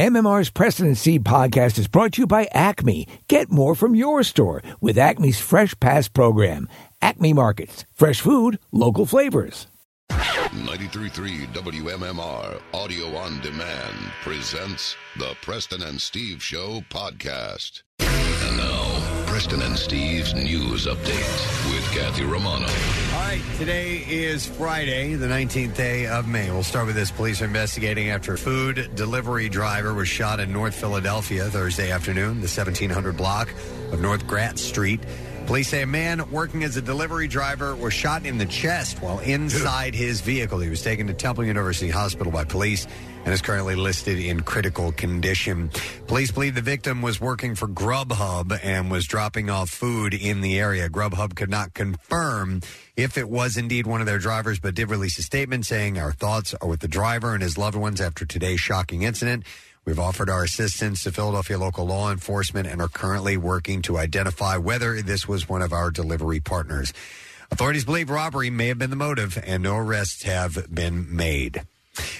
MMR's President Seed podcast is brought to you by Acme. Get more from your store with Acme's Fresh Pass program. Acme Markets, fresh food, local flavors. 933 WMMR Audio on Demand presents the Preston and Steve Show podcast. And now, Preston and Steve's news update with Kathy Romano. All right, today is Friday, the 19th day of May. We'll start with this. Police are investigating after a food delivery driver was shot in North Philadelphia Thursday afternoon, the 1700 block of North Grat Street. Police say a man working as a delivery driver was shot in the chest while inside his vehicle. He was taken to Temple University Hospital by police and is currently listed in critical condition. Police believe the victim was working for Grubhub and was dropping off food in the area. Grubhub could not confirm if it was indeed one of their drivers, but did release a statement saying, Our thoughts are with the driver and his loved ones after today's shocking incident. We've offered our assistance to Philadelphia local law enforcement and are currently working to identify whether this was one of our delivery partners. Authorities believe robbery may have been the motive, and no arrests have been made.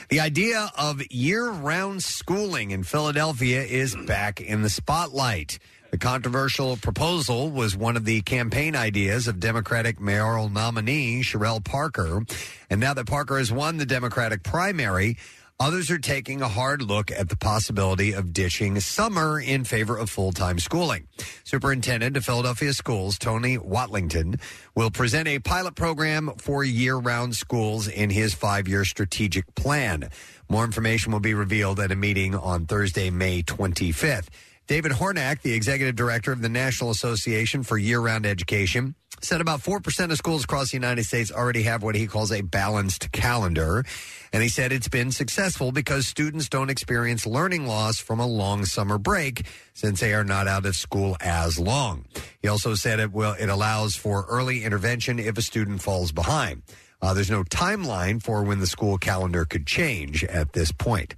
The idea of year round schooling in Philadelphia is back in the spotlight. The controversial proposal was one of the campaign ideas of Democratic mayoral nominee Sherelle Parker. And now that Parker has won the Democratic primary, others are taking a hard look at the possibility of ditching summer in favor of full time schooling. Superintendent of Philadelphia Schools, Tony Watlington, will present a pilot program for year round schools in his five year strategic plan. More information will be revealed at a meeting on Thursday, May 25th. David Hornack, the executive director of the National Association for Year Round Education, said about 4% of schools across the United States already have what he calls a balanced calendar. And he said it's been successful because students don't experience learning loss from a long summer break since they are not out of school as long. He also said it will it allows for early intervention if a student falls behind. Uh, there's no timeline for when the school calendar could change at this point.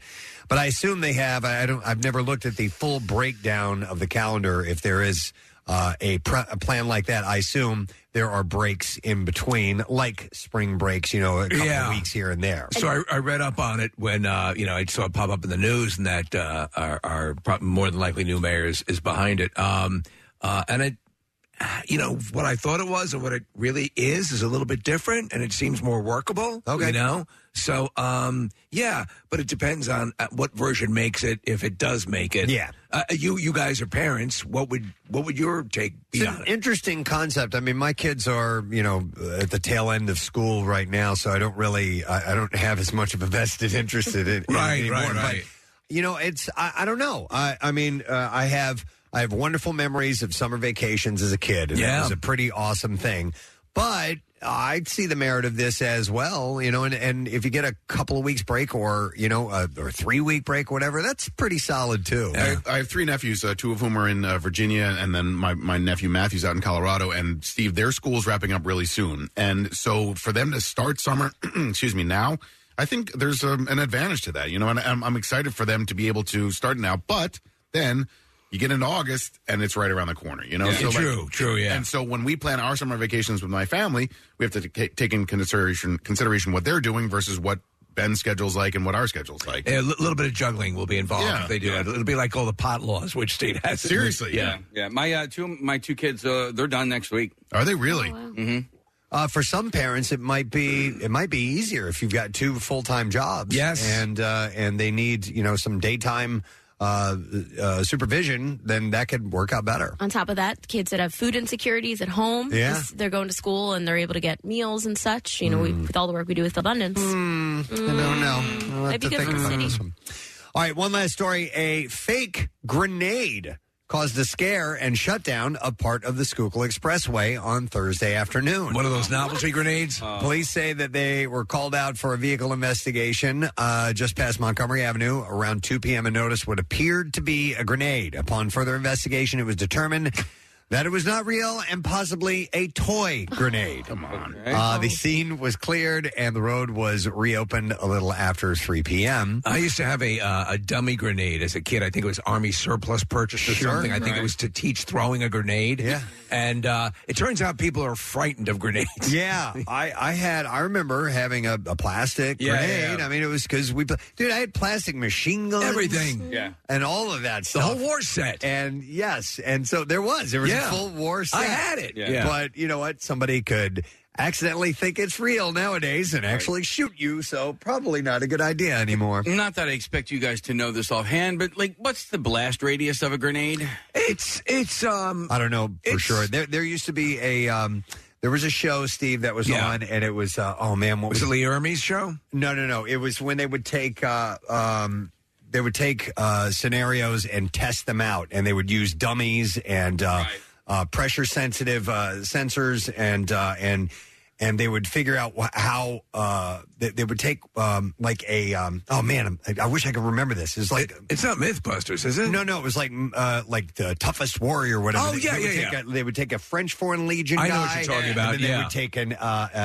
But I assume they have. I I don't. I've never looked at the full breakdown of the calendar. If there is uh, a, pre- a plan like that, I assume there are breaks in between, like spring breaks. You know, a couple Yeah. of weeks here and there. So I, I read up on it when uh, you know I saw it pop up in the news, and that uh, our, our prob- more than likely new mayor is, is behind it. Um, uh, and it, you know, what I thought it was and what it really is is a little bit different, and it seems more workable. Okay. you know. So um, yeah, but it depends on uh, what version makes it. If it does make it, Yeah. Uh, you you guys are parents. What would what would your take be It's on it? an interesting concept. I mean, my kids are, you know, at the tail end of school right now, so I don't really, I, I don't have as much of a vested interest in it in it Right, anymore. right, But, right. you know, it's, I, I don't know. I, I mean, uh, I have, I have wonderful memories of summer vacations as a kid, and that Yeah. was a pretty awesome thing. But I see the merit of this as well, you know, and, and if you get a couple of weeks break or, you know, a, or three week break, whatever, that's pretty solid too. I have, I have three nephews, uh, two of whom are in uh, Virginia, and then my, my nephew Matthew's out in Colorado. And Steve, their school's wrapping up really soon. And so for them to start summer, excuse me, now, I think there's um, an advantage to that, you know, and I'm, I'm excited for them to be able to start now. But then you get into August and it's right around the corner, you know? Yeah, true, true, yeah. And so when we plan our summer vacations with my family, we have to t- take in consideration consideration what they're doing versus what Ben's schedule's like and what our schedule's like. A li- little bit of juggling will be involved Yeah, if they do yeah. it. It'll be like all the pot laws, which state has. Seriously, yeah. Yeah, my uh, two my two kids uh, they're done next week. Are they really? Oh, Mm-hmm. Uh, for some parents, it might be it might be easier if you've got two full time jobs. Yes. and uh, and they need you know some daytime uh, uh, supervision. Then that could work out better. on top of that, kids that have food insecurities at home, Yeah. this- they're going to school and they're able to get meals and such. You know, we, with all the work we do with Abundance. Hmm. Hmm. I don't know. I'll have Mm. Might be to good think for the about city. this one. All right, one last story. A fake grenade caused a scare and shutdown of part of the Schuylkill Expressway on Thursday afternoon. One of those novelty grenades. Police say that they were called out for a vehicle investigation uh, just past Montgomery Avenue around 2 p.m. and noticed what appeared to be a grenade. Upon further investigation, it was determined that it was not real and possibly a toy grenade. Come on. Uh, the scene was cleared and the road was reopened a little after 3 p.m. I used to have a uh, a dummy grenade as a kid. I think it was Army surplus purchase or Sure. something. I think it Right. was to teach throwing a grenade. Yeah, and uh, it turns out people are frightened of grenades. Yeah, I, I had I remember having a, a plastic Yeah, yeah, grenade. yeah. I mean, it was because we, pla- dude, I had plastic machine guns, Everything. Yeah. and all of that The stuff, whole war set. And yes, and so there was there was Yeah. a full war set. I had it. yeah. Yeah. but you know what? Somebody could accidentally think it's real nowadays and actually shoot you. So probably not a good idea anymore. Not that I expect you guys to know this offhand, but like, what's the blast radius of a grenade? It's it's um I don't know for sure. There there used to be a um there was a show Steve that was Yeah. on and it was uh, oh man what was was, it Lee Ermey's show? No no no it was when they would take uh um they would take uh scenarios and test them out and they would use dummies and uh uh pressure sensitive uh sensors and uh and and they would figure out wh- how uh they, they would take um like a um oh man I, I wish I could remember this it's like It's not MythBusters, is it? no, no, it was like mm, uh, like the toughest warrior, or whatever. Oh, They- yeah, they would yeah, take yeah. A, they would take a French Foreign Legion I guy. know what you're talking and about, then they yeah. would take an uh, uh,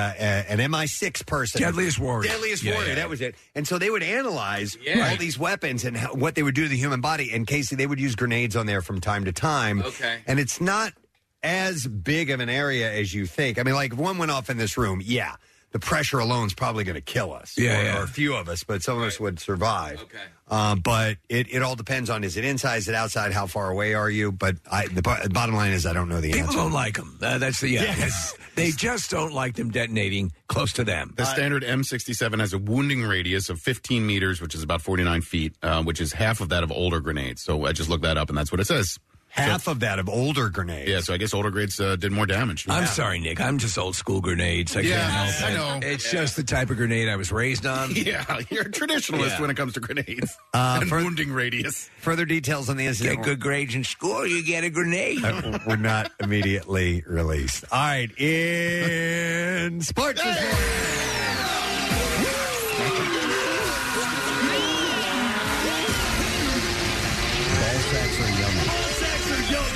uh, an MI6 person, Deadliest Warrior. Deadliest Yeah, Warrior. yeah. That was it. And so they would analyze Yeah. all these weapons and how, what they would do to the human body. And Casey, they would use grenades on there from time to time. Okay. and it's not as big of an area as you think. I mean, like if one went off in this room, yeah. The pressure alone's probably going to kill us, Yeah, or, yeah. or a few of us, but some of us would survive. Okay. Um, but it, it all depends on is it inside, is it outside, how far away are you? But I, the, bo- bottom line is I don't know the People answer. don't like them. Uh, that's the yeah. Yes. They just don't like them detonating close to them. The standard M67 has a wounding radius of 15 meters, which is about 49 feet, uh, which is half of that of older grenades. So I just looked that up, and that's what it says. Half of that of older grenades. Yeah, so I guess older grades uh, did more damage. I'm sorry, Nick. I'm just old school grenades. I Yeah, can't help I it. know. It's just the type of grenade I was raised on. Yeah, you're a traditionalist Yeah. when it comes to grenades Uh, and for- wounding radius. Further details on the incident Get good grades in school, you get a grenade. uh, were not immediately released. All right, in sports this morning. Ball sacks are yummy.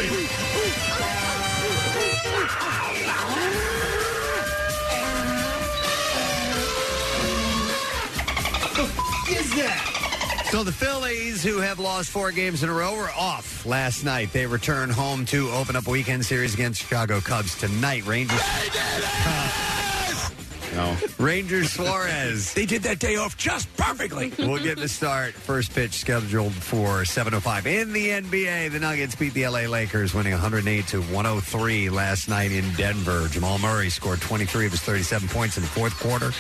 So the Phillies, who have lost four games in a row, were off last night. They return home to open up a weekend series against Chicago Cubs tonight. Rangers, No. Rangers Suarez They did that day off just perfectly. will get the start. First pitch scheduled for 7:05 in the NBA. The Nuggets beat the LA Lakers, winning 108 to 103 last night in Denver. Jamal Murray scored 23 of his 37 points in the fourth quarter.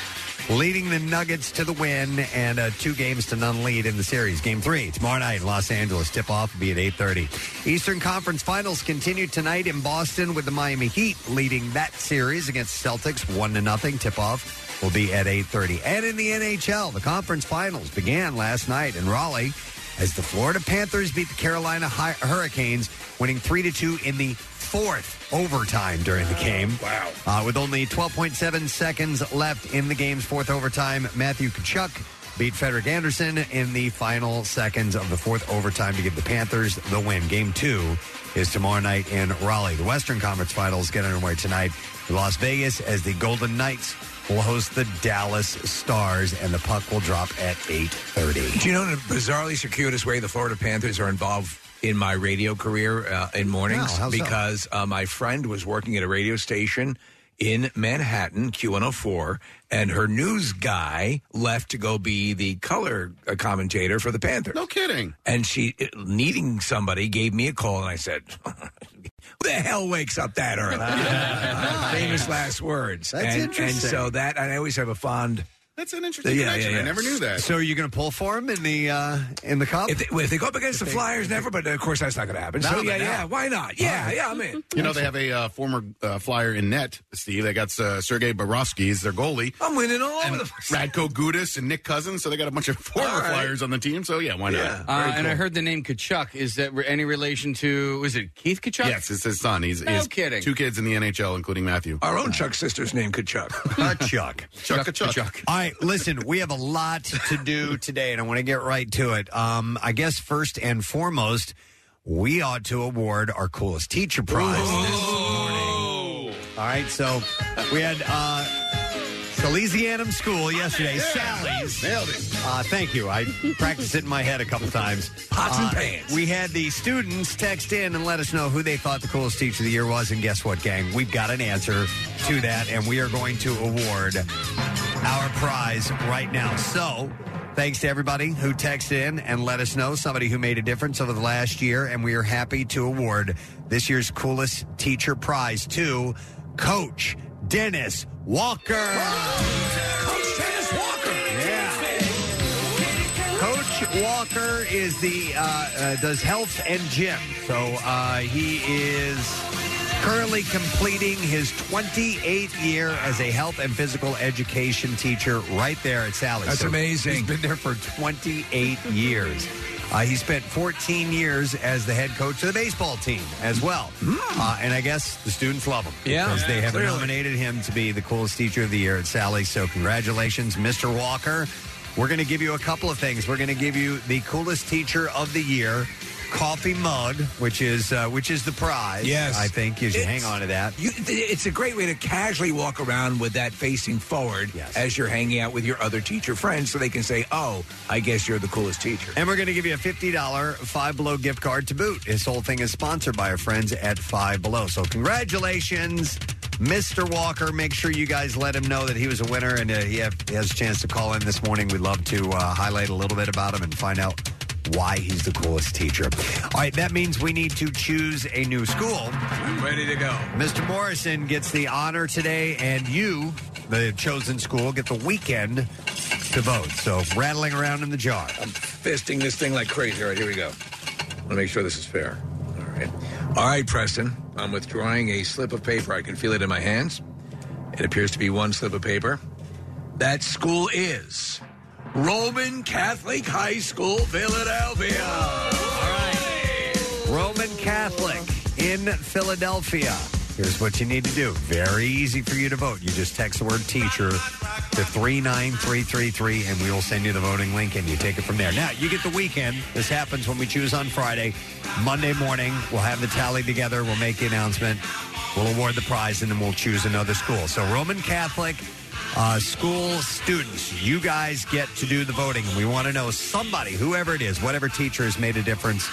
Leading the Nuggets to the win and a two games to none lead in the series. Game three tomorrow night in Los Angeles. Tip off will be at 8:30. Eastern Conference Finals continue tonight in Boston with the Miami Heat leading that series against Celtics one to nothing. Tip off will be at 8:30. And in the NHL, the conference finals began last night in Raleigh as the Florida Panthers beat the Carolina Hi- Hurricanes, winning 3 to 2 in the fourth overtime during the game. Wow. Uh, with only 12.7 seconds left in the game's fourth overtime, Matthew Kachuk beat Frederick Anderson in the final seconds of the fourth overtime to give the Panthers the win. Game two is tomorrow night in Raleigh. The Western Conference Finals get underway tonight in Las Vegas as the Golden Knights will host the Dallas Stars, and the puck will drop at 8.30. Do you know in a bizarrely circuitous way the Florida Panthers are involved in my radio career uh, in mornings Wow, how so? because uh, my friend was working at a radio station in Manhattan, Q104, and her news guy left to go be the color uh, commentator for the Panthers. No kidding. And she, uh, needing somebody, gave me a call, and I said, "Who the hell wakes up that early?" Famous last words. That's and, interesting. And so that, and I always have a fond. That's an interesting Yeah, yeah, connection. I yeah. never knew that. So are you going to pull for him in the uh, in the cup? If they, if they go up against the Flyers, never. But of course, that's not going to happen. No, so but yeah, no. yeah. Why not? Yeah, yeah. I'm in. you know, they have a uh, former uh, flyer in net, Steve. They got uh, Sergei Bobrovsky as their goalie. I'm winning all over And the place. Radko Gudis and Nick Cousins, so they got a bunch of former All right. flyers on the team. So yeah, why not? Yeah. Uh, And I heard the name Kachuk. Is that re- any relation to? Is it Keith Kachuk? Yes, it's his son. He's, No he's kidding. two kids in the NHL, including Matthew. Our own Chuck sister's name could Chuck. Uh, Chuck. Chuck, Chuck, All right, listen, we have a lot to do today, and I want to get right to it. Um, I guess first and foremost, we ought to award our coolest teacher prize this morning. All right, so we had uh, Salesianum School yesterday. Sally's. Nailed it. Uh, thank you. I practiced it in my head a couple times. Pots and Uh, pans. We had the students text in and let us know who they thought the coolest teacher of the year was. And guess what, gang? We've got an answer to that, and we are going to award our prize right now. So. Thanks to everybody who texted in and let us know somebody who made a difference over the last year, and we are happy to award this year's coolest teacher prize to Coach Dennis Walker. Coach Dennis Walker. Coach Walker is the uh, uh, does health and gym, so uh, he is currently completing his 28th year as a health and physical education teacher right there at Sally's. That's So amazing. He's been there for 28 years. Uh, he spent 14 years as the head coach of the baseball team as well, Hmm. uh, and I guess the students love him Yeah. because they Yeah, have clearly. nominated him to be the coolest teacher of the year at Sally. So congratulations, Mr. Walker. We're going to give you a couple of things. We're going to give you the coolest teacher of the year coffee mug, which is uh, which is the prize. Yes. I think you should hang on to that. You, th- it's a great way to casually walk around with that facing forward Yes. as you're hanging out with your other teacher friends so they can say, oh, I guess you're the coolest teacher. And we're going to give you a $50 Five Below gift card to boot. This whole thing is sponsored by our friends at Five Below. So, congratulations, Mr. Walker. Make sure you guys let him know that he was a winner and uh, he, have, he has a chance to call in this morning. We'd love to uh, highlight a little bit about him and find out why he's the coolest teacher. All right, that means we need to choose a new school. I'm ready to go. Mr. Morrison gets the honor today, and you, the chosen school, get the weekend to vote. So, rattling around in the jar. Fisting this thing like crazy. All right, here we go. Let me make sure this is fair. All right. All right, Preston. I'm withdrawing a slip of paper. I can feel it in my hands. It appears to be one slip of paper. That school is Roman Catholic High School, Philadelphia. Roman Catholic in Philadelphia. Here's what you need to do. Very easy for you to vote. You just text the word teacher to 39333 and we will send you the voting link and you take it from there. Now, you get the weekend. This happens when we choose on Friday. Monday morning, we'll have the tally together. We'll make the announcement. We'll award the prize and then we'll choose another school. So, Roman Catholic uh, school students, you guys get to do the voting. We want to know somebody, whoever it is, whatever teacher has made a difference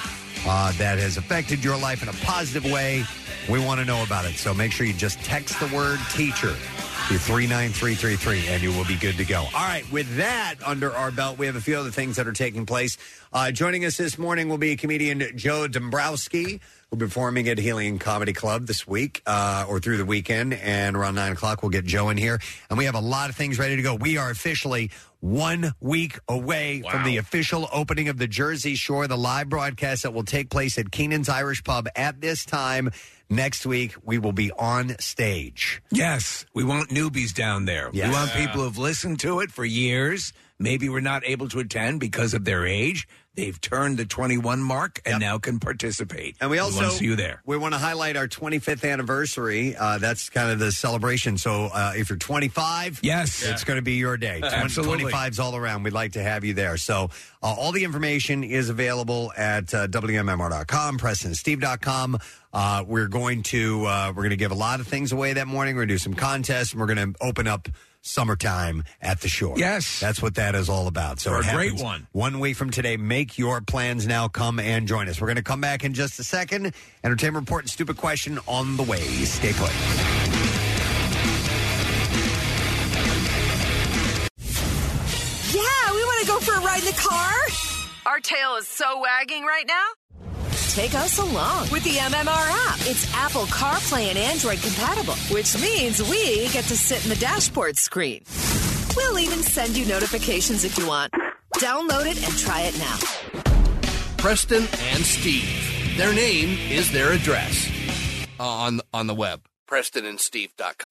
uh, that has affected your life in a positive way. We want to know about it. So make sure you just text the word teacher to 39333 and you will be good to go. All right, with that under our belt, we have a few other things that are taking place. Uh, joining us this morning will be comedian Joe Dombrowski. We'll be performing at Helium Comedy Club this week uh, or through the weekend. And around 9 o'clock, we'll get Joe in here. And we have a lot of things ready to go. We are officially one week away from the official opening of the Jersey Shore, the live broadcast that will take place at Keenan's Irish Pub at this time. Next week, we will be on stage. Yes, we want newbies down there. Yes. We want people who've listened to it for years. Maybe we're not able to attend because of their age. They've turned the 21 mark and now can participate. And we also want to see you there. We want to highlight our 25th anniversary. Uh, that's kind of the celebration. So uh, if you're 25, Yes. it's going to be your day. 20, Absolutely. 25s all around. We'd like to have you there. So uh, all the information is available at uh, WMMR.com, PrestonSteve.com. Uh, we're going to uh, we're going to give a lot of things away that morning. We're going to do some contests, and we're going to open up summertime at the shore. Yes. that's what that is all about. So For it a great happens one. one week from today. Make your plans now. Come and join us. We're going to come back in just a second. Entertainment report and stupid question on the way. Stay put. Yeah, we want to go for a ride in the car. Our tail is so wagging right now. Take us along with the MMR app. It's Apple CarPlay and Android compatible, which means we get to sit in the dashboard screen. We'll even send you notifications if you want. Download it and try it now. Preston and Uh, Steve. Their name is their address on on the web. PrestonandSteve.com.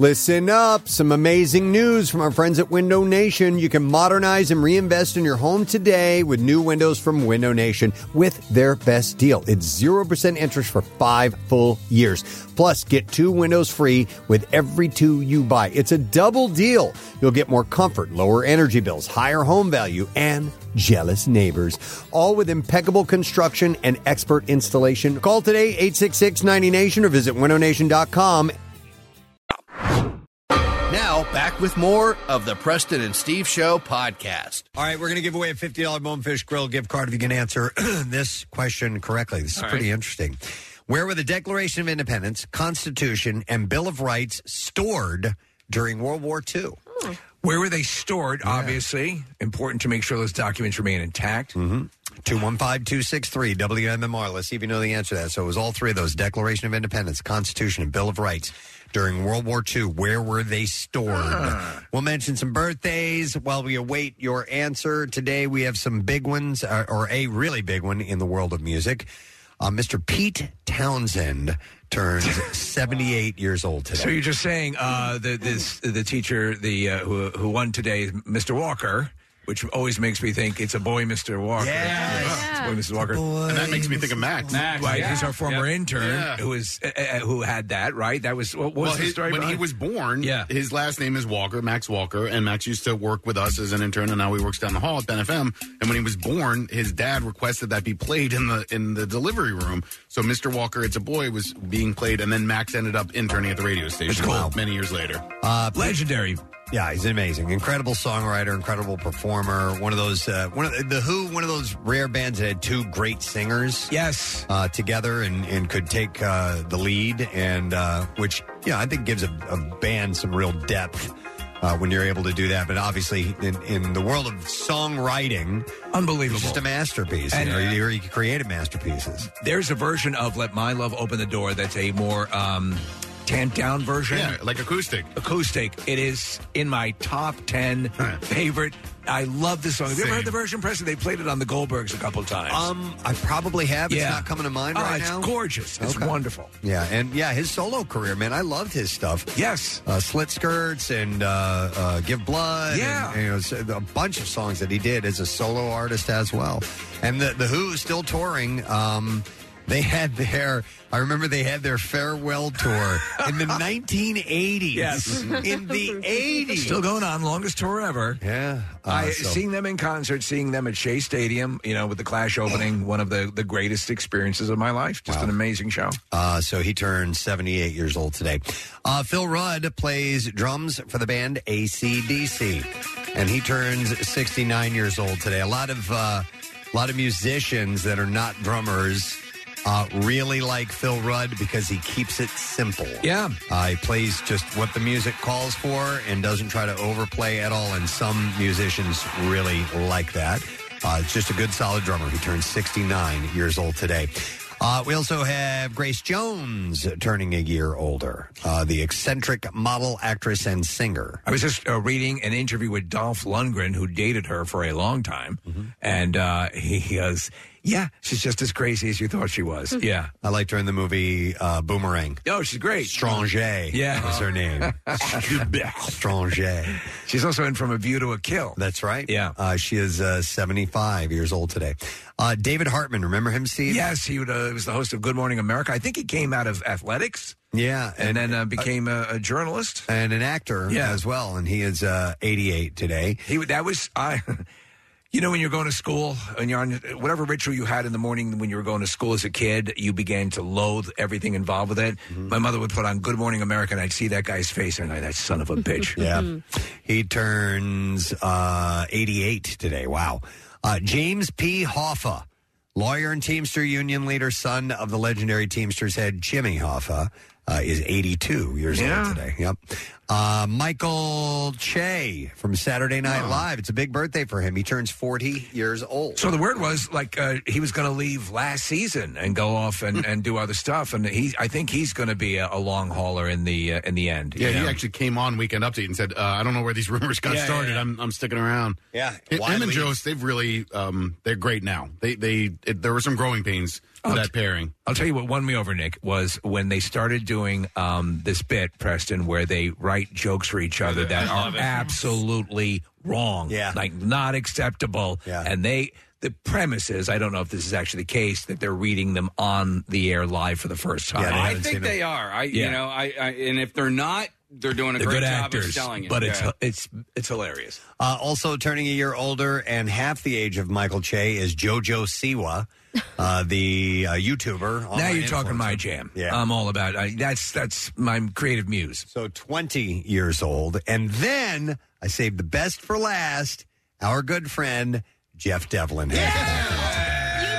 Listen up. Some amazing news from our friends at Window Nation. You can modernize and reinvest in your home today with new windows from Window Nation with their best deal. It's 0% interest for five full years. Plus, get two windows free with every two you buy. It's a double deal. You'll get more comfort, lower energy bills, higher home value, and jealous neighbors. All with impeccable construction and expert installation. Call today 866 90Nation or visit windownation.com Now, back with more of the Preston and Steve Show podcast. All right, we're going to give away a $50 Bonefish Grill gift card if you can answer this question correctly. This is All right. pretty interesting. Where were the Declaration of Independence, Constitution, and Bill of Rights stored during World War II? Where were they stored? Obviously, important to make sure those documents remain intact. Mm-hmm. 215263 WMMR. Let's see if you know the answer to that. So it was all three of those Declaration of Independence, Constitution, and Bill of Rights during World War II. Where were they stored? We'll mention some birthdays while we await your answer. Today we have some big ones, or, or a really big one in the world of music. Uh, Mr. Pete Townsend turns 78 years old today. So you're just saying uh, the this the teacher the uh, who who won today, Mr. Walker, which always makes me think it's a boy, Mr. Walker. Yeah, it's a boy, Mr. Walker, And that makes me think of Max. Max, right? yeah. He's our former Yep. intern Yeah. who is uh, uh, who had that, right? That was what, what was well, the his- story when behind he it? was born, yeah. his last name is Walker, Max Walker, and Max used to work with us as an intern, and now he works down the hall at Ben FM. And when he was born, his dad requested that be played in the in the delivery room. So Mr. Walker, it's a boy, was being played, and then Max ended up interning at the radio station many years later. Uh, Legendary. Yeah, he's amazing. Incredible songwriter, incredible performer. One of those, uh, one of the Who, one of those rare bands that had two great singers. Yes, uh, together and and could take uh, the lead, and uh, which yeah, I think gives a, a band some real depth. Uh, when you're able to do that, but obviously in, in the world of songwriting, unbelievable, just a masterpiece, And- you know, you, you created masterpieces. There's a version of "Let My Love Open the Door" that's a more um, tamped down version, Yeah, like acoustic. Acoustic. It is in my top ten favorite. I love this song. Have you ever heard the version, Preston? They played it on the Goldbergs a couple times. Um, I probably have. It's not coming to mind oh, right it's now. gorgeous. It's Okay. wonderful. Yeah, and yeah, his solo career, man, I loved his stuff. Yes, uh, slit skirts and uh, uh, give blood. Yeah. and, you know, so- a bunch of songs that he did as a solo artist as well. And the the Who is still touring. Um, they had their, I remember they had their farewell tour in the 1980s. Yes. in the 80s, Still going on, longest tour ever. Yeah, uh, I so- seeing them in concert, seeing them at Shea Stadium, you know, with the Clash opening, one of the the greatest experiences of my life. Just an amazing show. Uh, so he turned 78 years old today. Uh, Phil Rudd plays drums for the band ACDC, and he turns 69 years old today. A lot of uh, a lot of musicians that are not drummers uh, really like Phil Rudd because he keeps it simple. Yeah. Uh, he plays just what the music calls for and doesn't try to overplay at all. And some musicians really like that. Uh, it's just a good, solid drummer. He turned 69 years old today. Uh, we also have Grace Jones turning a year older, uh, the eccentric model, actress, and singer. I was just uh, reading an interview with Dolph Lundgren, who dated her for a long time, Mm-hmm. and uh, he, he goes, "Yeah, she's just as crazy as you thought she was." yeah, I liked her in the movie uh, Boomerang. Oh, she's great. Stranger. Yeah. Is her name. Stranger. She's also in From a View to a Kill. That's right. Yeah. Uh, she is uh, 75 years old today. Uh, David Hartman, remember him, Steve? Yes, he would, uh, was the host of Good Morning America. I think he came out of athletics. Yeah, and, then uh, became a, a journalist and an actor Yeah. as well, and he is uh, 88 today. He would- that was I. You know, when you're going to school and you're on whatever ritual you had in the morning when you were going to school as a kid, you began to loathe everything involved with it. Mm-hmm. My mother would put on Good Morning America, and I'd see that guy's face, and I'd that son of a bitch. yeah, he turns uh, 88 today. Wow. Uh, James P. Hoffa, lawyer and Teamster union leader, son of the legendary Teamsters head Jimmy Hoffa, uh, is 82 years Yeah. old today. Yep. Uh, Michael Che from Saturday Night Live. It's a big birthday for him. He turns 40 years old. So the word was like uh, he was going to leave last season and go off and, and do other stuff, and he I think he's going to be a, a long hauler in the uh, in the end. Yeah, you he know? actually came on Weekend Update and said, uh, "I don't know where these rumors got Yeah, yeah, started. yeah. I'm, I'm sticking around." Yeah, him why and leave? Jost, they've really um, they're great now. They they it, there were some growing pains with that pairing. I'll tell you what won me over, Nick, was when they started doing um, this bit, Preston, where they write jokes for each other that I are love it. absolutely wrong. Yeah. Like not acceptable. Yeah. And they, the premise is, I don't know if this is actually the case, that they're reading them on the air live for the first time. Uh, I think they are. I Yeah. you know I, I and if they're not, they're doing a They're great good job of actors, selling it. but it's Yeah. it's it's hilarious. Uh, also turning a year older and half the age of Michael Che is JoJo Siwa, uh, the uh, YouTuber. now online you're talking influencer. my jam. Uh, Yeah. I'm all about. I, that's that's my creative muse. So 20 years old. And then I saved the best for last, our good friend, Jeff Devlin.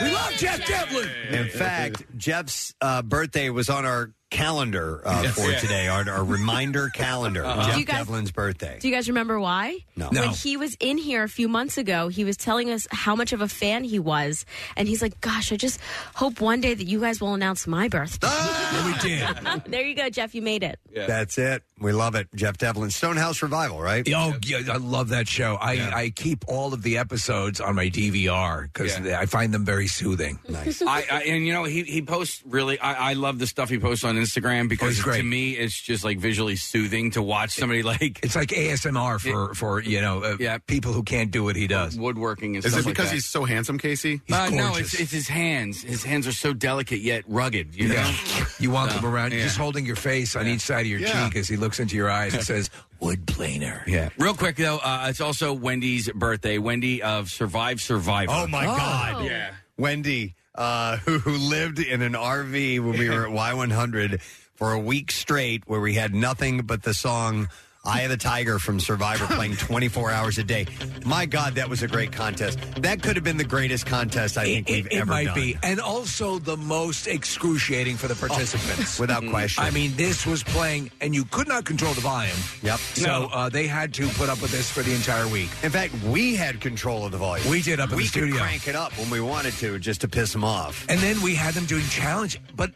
We love Jeff Devlin. In fact, Jeff's uh, birthday was on our calendar uh, Yes. for Yeah. today, our, our reminder calendar, Uh-huh. Do Jeff you guys- Devlin's birthday. Do you guys remember why? No. No. When he was in here a few months ago, he was telling us how much of a fan he was, and he's like, "Gosh, I just hope one day that you guys will announce my birthday." Ah! we did. there you go, Jeff. You made it. That's it. We love it. Jeff Devlin, Stonehouse Revival, right? Oh, yeah, I love that show. I, I keep all of the episodes on my DVR because I find them very soothing. Nice. I, I and you know he he posts really I, I love the stuff he posts on Oh, Instagram because to me it's just like visually soothing to watch somebody like It's like ASMR for, for you know uh, people who can't do what he does. Woodworking and Is it stuff like because that. he's so handsome, Casey? uh, no, it's, it's his hands. His hands are so delicate yet rugged. You Yeah. know, You want them So, around, yeah. just holding your face on each side of your Yeah. cheek as he looks into your eyes and says, "Wood planer." Yeah. Real quick though, uh, it's also Wendy's birthday. Wendy of Survive Survivor. Oh my God! Yeah. Wendy, uh, who, who lived in an RV when we were at Y100 for a week straight, where we had nothing but the song "Eye of the Tiger" from Survivor playing 24 hours a day. My God, that was a great contest. That could have been the greatest contest I think we've It, it ever might done. be, and also the most excruciating for the Oh. participants, without Mm-hmm. question. I mean, this was playing, and you could not control the volume. Yep. So uh, they had to put up with this for the entire week. In fact, we had control of the volume. We did up in we the studio. could crank it up when we wanted to, just to piss them off. And then we had them doing challenge, but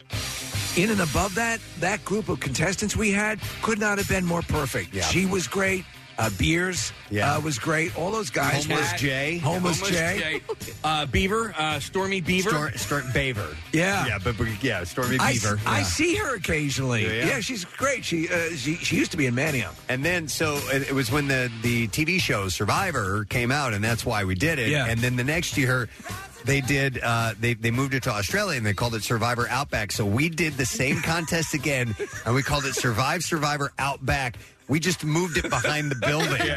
in and above that, that group of contestants we had could not have been more perfect. Yeah. She was great. Uh, Beers Yeah. uh, was great. All those guys. Homeless Cat, Jay. Homeless, Jay. Uh, Beaver. Uh, Stormy Beaver. Stor- Stor- Beaver. Yeah. Yeah, but, but yeah, Stormy I, Beaver. I Yeah. see her occasionally. Do Yeah, ya? she's great. She, uh, she she used to be in Manio. And then, so it, it was when the the TV show Survivor came out, and that's why we did it. Yeah. And then the next year, they did uh, they they moved it to Australia, and they called it Survivor Outback. So we did the same contest again, and we called it Survive Survivor Outback. We just moved it behind the building,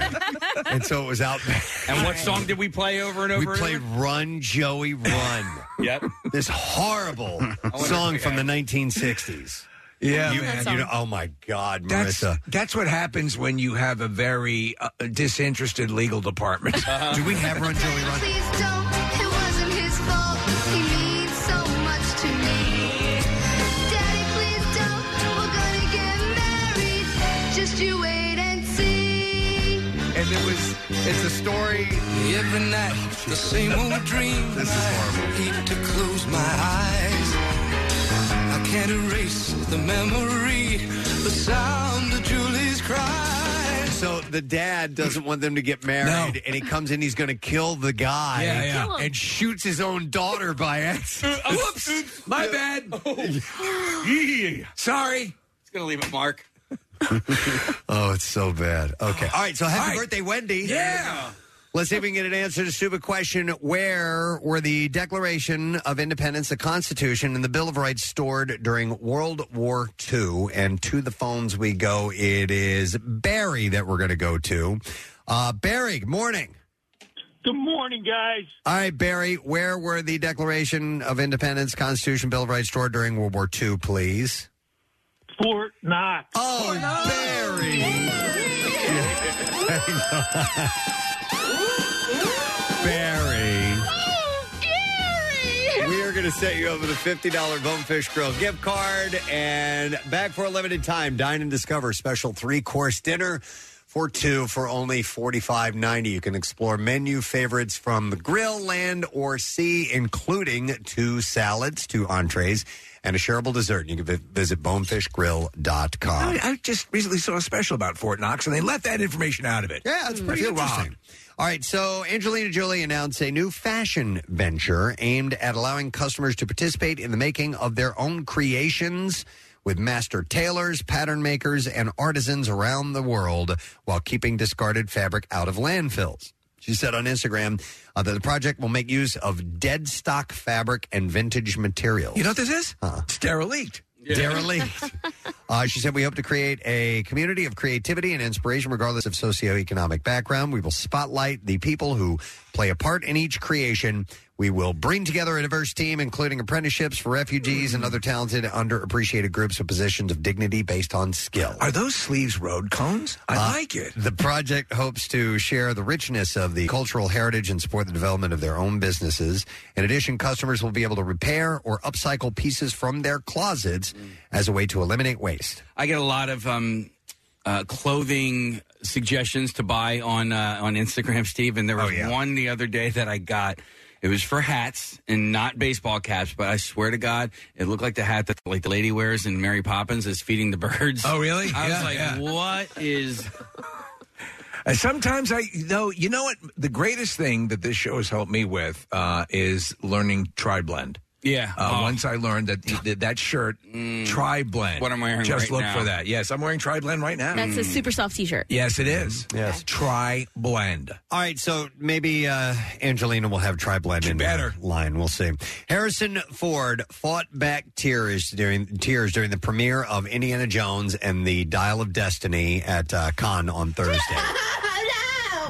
and so it was Outback. And what song did we play over and over? We and played Run Joey Run. yep. This horrible song from the 1960s. Yeah, you, man. you know, oh my God, That's Marissa. that's what happens when you have a very uh, disinterested legal department. Do we have Run Joey Run? Please don't. It wasn't his fault. He means so much to me. Daddy, please don't. We're gonna get married. Just you wait and see. And it was, it's a story. Every night, the same old dream. This is horrible. Hate to close my eyes. I can't erase the memory, the sound of Julie's cries. So the dad doesn't want them to get married, and he comes in, he's going to kill the guy, Yeah, yeah. Kill him. and shoots his own daughter by accident. Whoops! My bad. Oh. Sorry. It's gonna leave a mark. oh, it's so bad. Okay, all right. So happy All right. birthday, Wendy. Yeah. Let's see if we can get an answer to the stupid question: Where were the Declaration of Independence, the Constitution, and the Bill of Rights stored during World War II? And to the phones we go. It is Barry that we're going to go to. Uh, Barry, good morning. Good morning, guys. All right, Barry, where were the Declaration of Independence, Constitution, Bill of Rights stored during World War II, please? Fort Knox. Oh, Barry. Barry. We Gary. we are going to set you up with a $50 Bonefish Grill gift card and back for a limited time. Dine and Discover special three course dinner for two for only $45.90. You can explore menu favorites from the grill, land, or sea, including two salads, two entrees, and a shareable dessert. You can vi- visit bonefishgrill.com. I, I just recently saw a special about Fort Knox, and they left that information out of it. Yeah, that's I pretty feel interesting. robbed. Hmm. All right, so Angelina Jolie announced a new fashion venture aimed at allowing customers to participate in the making of their own creations with master tailors, pattern makers, and artisans around the world while keeping discarded fabric out of landfills. She said on Instagram uh, that the project will make use of dead stock fabric and vintage materials. You know what this is? It's derelict. Derelict. Uh, she said, We hope to create a community of creativity and inspiration, regardless of socioeconomic background. We will spotlight the people who play a part in each creation. We will bring together a diverse team, including apprenticeships for refugees and other talented, underappreciated groups with positions of dignity based on skill. Are those sleeves road cones? I Uh, like it. The project hopes to share the richness of the cultural heritage and support the development of their own businesses. In addition, customers will be able to repair or upcycle pieces from their closets as a way to eliminate waste. I get a lot of um, uh, clothing suggestions to buy on uh, on Instagram, Steve. And there Oh, was one the other day that I got. It was for hats and not baseball caps, but I swear to God, it looked like the hat that like the lady wears in Mary Poppins is feeding the birds. Oh, really? I Yeah, was like, yeah. what is? Uh, Sometimes I, though, you know what? The greatest thing that this show has helped me with uh, is learning tri blend. Yeah. Oh. Mm. Uh, Once I learned that that, that shirt, tri blend. What I'm wearing Just right look now. Mm. for that. Yes, I'm wearing tri blend right now. That's a Hmm. super soft T-shirt. Yes, it is. Mm-hmm. Yes. Tri blend. All right, so maybe uh, Angelina will have tri blend in better line. We'll see. Harrison Ford fought back tears during tears during the premiere of Indiana Jones and the Dial of Destiny at uh, Cannes on Thursday.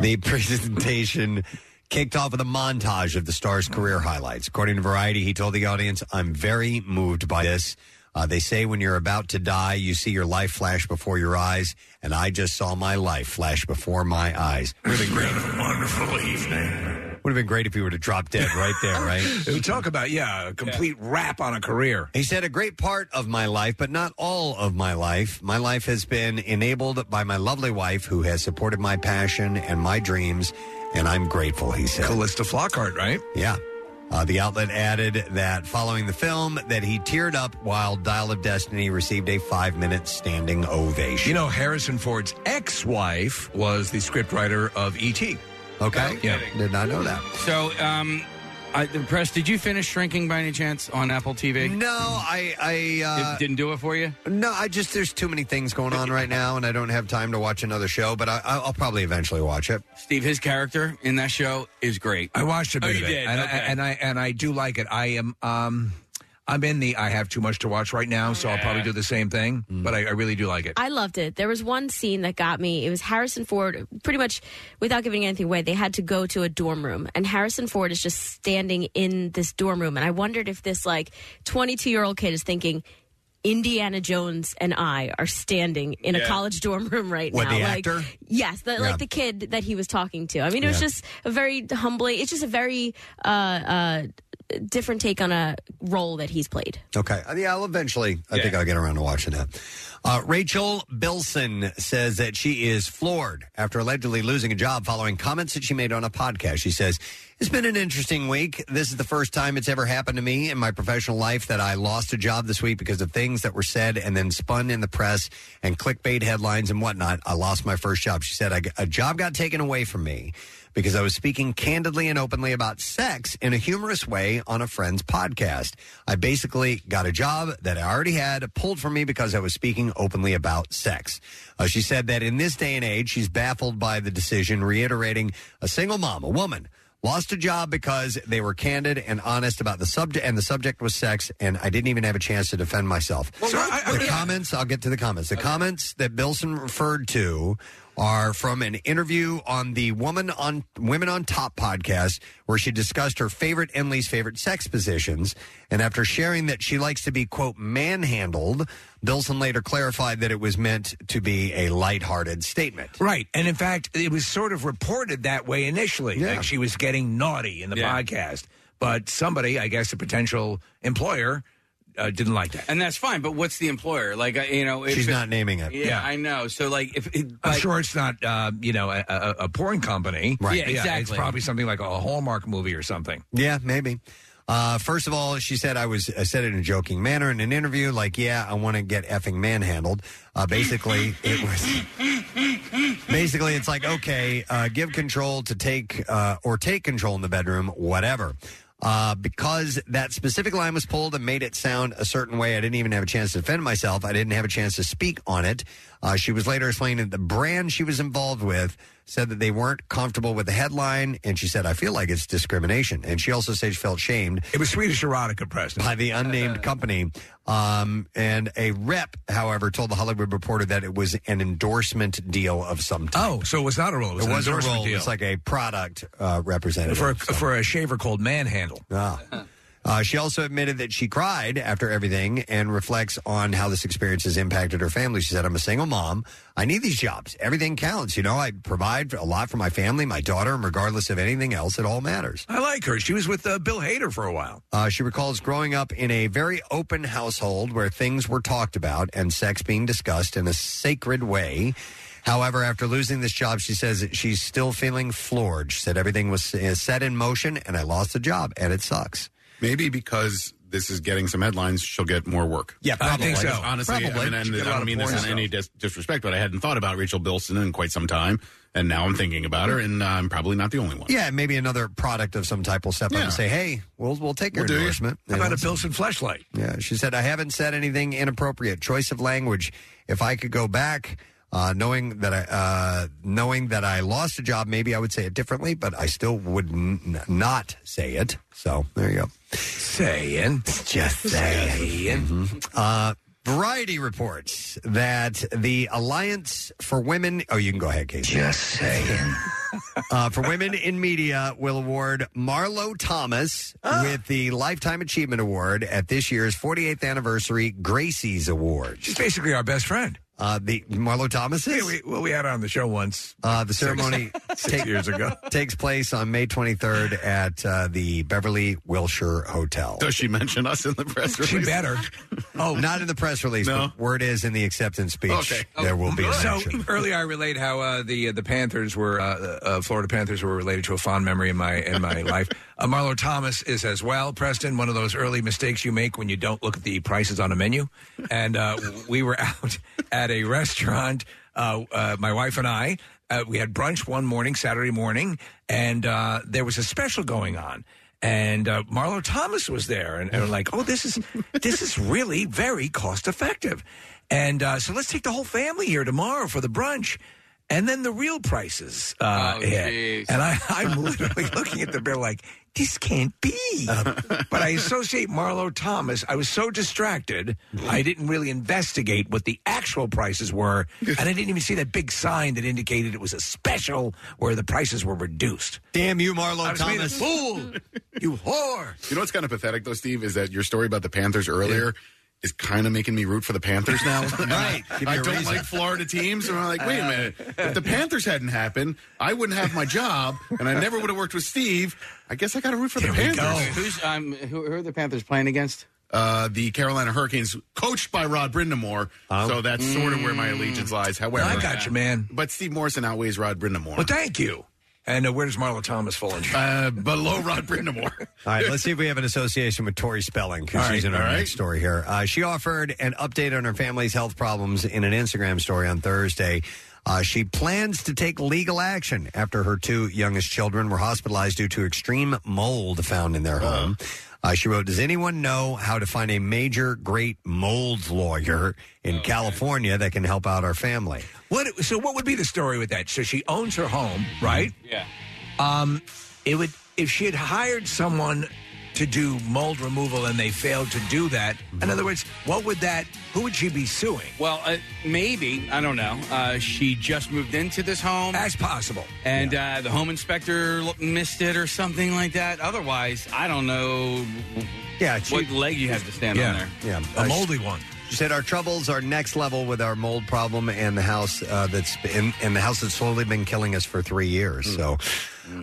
The presentation kicked off with a montage of the star's career highlights. According to Variety, he told the audience, I'm very moved by this. Uh, they say when you're about to die, you see your life flash before your eyes, and I just saw my life flash before my eyes. Would have been great. Wonderful evening. Would have been great if he would have dropped dead right there, right? We talk about, yeah, a complete wrap on a career. He said, a great part of my life, but not all of my life. My life has been enabled by my lovely wife who has supported my passion and my dreams, and I'm grateful, he said. Callista Flockhart, right? Yeah. Uh, the outlet added that following the film that he teared up while Dial of Destiny received a five-minute standing ovation. You know, Harrison Ford's ex wife was the scriptwriter of E.T. Okay. yeah. Did not know that. So, um, I, the press. Did you finish Shrinking by any chance on Apple TV? No, I, I uh, It didn't do it for you. No, I just there's too many things going on right now, and I don't have time to watch another show. But I, I- I'll probably eventually watch it. Steve, his character in that show is great. I watched a bit oh, you of it, Did? and, okay. I, and I and I do like it. I am um, I'm in the I have too much to watch right now, so I'll probably do the same thing. Mm. But I, I really do like it. I loved it. There was one scene that got me. It was Harrison Ford, pretty much without giving anything away, they had to go to a dorm room. And Harrison Ford is just standing in this dorm room. And I wondered if this, like, 22 year old kid is thinking, Indiana Jones and I are standing in Yeah. a college dorm room right What, now. the like, actor? Yes, the, Yeah. like the kid that he was talking to. I mean, it was Yeah. just a very humbly, it's just a very uh, uh, different take on a role that he's played. Okay. Uh, Yeah, I'll eventually. I think I'll get around to watching that. Uh, Rachel Bilson says that she is floored after allegedly losing a job following comments that she made on a podcast. She says, It's been an interesting week. This is the first time it's ever happened to me in my professional life that I lost a job this week because of things that were said and then spun in the press and clickbait headlines and whatnot. I lost my first job. She said, I, A job got taken away from me because I was speaking candidly and openly about sex in a humorous way on a friend's podcast. I basically got a job that I already had pulled from me because I was speaking openly about sex. Uh, she said that in this day and age, she's baffled by the decision, reiterating a single mom, a woman. Lost a job because they were candid and honest about the subject, and the subject was sex, and I didn't even have a chance to defend myself. the comments, I'll get to the comments. The comments that Bilson referred to are from an interview on the Woman on Women on Top podcast, where she discussed her favorite and least favorite sex positions. And after sharing that she likes to be quote manhandled, Bilson later clarified that it was meant to be a lighthearted statement. Right, and in fact, it was sort of reported that way initially. Like she was getting naughty in the podcast, But somebody, I guess, a potential employer, uh, didn't like that. And that's fine, but what's the employer? Like, I- you know, if She's it- not naming it. Yeah, Yeah. I know. So, like, if it, I'm like- sure it's not, uh, you know, a, a, a porn company. Right. Yeah, It's exactly. probably something like a Hallmark movie or something. Yeah, maybe. Uh, first of all, she said I was I said it in a joking manner in an interview, like, yeah, I want to get effing manhandled. Uh, basically, it was basically it's like okay, uh, give control to take uh, or take control in the bedroom, whatever. Uh, because that specific line was pulled and made it sound a certain way, I didn't even have a chance to defend myself. I didn't have a chance to speak on it. Uh, she was later explaining that the brand she was involved with said that they weren't comfortable with the headline, and she said, "I feel like it's discrimination." And she also said she felt shamed. It was Swedish erotica, Preston, by the unnamed company. Um, and a rep, however, told the Hollywood Reporter that it was an endorsement deal of some type. Oh, so it was not a role. It was It an was a endorsement role. deal. It's like a product uh, representative for a, for a shaver called Manhandle. Ah. Uh, she also admitted that she cried after everything and reflects on how this experience has impacted her family. She said, I'm a single mom. I need these jobs. Everything counts. You know, I provide a lot for my family, my daughter, and regardless of anything else, it all matters. I like her. She was with uh, Bill Hader for a while. Uh, she recalls growing up in a very open household where things were talked about and sex being discussed in a sacred way. However, after losing this job, she says that she's still feeling floored. She said everything was uh, set in motion and I lost the job and it sucks. Maybe because this is getting some headlines, she'll get more work. Yeah, probably. I think so. Honestly, Probably. I, mean, and She'll get a lot I don't of mean this porn in any dis- disrespect, but I hadn't thought about Rachel Bilson in quite some time, and now I'm thinking about her, and uh, I'm probably not the only one. Yeah, maybe another product of some type will step up Yeah. and say, "Hey, we'll we'll take your We'll do you. endorsement." How about a Bilson flashlight? Yeah, she said, "I haven't said anything inappropriate. Choice of language. If I could go back, uh, knowing that I uh, knowing that I lost a job, maybe I would say it differently, but I still would n- n- not say it." So there you go. Saying, just saying. Uh, Variety reports that the Alliance for Women. Oh, you can go ahead, Casey. Just saying. uh, for Women in Media will award Marlo Thomas with the Lifetime Achievement Award at this year's 48th anniversary Gracie's Award. She's basically our best friend. Uh, the Marlo Thomas is. Yeah, we, well, we had her on the show once. Uh, the ceremony six, six take- years ago. takes place on May 23rd at uh, the Beverly Wilshire Hotel. Does she mention us in the press release? She better. Oh, not in the press release. But word is in the acceptance speech. Okay. There will be a So mention. earlier, I relayed how uh, the the Panthers were uh, uh, Florida Panthers were related to a fond memory in my in my life. Uh, Marlo Thomas is as well. Preston, one of those early mistakes you make when you don't look at the prices on a menu. And uh, we were out at a restaurant. Uh, uh, my wife and I uh, we had brunch one morning, Saturday morning, and uh, there was a special going on. And uh, Marlo Thomas was there, and, and we're like, oh, this is this is really very cost effective. And uh, so let's take the whole family here tomorrow for the brunch. And then the real prices uh, Oh, jeez. hit. And I, I'm literally looking at the bill like, this can't be. but I associate Marlo Thomas. I was so distracted, I didn't really investigate what the actual prices were. And I didn't even see that big sign that indicated it was a special where the prices were reduced. Damn you, Marlo I was made a fool. you whore. You know what's kind of pathetic though, Steve, is that your story about the Panthers earlier is kind of making me root for the Panthers now. right. I Give me a don't reason. like Florida teams. And I'm like, wait a minute. If the Panthers hadn't happened, I wouldn't have my job and I never would have worked with Steve. I guess I got to root for the Panthers. Who's um, who, who are the Panthers playing against? Uh, the Carolina Hurricanes, coached by Rod Brindamore. so that's sort of where my allegiance lies. However, Oh. Mm. I got you, man. But Steve Morrison outweighs Rod Brindamore. Well, thank you. And uh, where does Marlo Thomas fall in? Uh, below Rod Brindamore. All right, let's see if we have an association with Tori Spelling, because All she's in right, our all right. next story here. Uh, she offered an update on her family's health problems in an Instagram story on Thursday. Uh, she plans to take legal action after her two youngest children were hospitalized due to extreme mold found in their Uh-huh. home. Uh, she wrote, Does anyone know how to find a major great mold lawyer in California that can help out our family? What? So what would be the story with that? So she owns her home, right? Yeah. Um, it would if she had hired someone to do mold removal and they failed to do that. In other words, what would that? Who would she be suing? Well, uh, maybe I don't know. Uh, she just moved into this home. That's possible. And uh, the home inspector l- missed it or something like that. Otherwise, I don't know. Yeah, what leg you have to stand on there? Yeah, A moldy one. She said our troubles are next level with our mold Hmm. problem and the house uh, that's in, and the house that's slowly been killing us for three years. So.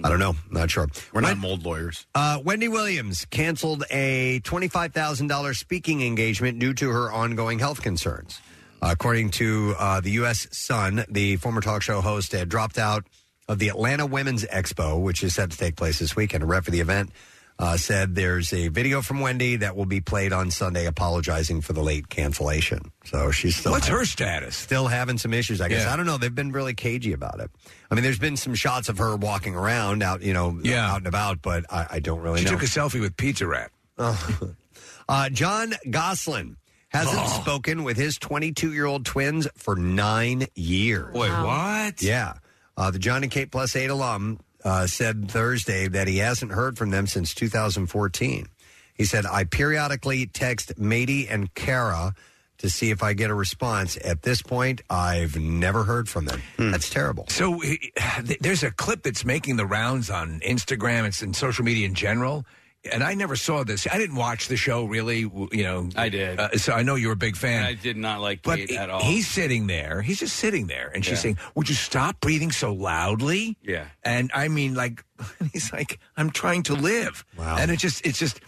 I don't know. Not sure. We're not mold lawyers. Uh, Wendy Williams canceled a $25,000 speaking engagement due to her ongoing health concerns. According to uh, the U.S. Sun, the former talk show host had dropped out of the Atlanta Women's Expo, which is set to take place this weekend. A rep for the event uh, said there's a video from Wendy that will be played on Sunday apologizing for the late cancellation. So she's still. What's having- her status? Still having some issues, I guess. Yeah. I don't know. They've been really cagey about it. I mean, there's been some shots of her walking around out, you know, out and about, but I, I don't really She know. took a selfie with Pizza Rat. uh, John Goslin hasn't Oh. spoken with his 22 year old twins for nine years. Wait, Wow. what? Yeah. Uh, the John and Kate Plus 8 alum uh, said Thursday that he hasn't heard from them since 2014. He said, I periodically text Matey and Kara to see if I get a response. At this point, I've never heard from them. Hmm. That's terrible. So he- th- there's a clip that's making the rounds on Instagram and, and social media in general. And I never saw this. I didn't watch the show really. w- You know, I did. Uh, so I know you're a big fan. I did not like but Kate he- at all. he's sitting there. He's just sitting there, and she's Yeah. saying, "Would you stop breathing so loudly?" Yeah. And I mean, like, he's like, "I'm trying to live." Wow. And it just, it's just,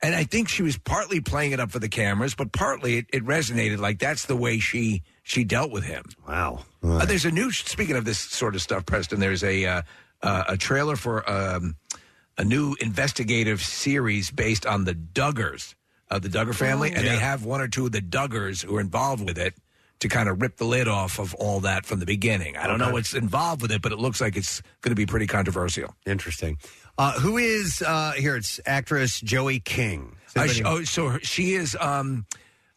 and I think she was partly playing it up for the cameras, but partly it, it resonated. Like that's the way she she dealt with him. Wow. Uh, there's a new. Speaking of this sort of stuff, Preston, there's a uh, uh, a trailer for um, a new investigative series based on the Duggars, uh, the Duggar family, Oh. and Yeah. they have one or two of the Duggars who are involved with it to kind of rip the lid off of all that from the beginning. I don't know Okay. what's involved with it, but it looks like it's going to be pretty controversial. Interesting. Uh, who is uh, here? It's actress Joey King. I sh- oh, so her, she is um,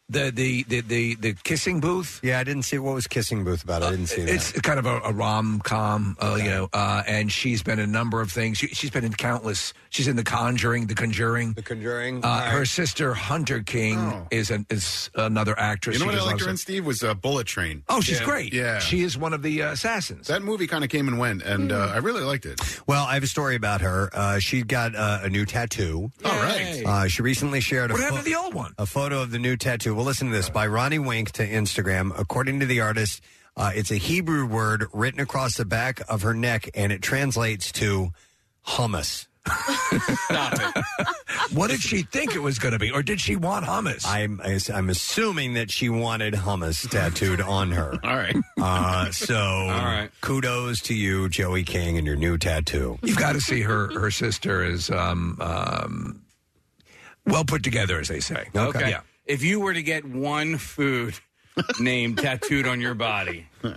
the, the the the the kissing booth. Uh, Yeah, I didn't see what was kissing booth about. I didn't see that. It's kind of a, a rom com, uh, you know, uh, and she's been in a number of things. She, she's been in countless. She's in The Conjuring, The Conjuring, The Conjuring. Oh. Uh, all right. Her sister Hunter King is an, is another actress. You know what She I does liked her lots in, of- Steve? Was uh, Bullet Train. Oh, she's Yeah. great. Yeah. she is one of the uh, assassins. That movie kind of came and went, and uh, I really liked it. Well, I have a story about her. Uh, she got uh, a new tattoo. All right. Uh, she recently shared a What happened to the old one? A photo of the new tattoo. Well, listen to this by Ronnie Wink to Instagram. According to the artist, uh, it's a Hebrew word written across the back of her neck, and it translates to hummus. what did she think it was going to be, or did she want hummus? I'm I'm assuming that she wanted hummus tattooed on her. All right. Uh, so, right. kudos to you, Joey King, and your new tattoo. You've got to see her. Her sister is um, um, well put together, as they say. Okay. Yeah. If you were to get one food name tattooed on your body, and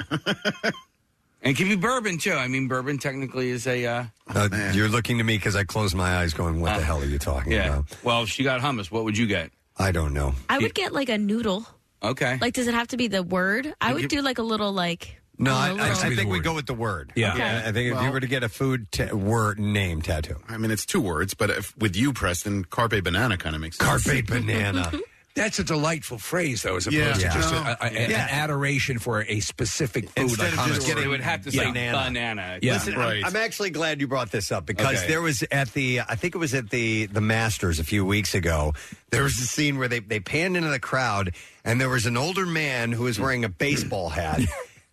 it can be bourbon too. I mean, bourbon technically is a. Uh, Uh, you're looking to me because I closed my eyes, going, "What the hell are you talking yeah. about?" Well, if she got hummus. What would you get? I don't know. I would get like a noodle. Okay. Like, does it have to be the word? I would do like a little like. No, I I, don't I, know. I think we go with the word. Yeah. Okay. Yeah. I think if you Well- were to get a food ta- word name tattoo, I mean, it's two words, but if, with you, Preston, carpe banana kind of makes sense. Carpe banana. That's a delightful phrase, though, as opposed Yeah. to Yeah. just a, No. a- a- Yeah. an adoration for a specific food. Instead like of just hummus. getting- They would have to say Yeah. banana. Yeah. Listen, I'm- Right. I'm, actually glad you brought this up because Okay. there was at the I think it was at the the Masters a few weeks ago. There was a scene where they they panned into the crowd and there was an older man who was wearing a baseball hat,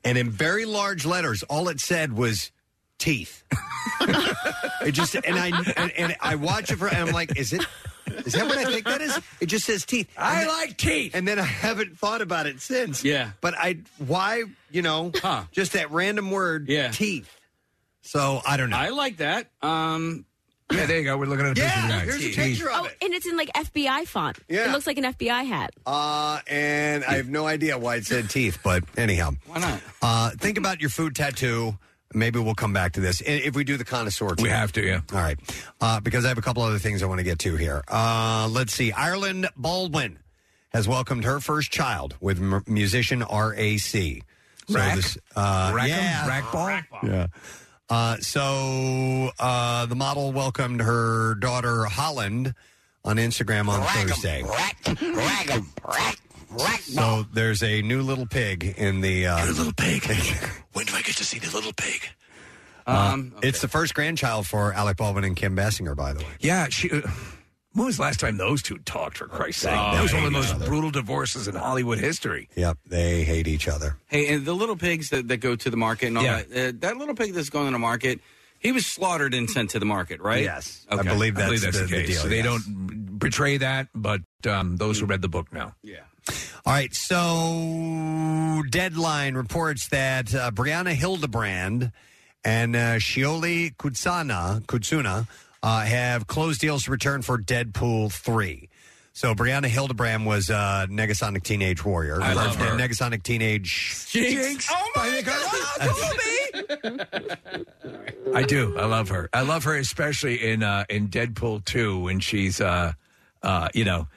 and in very large letters, all it said was teeth. it just and I and, and I watch it for and I'm like, is it? Is that what I think that is? It just says teeth. I And- like teeth. And then I haven't thought about it since. Yeah. But I, why, you know, just that random word, Yeah. teeth. So I don't know. I like that. Um, yeah, there you go. We're looking at a picture Yeah, tonight. here's a picture of oh, and it's in like FBI font. Yeah. It looks like an FBI hat. Uh, and I have no idea why it said teeth, but anyhow. Why not? Uh, think about your food tattoo. Maybe we'll come back to this i- if we do the connoisseur. We have to, yeah. All right. Uh, because I have a couple other things I want to get to here. Uh, let's see. Ireland Baldwin has welcomed her first child with m- musician RAC. Rack? uh, Rack 'em? yeah. Rack ball? Yeah. Uh, so uh, the model welcomed her daughter Holland on Instagram on Thursday. So there's a new little pig in the uh, little pig. When do I get to see the little pig? um, It's the first grandchild for Alec Baldwin and Kim Bassinger, by the way. Yeah, she. Uh, when was the last time those two talked? For Christ's sake, Oh, that was they one of the hate each most other. brutal divorces in Hollywood history. Yep, they hate each other. Hey, and the little pigs that, that go to the market and all Yeah. that, uh, that little pig that's going to the market, He was slaughtered and sent to the market, right? Yes. Okay. the case. deal, They yes. don't portray that, but um, those who read the book know. Yeah. All right, so Deadline reports that uh, Brianna Hildebrand and uh, Shioli Kutsana, Kutsuna uh, have closed deals to return for Deadpool 3. So Brianna Hildebrand was uh, Negasonic Teenage Warrior. I love First, uh, her. Negasonic Teenage... Oh my God, I do. I love her. I love her, especially in uh, in Deadpool two when she's uh, uh, you know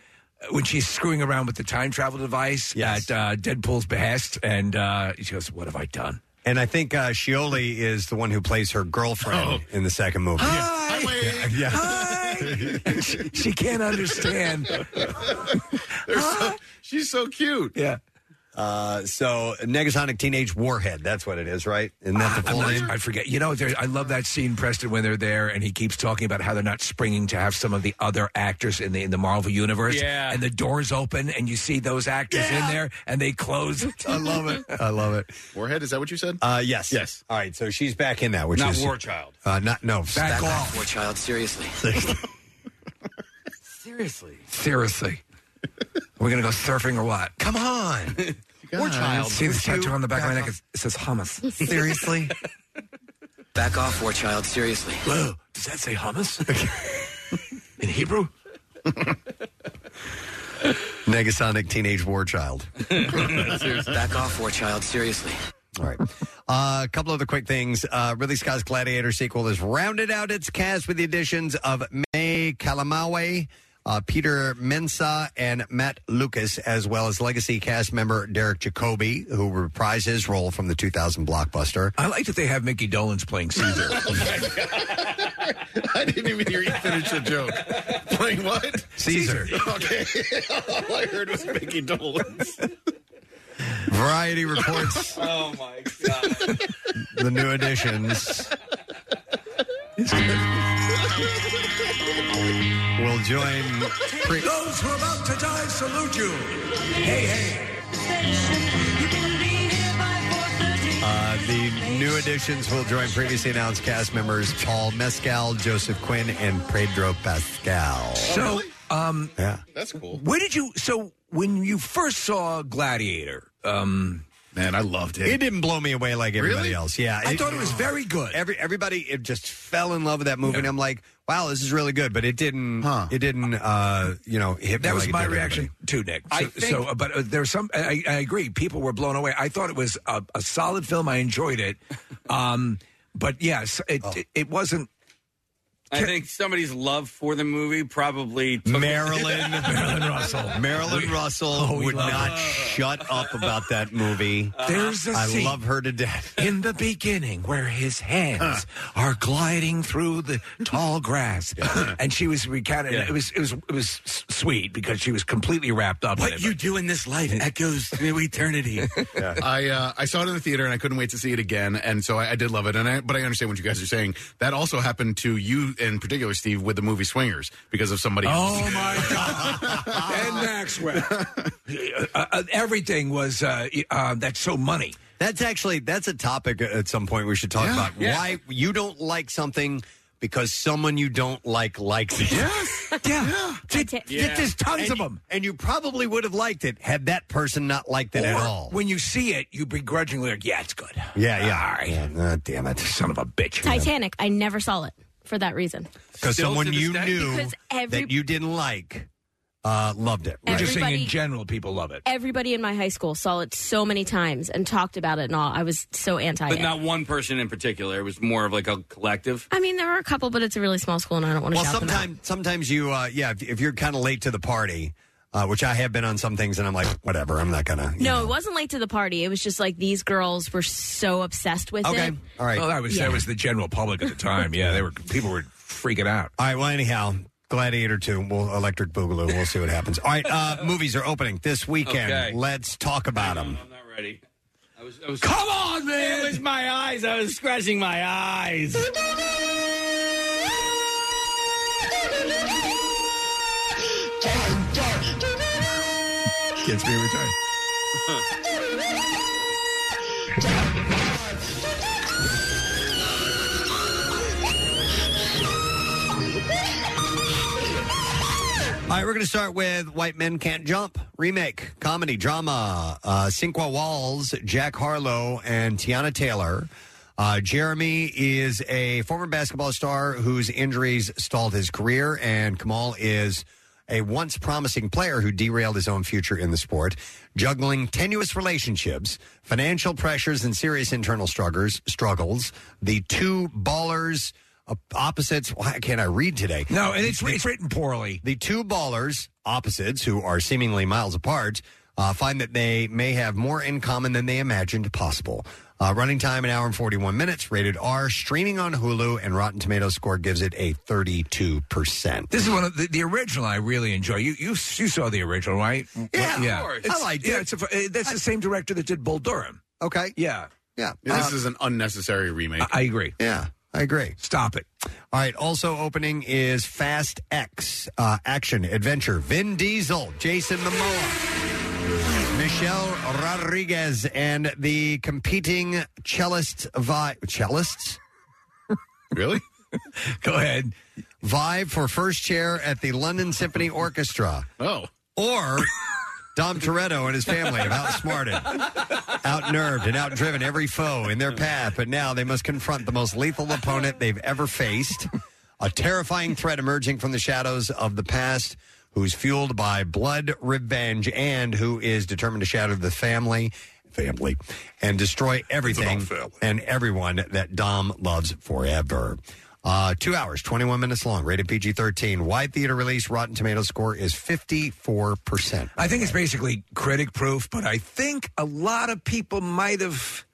when she's screwing around with the time travel device at uh, Deadpool's behest, and uh, she goes, "What have I done?" And I think uh, Shioli is the one who plays her Oh. girlfriend in the second movie. Hi. Yeah. Hi. she, she can't understand. she's so cute. Yeah. Uh, so Negasonic Teenage Warhead. That's what it is, right? Isn't that the Uh, I'm full not- name? I forget. You know, there, I love that scene, Preston, when they're there, and he keeps talking about how they're not springing to have some of the other actors in the in the Marvel universe. Yeah. And the doors open, and you see those actors in there, and they close. I love it. I love it. Warhead, is that what you said? Uh, yes. Yes. All right. So she's back in that, which Not is Warchild. Uh, not no. that- Poor child, seriously. Seriously. Seriously. Are we going to go surfing or what? Come on. Poor child. See this Would you tattoo on the back of my back neck? off? It it says hummus. Seriously? Back off, war child, seriously. Whoa, does that say hummus? in Hebrew? Negasonic Teenage War Child. Back off, war child, seriously. All right. Uh, a couple other quick things. Uh, Ridley Scott's Gladiator sequel has rounded out its cast with the additions of May Kalamawe, uh, Peter Mensah, and Matt Lucas, as well as legacy cast member Derek Jacobi, who reprised his role from the 2000 blockbuster. I like that they have Mickey Dolenz playing Caesar. I didn't even hear you finish the joke. Playing what? Caesar. Okay. All I heard was Mickey Dolenz. Variety reports Oh my god. the new additions. will join. Pre- Those who are about to die salute you. Hey, hey. Uh, the new additions will join previously announced cast members Paul Mescal, Joseph Quinn, and Pedro Pascal. so, um, yeah. That's cool. Where did you? So when you first saw Gladiator, um, man, I loved It didn't blow me away like everybody Really? else. Yeah, I thought it was very good. Every everybody it just fell in love with that movie, and I'm like, wow, this is really good. But it didn't. It didn't. Uh, you know, hit. That me was like it my did reaction too, Nick. So, I think- so, uh, but uh, there's some. I, I agree. People were blown away. I thought it was a, a solid film. I enjoyed it. Um, but yes, it Oh. it, it wasn't. I think somebody's love for the movie probably took- Marilyn Marilyn Russell. Marilyn Russell Oh, would not shut up about that movie. There's a Uh-huh. I scene- love her to death. In the beginning, where his hands are gliding through the tall grass, and she was recounting, it was it was it was s- sweet because she was completely wrapped up. in What it, you do in this life echoes through eternity. I uh, I saw it in the theater and I couldn't wait to see it again, and so I, I did love it. And I, but I understand what you guys are saying. That also happened to you in particular, Steve, with the movie Swingers, because of somebody. else. Oh my God! and Maxwell, uh, uh, everything was uh, uh, that's so money. That's actually that's a topic at some point we should talk Yeah. about. Yeah. Why you don't like something because someone you don't like likes it. Yes. Yeah. Th- it. th- There's tons And- of them. And you probably would have liked it had that person not liked it at Or all. When you see it, you begrudgingly like, yeah, it's good. Yeah, yeah. All right. Ah, damn it. Son of a bitch. Titanic. I never saw it for that reason. Because Still someone to this you day? knew Because every- that you didn't like uh, loved it. We're just saying in Everybody- general, people love it. Everybody in my high school saw it so many times and talked about it and all. I was so anti but it. not one person in particular. It was more of like a collective. I mean, there are a couple, but it's a really small school, and I don't want to Well, shout them out. sometimes sometimes you uh, yeah if, if you're kind of late to the party, uh, which I have been on some things, and I'm like whatever, I'm not gonna. No, it wasn't late to the party. It was just like these girls were so obsessed with it. all right. Well, that was Yeah. that was the general public at the time. Yeah, they were people were freaking out. All right. Well, anyhow, Gladiator 2, we'll Electric Boogaloo. We'll see what happens. All right. Uh, movies are opening this weekend. Okay. Let's talk about them. I'm not ready. I was, I was, Come on, man! It was my eyes. I was scratching my eyes. Gets me every time. All right, we're going to start with White Men Can't Jump remake, comedy, drama. Uh, Cinqua Walls, Jack Harlow, and Tiana Taylor. Uh, Jeremy is a former basketball star whose injuries stalled his career, and Kamal is a once promising player who derailed his own future in the sport, juggling tenuous relationships, financial pressures, and serious internal struggles. Struggles. The two ballers. op- Opposites. Why can't I read today? No, and it's, it's written poorly. The two ballers, opposites, who are seemingly miles apart, uh, find that they may have more in common than they imagined possible. Uh, running time an hour and 41 minutes, rated R, streaming on Hulu, and Rotten Tomatoes score gives it a 32%. This is one of the, the original I really enjoy. You you you saw the original, right? Yeah, yeah. of course. It's- I liked yeah, it. it's a, uh, that's the same director that did Bull Durham. Okay. Yeah. Yeah. this is an unnecessary remake. I agree. Yeah, I agree. Stop it. All right. Also opening is Fast X, uh, action adventure. Vin Diesel, Jason Momoa, Michelle Rodriguez, and the competing cellist vi- cellists. Really? Go ahead. Vie for first chair at the London Symphony Orchestra. Oh. Or Dom Toretto and his family have outsmarted, outnerved, and outdriven every foe in their path, but now they must confront the most lethal opponent they've ever faced. A terrifying threat emerging from the shadows of the past, who's fueled by blood revenge and who is determined to shatter the family, family, and destroy everything and everyone that Dom loves forever. Uh, two hours, 21 minutes long, rated PG 13. Wide theater release, Rotten Tomatoes score is 54%. I think it's basically critic proof, but I think a lot of people might have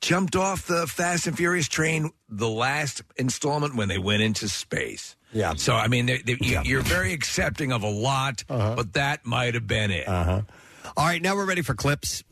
jumped off the Fast and Furious train the last installment when they went into space. Yeah. So I mean, they they you- you're very accepting of a lot, but that might have been it. Uh-huh. All right, now we're ready for clips.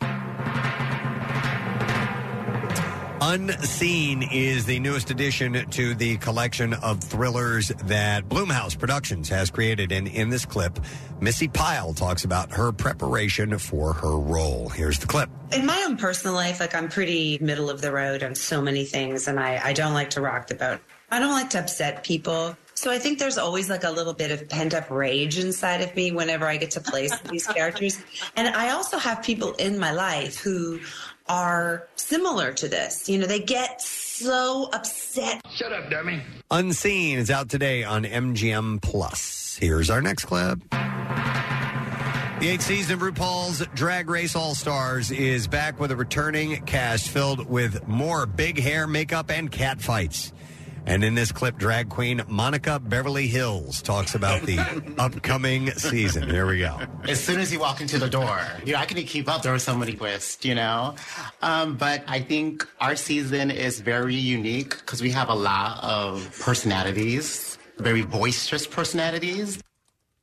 Unseen is the newest addition to the collection of thrillers that Bloomhouse Productions has created. And in this clip, Missy Pyle talks about her preparation for her role. Here's the clip. In my own personal life, like I'm pretty middle of the road on so many things, and I, I don't like to rock the boat. I don't like to upset people. So I think there's always like a little bit of pent up rage inside of me whenever I get to play some of these characters. And I also have people in my life who are similar to this. You know, they get so upset. Shut up, dummy. Unseen is out today on MGM Plus. Here's our next clip. The eighth season of RuPaul's Drag Race All Stars is back with a returning cast filled with more big hair, makeup, and cat fights. And in this clip, drag queen Monica Beverly Hills talks about the upcoming season. Here we go. As soon as you walk into the door, you know, I couldn't keep up. There was so many twists, you know? Um, but I think our season is very unique because we have a lot of personalities, very boisterous personalities.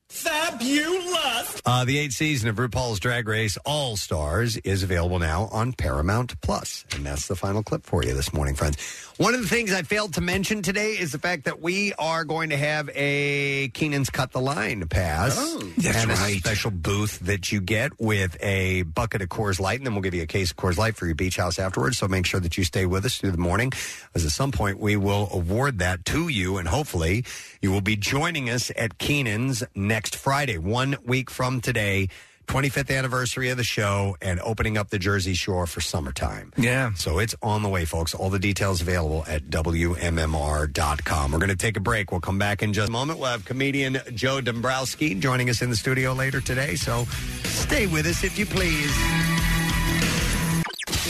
Fabulous! Uh, the eighth season of RuPaul's Drag Race All Stars is available now on Paramount Plus, and that's the final clip for you this morning, friends. One of the things I failed to mention today is the fact that we are going to have a Keenan's Cut the Line pass, Oh. That's and a right. special booth that you get with a bucket of Coors Light, and then we'll give you a case of Coors Light for your beach house afterwards. So make sure that you stay with us through the morning, as at some point we will award that to you, and hopefully you will be joining us at Keenan's next Friday, one week from today. 25th anniversary of the show and opening up the Jersey Shore for summertime. Yeah. So it's on the way, folks. All the details available at WMMR.com. We're going to take a break. We'll come back in just a moment. We'll have comedian Joe Dombrowski joining us in the studio later today. So stay with us if you please.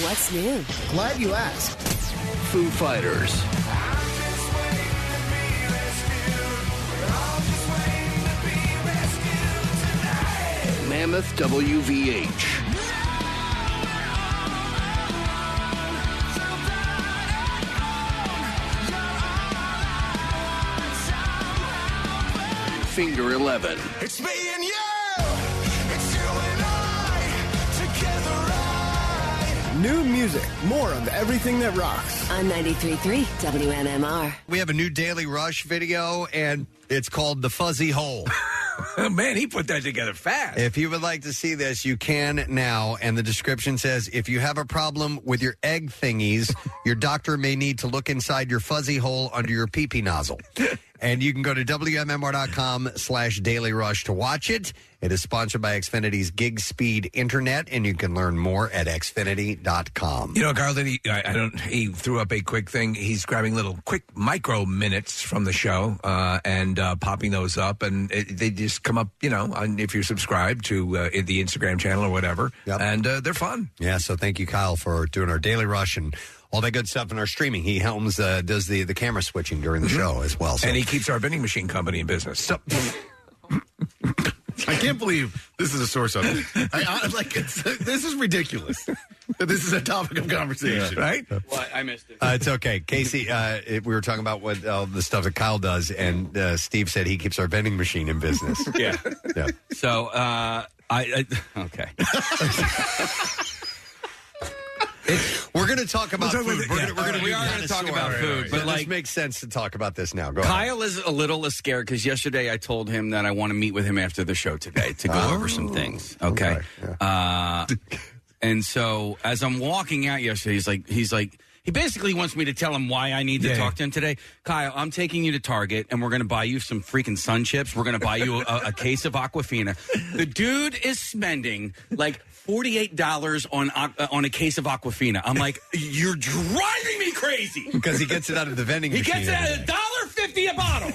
What's new? Glad you asked. Foo Fighters. Mammoth WVH. Finger 11. It's me and you. It's you and I. Together. New music, more of everything that rocks. On 93.3 WMMR. We have a new Daily Rush video, and it's called The Fuzzy Hole. Man, he put that together fast. If you would like to see this, you can now. And the description says if you have a problem with your egg thingies, your doctor may need to look inside your fuzzy hole under your pee pee nozzle. And you can go to WMMR.com slash Daily Rush to watch it. It is sponsored by Xfinity's Gig Speed Internet, and you can learn more at Xfinity.com. You know, Garland, he, I, I don't. He threw up a quick thing. He's grabbing little quick micro minutes from the show uh, and uh, popping those up, and it, they just come up. You know, on, if you're subscribed to uh, the Instagram channel or whatever, and uh, they're fun. Yeah, so thank you, Kyle, for doing our daily rush and all that good stuff in our streaming. He helms uh, does the, the camera switching during the show as well. So. Mm-hmm. And he keeps our vending machine company in business. So, I can't believe this is a source of it. I, I, like, it's, this is ridiculous. that This is a topic of conversation, right? Well, I missed it. Uh, it's okay, Casey. Uh, it, we were talking about what all the stuff that Kyle does, and uh, Steve said he keeps our vending machine in business. Yeah. yeah. So uh, I, I okay. We're going to talk about Let's talk food. about the- We're yeah, gonna- we're gonna we do are gonna that. talk about Sorry, food, sorry, but sorry. like- this makes sense to talk about this now. Go ahead. Kyle is a little less scared because yesterday I told him that I want to meet with him after the show today to go over some things. Okay. uh, and so as I'm walking out yesterday, he's like, he's like, he basically wants me to tell him why I need to Yeah. talk to him today. Kyle, I'm taking you to Target and we're going to buy you some freaking sun chips. We're going to buy you a, a case of Aquafina. The dude is spending like $48 on Aqu- uh, on a case of Aquafina. I'm like, you're driving me crazy. Because he gets it out of the vending He machine. gets it at a dollar fifty a bottle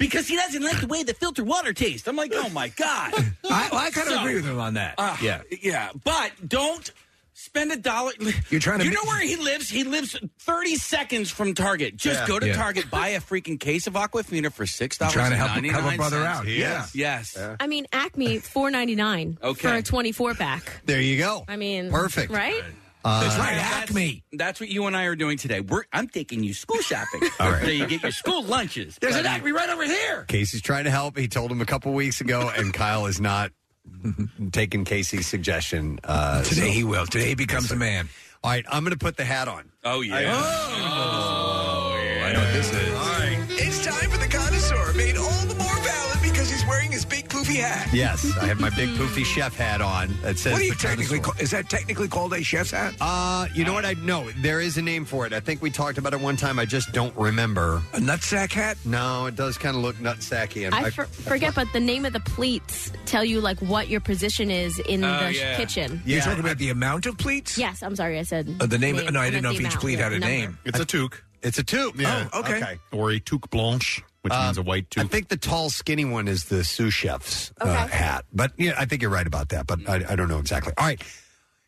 because he doesn't like the way the filtered water tastes. I'm like, oh my god. uh, I, well, I kind of agree with him on that. ah, yeah. Yeah, but don't spend a dollar. You're trying to You mi- know where he lives? He lives thirty seconds from Target. Just Yeah. go to Yeah. Target, buy a freaking case of Aquafina for six dollars. Trying to help a- help a brother out. He Yes, is. yes. I mean, Acme four ninety nine Okay. for a twenty four pack. There you go. I mean, Perfect. right? that's right. Acme. That's what you and I are doing today. We're, I'm taking you school shopping. All right. So you get your school lunches. There's an Acme right over here. Casey's trying to help. He told him a couple weeks ago, and Kyle is not taking Casey's suggestion. Uh, Today he will. Today he becomes a man. All right, I'm going to put the hat on. Oh yeah. Oh, I know what this is. It's time for the connoisseur, made all the more valid because he's wearing his big poofy hat. Yes, I have my big poofy chef hat on that says. What do you the technically dinosaur. call- is that technically called a chef's hat? Uh, you know what? I no, there is a name for it. I think we talked about it one time. I just don't remember. A nutsack hat? No, it does kind of look nutsacky. And I for, forget, but the name of the pleats tell you like what your position is in Oh, the sh- yeah. kitchen. You're talking about the amount of pleats? Yes, I'm sorry, I said Uh, the name? No, I I meant didn't know the if each amount, pleat yeah, had a number. name. It's a toque. It's a toque. Uh, Oh, okay. Or a toque blanche, which means a white toque. I think the tall, skinny one is the sous chef's uh, hat. But yeah, I think you're right about that. But I, I don't know exactly. All right,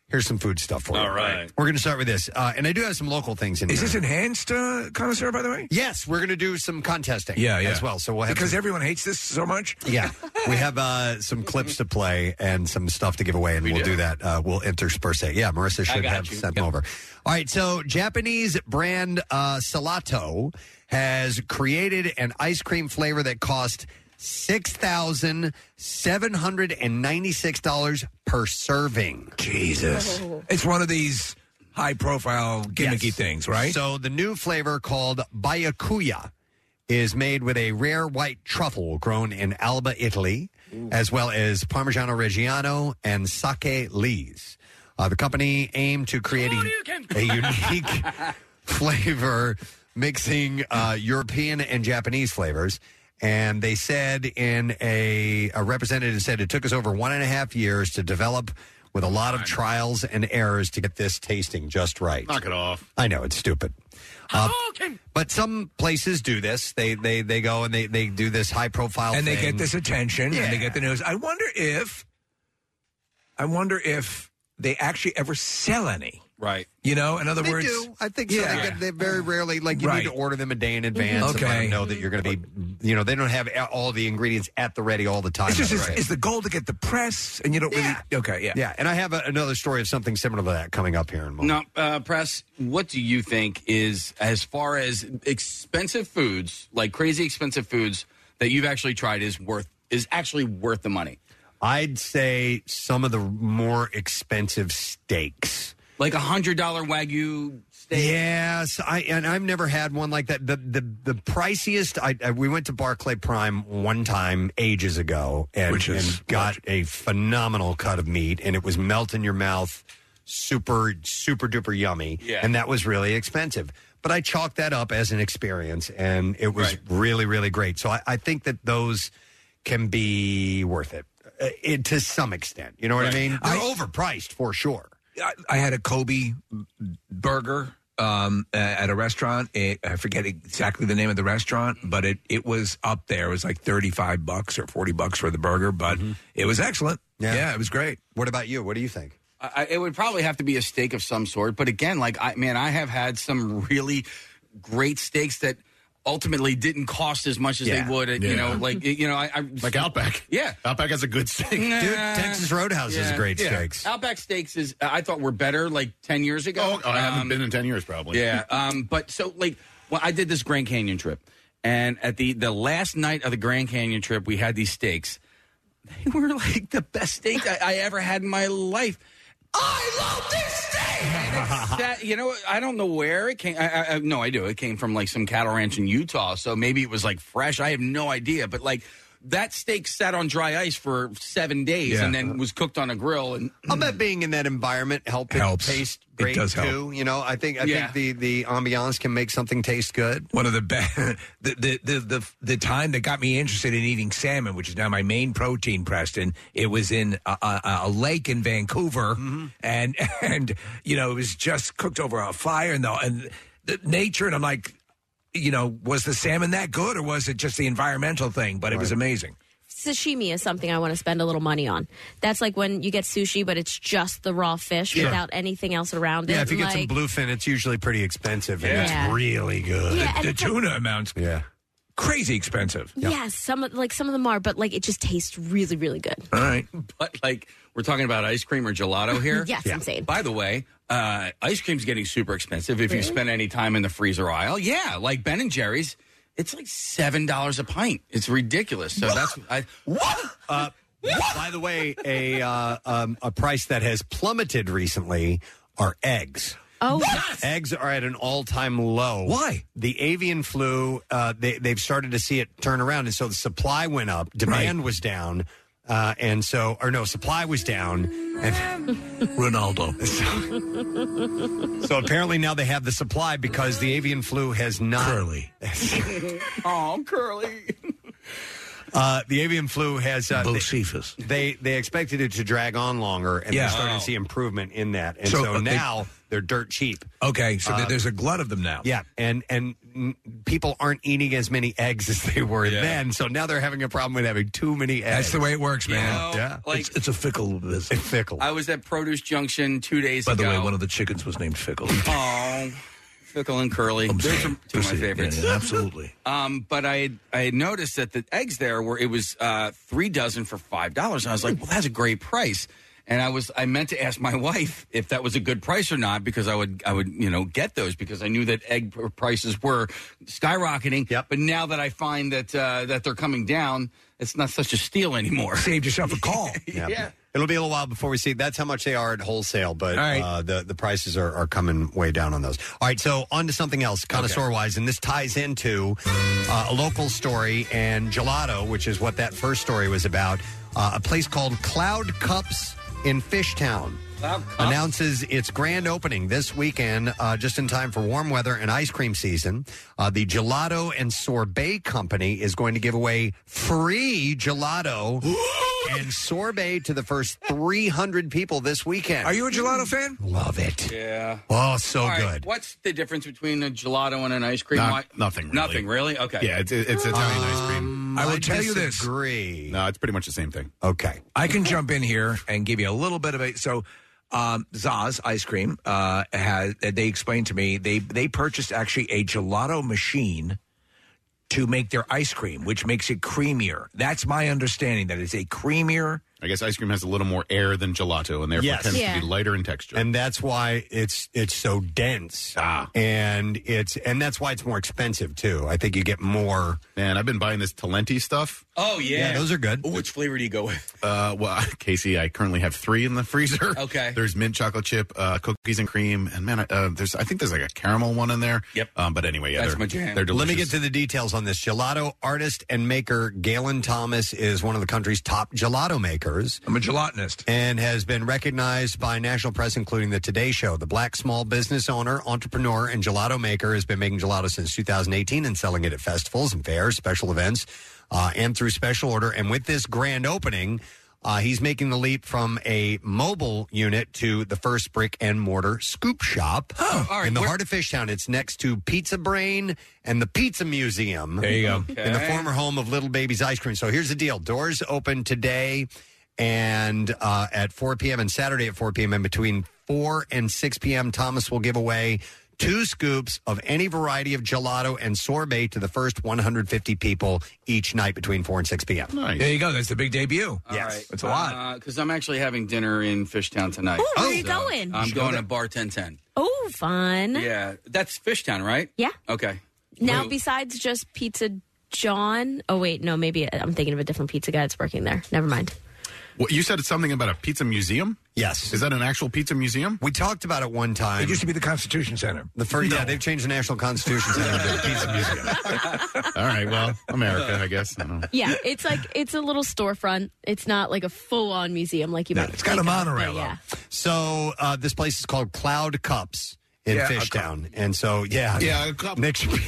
here's some food stuff for you. All right. we're going to start with this, uh, and I do have some local things in Is here. this enhanced uh, connoisseur, by the way? Yes, we're going to do some contesting. Yeah, yeah. As well, so we'll have because some- everyone hates this so much. Yeah, we have uh, some clips to play and some stuff to give away, and we will do. that. Uh, we'll intersperse it. Yeah, Marissa I should got have you. sent them over. All right, so Japanese brand uh, Salato has created an ice cream flavor that cost six thousand seven hundred and ninety-six dollars per serving. Jesus. It's one of these high profile gimmicky things, right? So the new flavor called Bayakuya is made with a rare white truffle grown in Alba, Italy, as well as Parmigiano Reggiano and sake lees. Uh, the company aimed to create a, a unique flavor mixing uh, European and Japanese flavors. And they said in a, a representative said it took us over one and a half years to develop with a lot of trials and errors to get this tasting just right. Knock it off. I know it's stupid. Uh, But some places do this. They they they go and they they do this high profile and they get thing. this attention and they Yeah. get the news. I wonder if, I wonder if they actually ever sell any. Right. You know, in other They words, do. I think so. They, Yeah. get, they very rarely like you Right. need to order them a day in advance. and let Okay. them know that you're going to be. You know, they don't have a- all the ingredients at the ready all the time. It's just That's it's, right. it's the goal to get the press, and you don't really. Okay, yeah, yeah, and I have a, another story of something similar to that coming up here in a moment. No, uh, press. What do you think is as far as expensive foods, like crazy expensive foods that you've actually tried, is worth is actually worth the money? I'd say some of the more expensive steaks. Like a hundred dollar wagyu steak. Yes, I and I've never had one like that. The the the priciest. I, I we went to Barclay Prime one time ages ago, and, Which is and got a phenomenal cut of meat, and it was melt in your mouth, super super duper yummy. Yeah. and that was really expensive. But I chalked that up as an experience, and it was really, really great. So I, I think that those can be worth it, uh, it to some extent. You know what I mean? They're overpriced for sure. I, I had a Kobe burger um, a- at a restaurant. It, I forget exactly the name of the restaurant, but it, it was up there. It was like 35 bucks or 40 bucks for the burger, but it was excellent. Yeah. it was great. Mm-hmm. What about you? What do you think? I, I- it would probably have to be a steak of some sort. But again, like I man, I have had some really great steaks that ultimately didn't cost as much as Yeah. they would. At, Yeah. You know, like you know, I, I Like Outback. Yeah, Outback has a good steak. Nah. Dude, Texas Roadhouse has great steaks. Outback steaks is I thought were better like ten years ago. Oh, I haven't Um, been in ten years, probably. Yeah. Um, but so like, well, I did this Grand Canyon trip, and at the the last night of the Grand Canyon trip, we had these steaks. They were like the best steaks I, I ever had in my life. I love this steak. And it's that, you know, I don't know where it came. I, I, I no idea. It came from like some cattle ranch in Utah, so maybe it was like fresh. I have no idea, but like. That steak sat on dry ice for seven days Yeah. and then was cooked on a grill. And I bet being in that environment helped Helps. it taste It great does too. help. You know, I think I Yeah. think the the ambiance can make something taste good. One of the best, the, the the the the time that got me interested in eating salmon, which is now my main protein, Preston. It was in a, a, a lake in Vancouver, and and you know it was just cooked over a fire, and the and the nature, and I'm like, you know, was the salmon that good, or was it just the environmental thing? But it was amazing. sashimi is something I want to spend a little money on. That's like when you get sushi, but it's just the raw fish Sure. without anything else around it. Um, Yeah, if you get like, some bluefin, it's usually pretty expensive, and Yeah. it's really good. Yeah, The- and the it's like- tuna amounts, yeah, crazy expensive. yeah, some of- like some of them are, but like it just tastes really, really good. All right. But like we're talking about ice cream or gelato here. Yes, Yeah. insane. By the way, uh, ice cream's getting super expensive if you Really? spend any time in the freezer aisle. Yeah, like Ben and Jerry's, it's like seven dollars a pint. It's ridiculous. So that's I, what. Uh, by the way, a uh, um, a price that has plummeted recently are eggs. Oh, Eggs are at an all-time low. Why? The avian flu. Uh, they they've started to see it turn around, and so the supply went up, demand was down, uh, and so or no, supply was down. And Ronaldo. Uh, so apparently now they have the supply because the avian flu has not. Curly. oh, curly. Uh, the avian flu has uh, Bocephus. They they expected it to drag on longer, and Yeah. they're starting Wow. to see improvement in that. And So, so, uh, they- now they, are dirt cheap. Okay, so Uh, there's a glut of them now. Yeah, and and mm, people aren't eating as many eggs as they were Yeah. then, so now they're having a problem with having too many eggs. That's the way it works, man. know, yeah, like- it's, it's a fickle business. fickle. I was at Produce Junction two days By the ago. way, one of the chickens was named Fickle. Oh, Fickle and Curly. Those are two of my favorites. Yeah, yeah, absolutely. Um, but I had, I had noticed that the eggs there were it was uh, three dozen for five dollars, and I was like, well, that's a great price. And I was I meant to ask my wife if that was a good price or not because I would I would you know get those because I knew that egg pr- prices were skyrocketing. Yep. But now that I find that uh, that they're coming down, it's not such a steal anymore. Saved yourself a call. Yeah. It'll be a little while before we see. That's how much they are at wholesale, but All right. uh, the the prices are, are coming way down on those. All right, so on to something else, connoisseur wise, and this ties into uh, a local story and gelato, which is what that first story was about. Uh, a place called Cloud Cups in Fishtown announces its grand opening this weekend, uh, just in time for warm weather and ice cream season. Uh, the Gelato and Sorbet Company is going to give away free gelato and sorbet to the first 300 people this weekend. Are you a gelato fan? Love it. Yeah. Oh, so All right, good. What's the difference between a gelato and an ice cream? Not- Why- nothing really. Nothing really. Okay. Yeah, it's, it's Italian ice cream. I will tell you this. No, it's pretty much the same thing. Okay. I can jump in here and give you a little bit of a so. Um, Zaz ice cream uh, has. They explained to me they they purchased actually a gelato machine to make their ice cream, which makes it creamier. That's my understanding. That it's a creamier. I guess ice cream has a little more air than gelato, and therefore Yes. tends Yeah. to be lighter in texture. And that's why it's it's so dense. Ah. And it's and that's why it's more expensive too. I think you get more. Man, I've been buying this Talenti stuff. Oh Yeah, yeah. those are good. Which flavor do you go with? Uh, well, Casey, I currently have three in the freezer. Okay. There's mint chocolate chip, uh, cookies and cream, and man, I- uh, there's I think there's like a caramel one in there. Yep. Um, but anyway, yeah, they're, they're delicious. Let me get to the details on this. Gelato artist and maker Galen Thomas is one of the country's top gelato makers. bakers. I'm a gelatinist. And has been recognized by national press, including the Today Show. The black small business owner, entrepreneur, and gelato maker has been making gelato since 2018 and selling it at festivals and fairs, special events, uh, and through special order. And with this grand opening, uh, he's making the leap from a mobile unit to the first brick and mortar scoop shop in the heart of Fishtown. It's next to Pizza Brain and the Pizza Museum. There you go. In the Okay. former home of Little Baby's Ice Cream. So here's the deal: doors open today and uh, at 4 p.m. and Saturday at 4 p.m. and between 4 and 6 p.m. Thomas will give away two scoops of any variety of gelato and sorbet to the first 150 people each night between 4 and 6 p.m. There you go. That's the big debut. Yes. It's a lot. Because Uh, I'm actually having dinner in Fishtown tonight. Oh, where are you going? I'm Should going go to Bar 1010. Oh, fun. Yeah, that's Fishtown, right? Yeah. Okay. Now, Wait, besides just Pizza John, oh wait, no, maybe I'm thinking of a different pizza guy that's working there. Never mind. What you said something about a pizza museum? Yes. Is that an actual pizza museum? We talked about it one time. It used to be the Constitution Center. The first, yeah, they've changed the National Constitution Center to the Pizza Museum. All right, well, America, I guess. I don't know. Yeah, it's like it's a little storefront. It's not like a full-on museum like you might. it's got a think of, monorail, but Yeah. So uh, this place is called Cloud Cups in Yeah, a Fishtown, and so yeah, Yeah, a cup. Nick, should be-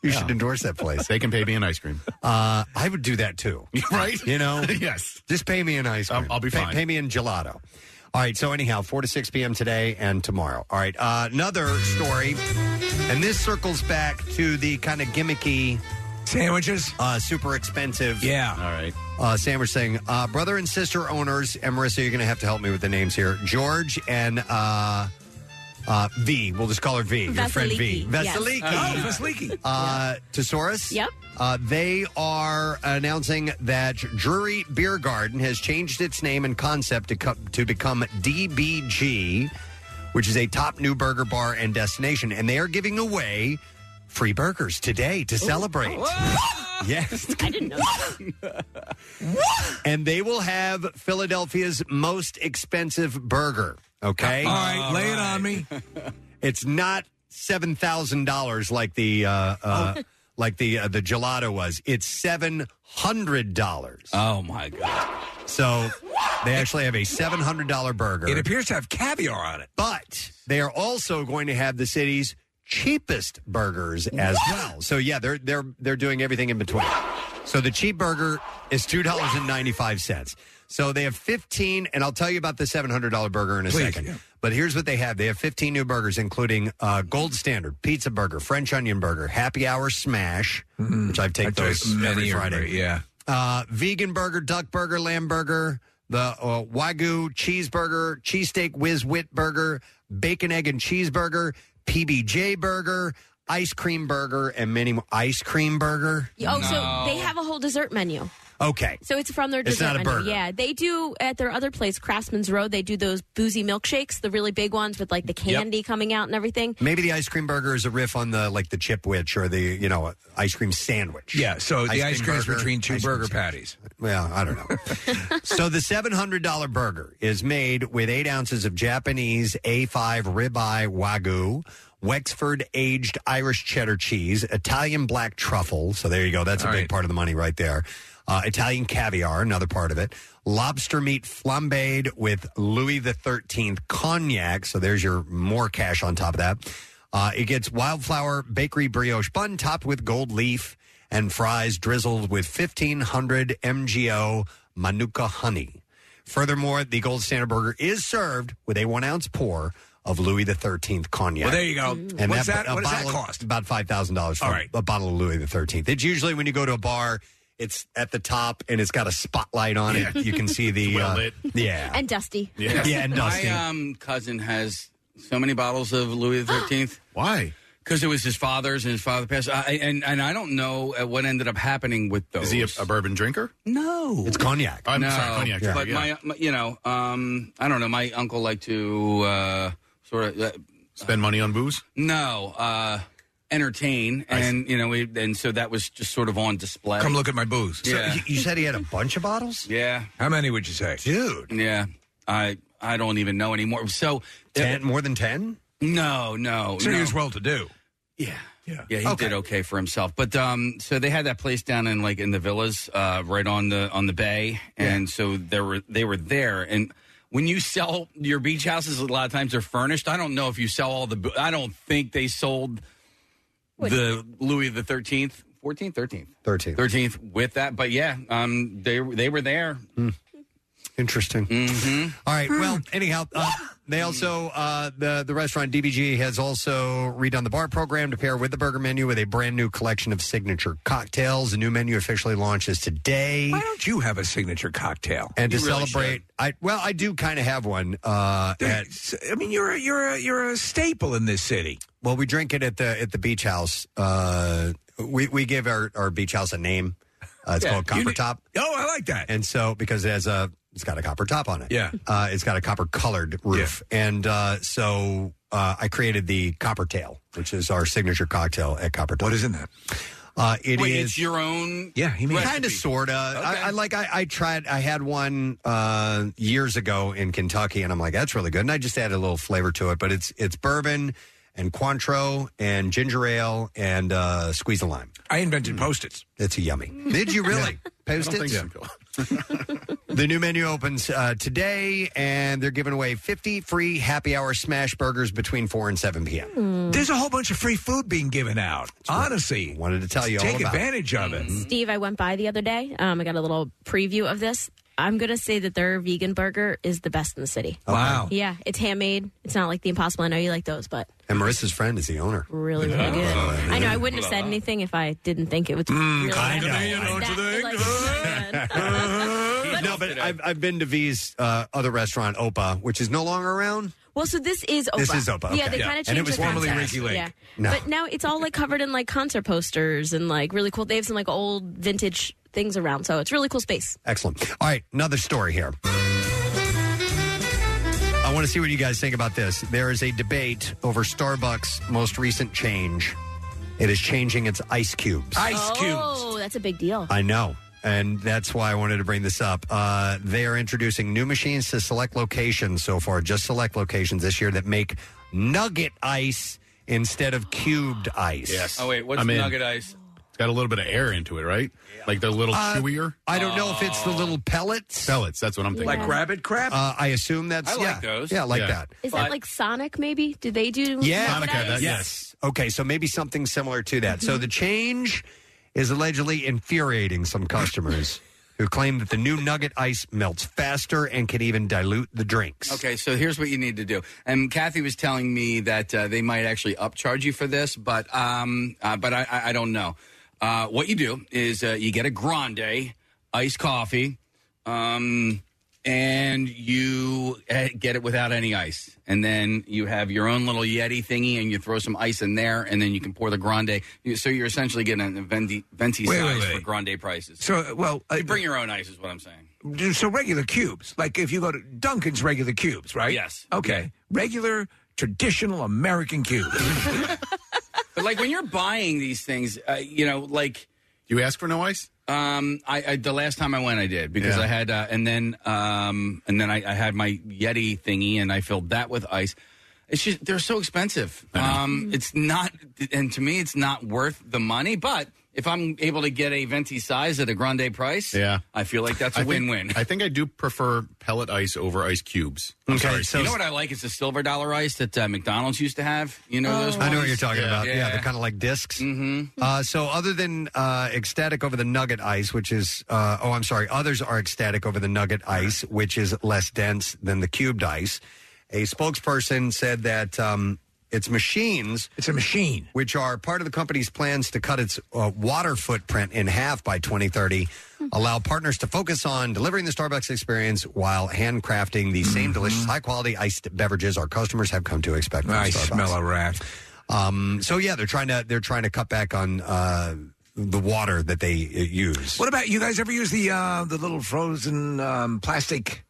you should endorse that place. They can pay me an ice cream. Uh, I would do that too, Right? You know, Yes. Just pay me an ice cream. I'll, be fine. Pay me in gelato. All right. So anyhow, four to six p.m. today and tomorrow. All right. Uh, another story, and this circles back to the kind of gimmicky sandwiches, uh, super expensive. Yeah. All right. Uh, sandwich thing. Uh, brother and sister owners, and Marissa, you're going to have to help me with the names here. George and uh, uh, V. We'll just call her V. Your friend V. Vasiliki, yes. Vasiliki. Oh, Vasiliki. Uh, Thesaurus. Yep. Uh, they are announcing that Drury Beer Garden has changed its name and concept to, co- to become DBG, which is a top new burger bar and destination. And they are giving away free burgers today to celebrate. Yes. I didn't know. and they will have Philadelphia's most expensive burger. Okay. All right, lay it on me. It's not seven thousand dollars like the uh, uh, Oh. like the uh, the gelato was. It's seven hundred dollars. Oh my god! So they actually have a seven hundred dollar burger. It appears to have caviar on it. But they are also going to have the city's cheapest burgers as well. So yeah, they're they're they're doing everything in between. So the cheap burger is two dollars and ninety five cents. So they have fifteen, and I'll tell you about the seven hundred dollar burger in a Please, second. But here's what they have: they have fifteen new burgers, including uh, Gold Standard Pizza Burger, French Onion Burger, Happy Hour Smash, which I've taken Mm-hmm. I those took every many of them, Friday Yeah. uh, vegan burger, duck burger, lamb burger, the uh, wagyu cheeseburger, cheesesteak whiz wit burger, bacon egg and cheeseburger, PBJ burger, ice cream burger, and many more. Ice cream burger. Oh, so they have a whole dessert menu. Okay. So it's from their It's dessert not a menu. burger. Yeah, they do at their other place, Craftsman's Road. They do those boozy milkshakes, the really big ones with like the Yep. candy coming out and everything. Maybe the ice cream burger is a riff on the like the chipwich or the you know ice cream sandwich. Yeah, so the ice cream is burger, between two ice cream burger sandwich. patties. Well, I don't know. so the seven hundred dollar burger is made with eight ounces of Japanese A five ribeye wagyu, Wexford aged Irish cheddar cheese, Italian black truffle. So there you go. That's a All big right. part of the money right there. Uh, Italian caviar, another part of it. Lobster meat flambéed with Louis the Thirteenth cognac. So there's your more cash on top of that. Uh, it gets wildflower bakery brioche bun topped with gold leaf and fries drizzled with 1500 MGO Manuka honey. Furthermore, the Gold Standard Burger is served with a one ounce pour of Louis the Thirteenth cognac. Well, there you go. And What's that- a what does that bottle- cost? About five thousand dollars for All right. a bottle of Louis the Thirteenth. It's usually when you go to a bar, it's at the top and it's got a spotlight on it. Yeah. You can see the It's well uh, lit. Yeah, And Dusty. yeah, and Dusty. My um, cousin has so many bottles of Louis XIII. Why? Because it was his father's, and his father passed. I, and and I don't know uh, what ended up happening with those. Is he a, a bourbon drinker? No, it's cognac. I'm no, sorry, cognac. But sorry, yeah. my, my, you know, um, I don't know. My uncle liked to uh, sort of uh, spend money on booze. No, uh, entertain, and you know, we, and so that was just sort of on display. Come look at my booze. Yeah. uh, You said he had a bunch of bottles. yeah. How many would you say, dude? Yeah, I I don't even know anymore. So uh, Ten- more than ten? No, no. So no. he was well to do. Yeah. Yeah. Yeah, he did okay for himself. But um, so they had that place down in like in the villas, uh, right on the on the bay, and so there were they were there. And when you sell your beach houses, a lot of times they're furnished. I don't know if you sell all the. bo- I don't think they sold the Louis the Thirteenth, Fourteenth, Thirteenth, 13. Thirteenth with that. But yeah, um, they they were there. Mm-hmm. Interesting. All right. Hmm. Well, anyhow, uh, they also uh, the the restaurant DBG has also redone the bar program to pair with the burger menu with a brand new collection of signature cocktails. The new menu officially launches today. Why don't you have a signature cocktail? And to You really celebrate, I well, I do kind of have one. Uh, at, I mean, you're a, you're a, you're a staple in this city. well, we drink it at the at the beach house. Uh, we we give our, our beach house a name. Uh, it's Yeah, called you Copper need- Top. Oh, I like that. And so because it has a it's got a copper top on it. Yeah. Uh, it's got a copper colored roof. And uh, so uh, I created the Copper Tail, which is our signature cocktail at Copper Top. What is in that? Uh, it Wait, is- it's your own. Yeah, he made kind of sort of I, I like I, I tried i had one uh years ago in kentucky and i'm like that's really good and i just added a little flavor to it but it's it's bourbon and Cointreau and ginger ale and uh, squeeze a lime. I invented post-its. It's a yummy. Did you really? Post-its? the new menu opens uh, today, and they're giving away 50 free happy hour smash burgers between 4 and 7 p.m. There's a whole bunch of free food being given out. Honestly, wanted to tell you all take about it. Mm-hmm. advantage of it. Steve, I went by the other day. Um, I got a little preview of this. I'm going to say that their vegan burger is the best in the city. Wow. Yeah, it's handmade. It's not like the Impossible. I know you like those, but And Marissa's friend is the owner. Really, really good. I know I wouldn't uh, have said anything if I didn't think it was. really I know. But- no, but I've, I've been to V's uh, other restaurant, Opa, which is no longer around. Well, so this is Opa. This is Opa, Yeah, okay. they Yeah. kind And of changed it was the formerly concept. Ricky Lake. Yeah. No. But now it's all like covered in like concert posters and like really cool. They have some like old vintage things around, so it's really cool space. Excellent. All right, another story here. I want to see what you guys think about this. There is a debate over Starbucks' most recent change. It is changing its ice cubes. oh, that's a big deal. I know. And that's why I wanted to bring this up. Uh, they are introducing new machines to select locations so far, just select locations this year that make nugget ice instead of cubed ice. Yes. Oh wait, what's I'm in. nugget ice? It's got a little bit of air into it, right? Like they're a little Uh, chewier. I don't know if it's the little pellets. Pellets. That's what I'm thinking. Like of. rabbit crap. Uh, I assume that's I yeah, like those. Yeah, like Yeah. that. Is that like Sonic? Maybe do they do? Yeah, nugget ice? Okay, so maybe something similar to that. So the change is allegedly infuriating some customers who claim that the new nugget ice melts faster and can even dilute the drinks. Okay, so here's what you need to do. And Kathy was telling me that uh, they might actually upcharge you for this, but um, uh, but I, I I don't know. Uh, what you do is uh, you get a grande iced coffee, um, and you uh, get it without any ice, and then you have your own little Yeti thingy, and you throw some ice in there, and then you can pour the grande. You- So you're essentially getting a venti, venti Wait, size wait, wait. for grande prices. So, well, uh, you bring your own ice, is what I'm saying. Mm-hmm. So regular cubes, like if you go to Duncan's regular cubes, right? Yes. Okay. Regular traditional American cubes. But like when you're buying these things, uh, you know, like you ask for no ice. Um, I, I the last time I went, I did because Yeah. I had, uh, and then um, and then I, I had my Yeti thingy, and I filled that with ice. It's just they're so expensive. Um, it's not, and to me, it's not worth the money. But if I'm able to get a venti size at a grande price, Yeah. I feel like that's I a think- win-win. I think I do prefer pellet ice over ice cubes. I'm Okay, sorry, so you know what I like is the silver dollar ice that uh, McDonald's used to have. You know Oh, those. Oh. I know what ones? you're talking about. Yeah, they're kind of like disks Mm-hmm. Uh, so, other than uh, ecstatic over the nugget ice, which is, uh, oh, I'm sorry, others are ecstatic over the nugget ice, which is less dense than the cubed ice. A spokesperson said that um, it's machines. It's a machine. Which are part of the company's plans to cut its uh, water footprint in half by 2030, Hmm. allow partners to focus on delivering the Starbucks experience while handcrafting the Mm-hmm. same delicious, high quality iced beverages our customers have come to expect from I Starbucks. smell a rat. Um, so yeah, they're trying to they're trying to cut back on uh, the water that they uh, use. What about you guys? Ever use the uh, the little frozen um, plastic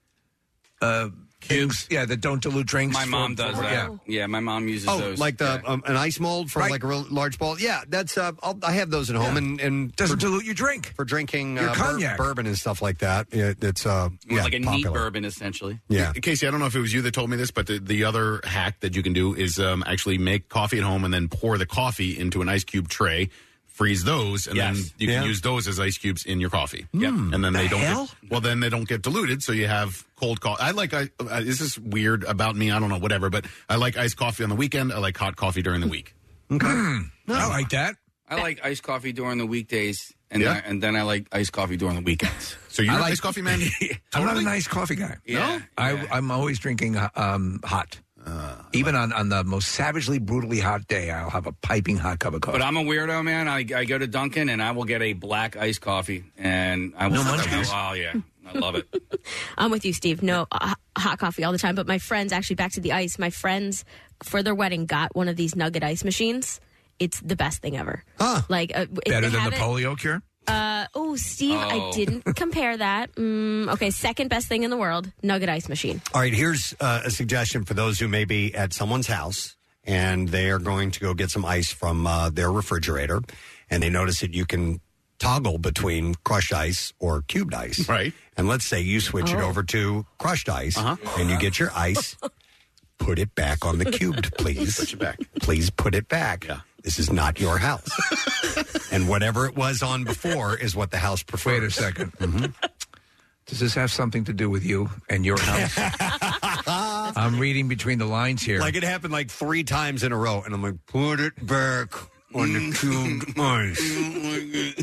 uh, cubes. Yeah, that don't dilute drinks. My mom does that. Yeah. Yeah. my mom uses Oh, those. like the um, an ice mold for like a real large ball. Yeah, that's uh, I'll, I have those at home, and and doesn't dilute your drink for drinking Your uh, bur- cognac. bourbon and stuff like that. It, it's uh, yeah, like a neat popular. bourbon, essentially. Yeah. Casey, I don't know if it was you that told me this, but the, the other hack that you can do is um, actually make coffee at home and then pour the coffee into an ice cube tray, freeze those, and then Yes. you Yeah. can use those as ice cubes in your coffee. Yeah, and then The they don't. hell? Get, well, then they don't get diluted, so you have cold coffee. I like. I, uh, this is weird about me. I don't know, whatever. But I like iced coffee on the weekend. I like hot coffee during the week. I like that. I like iced coffee during the weekdays, and Yeah? then, and then I like iced coffee during the weekends. So I you're like- an iced coffee man. I'm not an iced coffee guy. Yeah, no, I, I'm always drinking uh, um, hot. Uh, Even on, on the most savagely, brutally hot day, I'll have a piping hot cup of coffee. But I'm a weirdo, man. I, I go to Dunkin' and I will get a black iced coffee, and I will. No munchkins? Oh yeah, I love it. I'm with you, Steve. No uh, hot coffee all the time. But my friends, actually, back to the ice. My friends for their wedding got one of these nugget ice machines. It's the best thing ever. Like uh, if Better they than the have it- polio cure? Uh, oh, Steve, Oh. I didn't compare that. Mm, okay, second best thing in the world, nugget ice machine. All right, here's uh, a suggestion for those who may be at someone's house and they are going to go get some ice from uh, their refrigerator, and they notice that you can toggle between crushed ice or cubed ice. Right. Uh-huh. And let's say you switch it Oh. over to crushed ice, and you get your ice. Put it back on the cubed, please. Put it back. Please put it back. This is not your house. and whatever it was on before is what the house prefers. Wait a 2nd Mm-hmm. Does this have something to do with you and your house? I'm reading between the lines here. Like it happened like three times in a row, and I'm like, put it back on the cubed ice.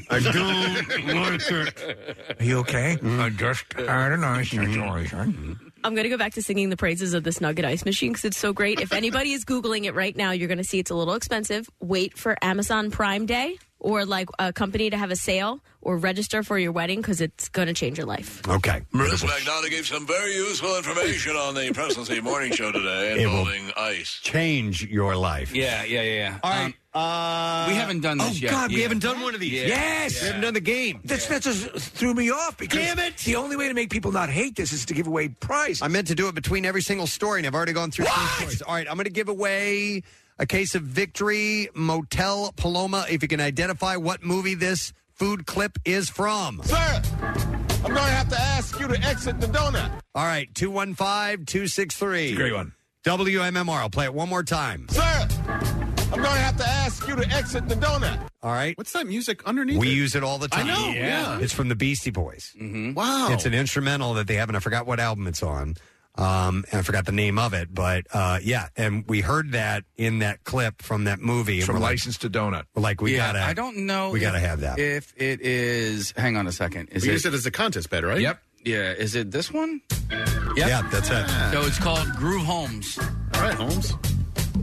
I don't like it. Are you okay? Mm-hmm. I just had an ice situation. I'm going to go back to singing the praises of this nugget ice machine because it's so great. If anybody is Googling it right now, you're going to see it's a little expensive. Wait for Amazon Prime Day or like a company to have a sale or register for your wedding because it's going to change your life. Okay. Bruce McDonald gave some very useful information on the Presidency Morning Show today It will- involving ice. Change your life. Yeah, yeah, yeah. Um, All right. uh, we haven't done this oh, yet. God, we Yeah. haven't done one of these. Yeah. Yes! We haven't done the game. That's, That just threw me off because Damn it! the only way to make people not hate this is to give away prizes. I meant to do it between every single story, and I've already gone through three stories. All right, I'm going to give away a case of Victory Motel Paloma if you can identify what movie this food clip is from. Sir, I'm going to have to ask you to exit the donut. All right, 215 263. Great one. WMMR. I'll play it one more time. Sir, I'm going to have to ask you to exit the donut. All right. What's that music underneath? We it? use it all the I time. know, Yeah. yeah. It's from the Beastie Boys. Mm-hmm. Wow. It's an instrumental that they have, and I forgot what album it's on. Um, and I forgot the name of it, but uh, yeah, and we heard that in that clip from that movie. From License to Donut. Like, we yeah, gotta. I don't know. We gotta if- have that. If it is, hang on a second. Is We used it as a contest bed, right? Yep. Yeah. Is it this one? Ah. Yeah, that's it. So it's called Groove Holmes. All right, Holmes.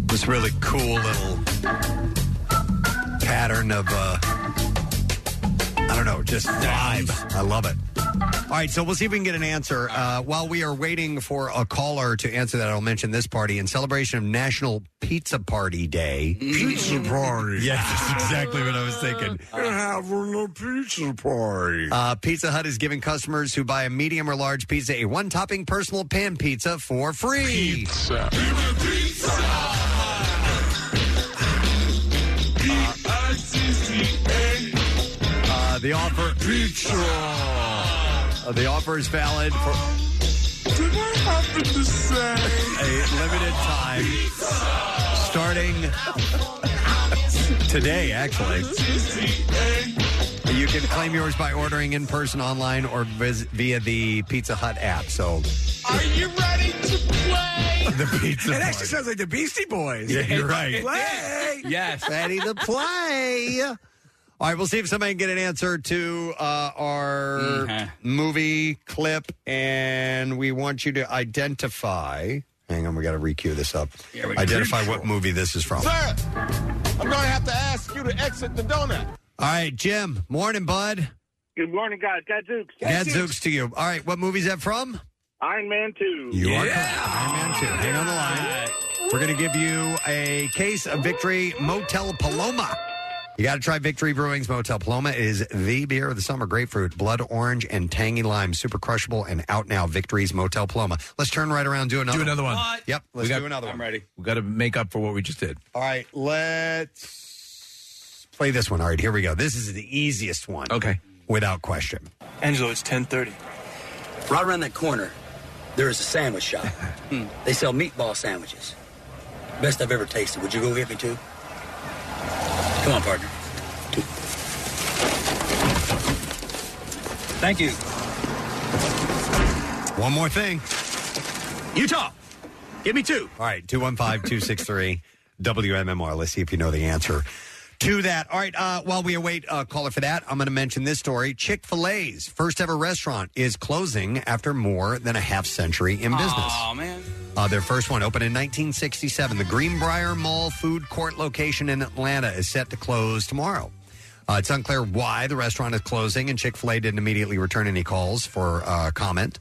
This really cool little pattern of, uh, I don't know, just vibe. I love it. All right, so we'll see if we can get an answer. Uh, while we are waiting for a caller to answer that, I'll mention this party in celebration of National Pizza Party Day. Pizza party. Yes, that's exactly what I was thinking. Uh, have a little pizza party. Uh, pizza Hut is giving customers who buy a medium or large pizza a one topping personal pan pizza for free. Pizza. Uh, the offer. Pizza. the offer is valid for Did I happen to say? a limited time starting today, actually. You can claim yours by ordering in person, online, or vis- via the Pizza Hut app. So Are you ready to play? the pizza. It actually sounds like the Beastie Boys. Yeah, you're right. Play! Yes. Ready to play. All right, we'll see if somebody can get an answer to uh, our movie clip, and we want you to identify. Hang on, we got to recue this up. we go. Identify what movie this is from. Sir, I'm going to have to ask you to exit the donut. All right, Jim. Morning, bud. Good morning, guys. Gadzooks. Gadzooks to you. All right, what movie is that from? Iron Man 2. You are correct. Iron Man 2. Hang on the line. We're going to give you a case of victory, Motel Paloma. You got to try Victory Brewing's Motel Paloma. It is the beer of the summer. Grapefruit, blood orange, and tangy lime. Super crushable and out now. Victory's Motel Paloma. Let's turn right around. Do another. Do another one. Yep. Let's We got- do another one. ready. We got to make up for what we just did. All right. Let's play this one. All right. Here we go. This is the easiest one. Okay. Without question. Angelo, it's 10:30. Right around that corner, there is a sandwich shop. Hmm. they sell meatball sandwiches. Best I've ever tasted. Would you go get me two? Come on, partner. Two. Thank you. One more thing. Utah. Give me two. All right, 215 263 WMMR. Let's see if you know the answer to that. All right, uh, while we await a caller for that, I'm going to mention this story. Chick fil A's first ever restaurant is closing after more than a half century in business. Aw, man. Uh, their first one opened in 1967. The Greenbrier Mall food court location in Atlanta is set to close tomorrow. Uh, it's unclear why the restaurant is closing, and Chick fil A didn't immediately return any calls for uh, comment.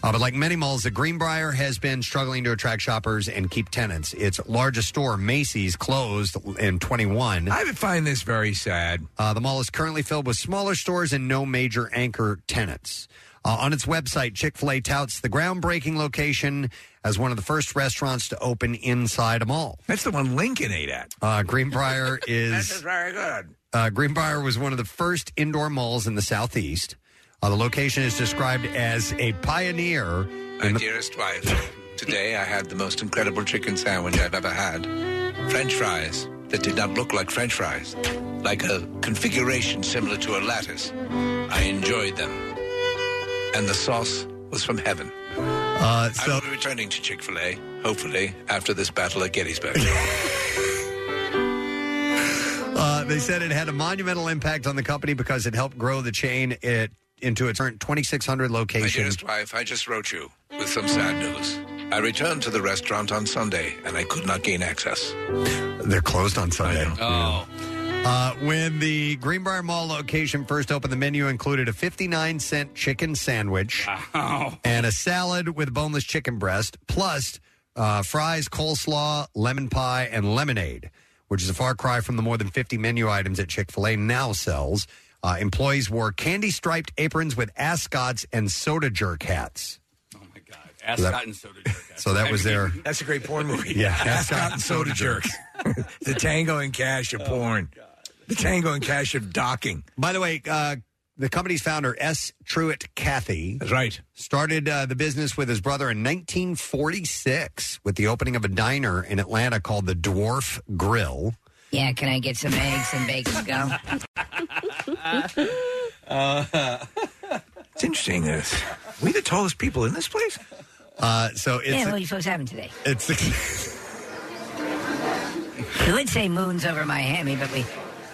Uh, but like many malls, the Greenbrier has been struggling to attract shoppers and keep tenants. Its largest store, Macy's, closed in 21. I would find this very sad. Uh, the mall is currently filled with smaller stores and no major anchor tenants. Uh, on its website, Chick fil A touts the groundbreaking location as one of the first restaurants to open inside a mall. That's the one Lincoln ate at. Uh, Greenbrier is very good. uh, Greenbrier was one of the first indoor malls in the southeast. Uh, the location is described as a pioneer. My dearest wife, today I had the most incredible chicken sandwich I've ever had. French fries that did not look like French fries, like a configuration similar to a lattice. I enjoyed them. And the sauce was from heaven. Uh, I will be returning to Chick fil A, hopefully, after this battle at Gettysburg. Uh, they said it had a monumental impact on the company because it helped grow the chain it, into its current 2,600 My locations. dearest wife, I just wrote you with some sad news. I returned to the restaurant on Sunday and I could not gain access. They're closed on Sunday. Oh. Uh, when the Greenbrier Mall location first opened, the menu included a 59 cent chicken sandwich and a salad with boneless chicken breast, plus uh, fries, coleslaw, lemon pie, and lemonade, which is a far cry from the more than 50 menu items that Chick fil A now sells. Uh, employees wore candy striped aprons with ascots and soda jerk hats. Ascot and soda jerk. So that was their. That's a great porn movie. Yeah. Ascot and Soda Jerks. the Tango and Cash Oh, of porn. The Tango and Cash of docking. By the way, uh, the company's founder, S. Truett Cathy, That's right. started uh, the business with his brother in 1946 with the opening of a diner in Atlanta called the Dwarf Grill. Yeah, can I get some eggs and bacon go? Uh-huh. Uh, it's interesting. This we the tallest people in this place. Uh, so it's yeah, what are you folks having today? it's We would say moons over Miami, but we,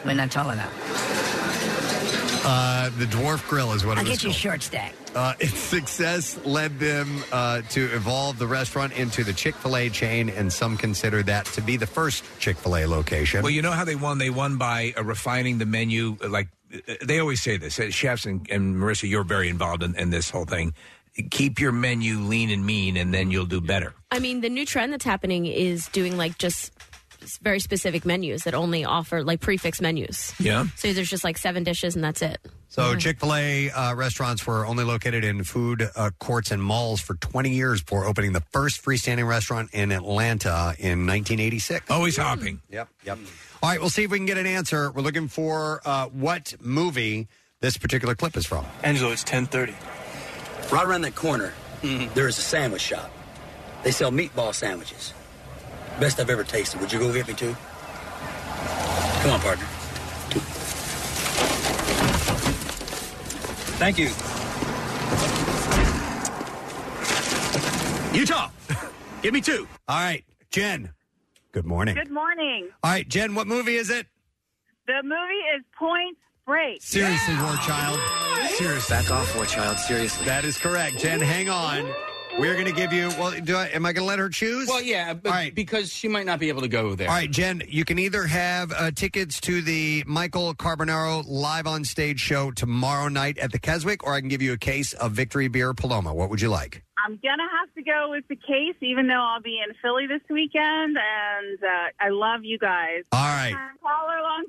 we're not tall enough. uh, the Dwarf Grill is what I'll it was get you a called. short stack. Uh, its success led them uh, to evolve the restaurant into the Chick Fil A chain, and some consider that to be the first Chick Fil A location. Well, you know how they won? They won by uh, refining the menu. uh, Like uh, they always say this, uh, chefs and, and Marissa, you're very involved in, in this whole thing. Keep your menu lean and mean, and then you'll do better. I mean, the new trend that's happening is doing like just s- very specific menus that only offer like prefix menus. Yeah. So there's just like seven dishes and that's it. So Chick Fil A uh, restaurants were only located in food uh, courts and malls for 20 years before opening the first freestanding restaurant in Atlanta in 1986. Always hopping. Yep. Yep. All right, we'll see if we can get an answer. We're looking for uh, what movie this particular clip is from. Angelo, it's Mm-hmm. 10:30. Right around that corner, There is a sandwich shop. They sell meatball sandwiches. Best I've ever tasted. Would you go get me two? Come on, partner. Thank you. Utah. Give me two. All right, Jen. Good morning. Good morning. All right, Jen, what movie is it? The movie is Point Break. Seriously, War Child. Seriously. Back off, War Child. Seriously. That is correct. Jen, hang on. We're going to give you. Well, do I, am I going to let her choose? Well, yeah, but because she might not be able to go there. All right, Jen, you can either have uh, tickets to the Michael Carbonaro live on stage show tomorrow night at the Keswick, or I can give you a case of Victory Beer Paloma. What would you like? I'm gonna have to go with the case, even though I'll be in Philly this weekend, and uh, I love you guys. All right. Long-time caller, long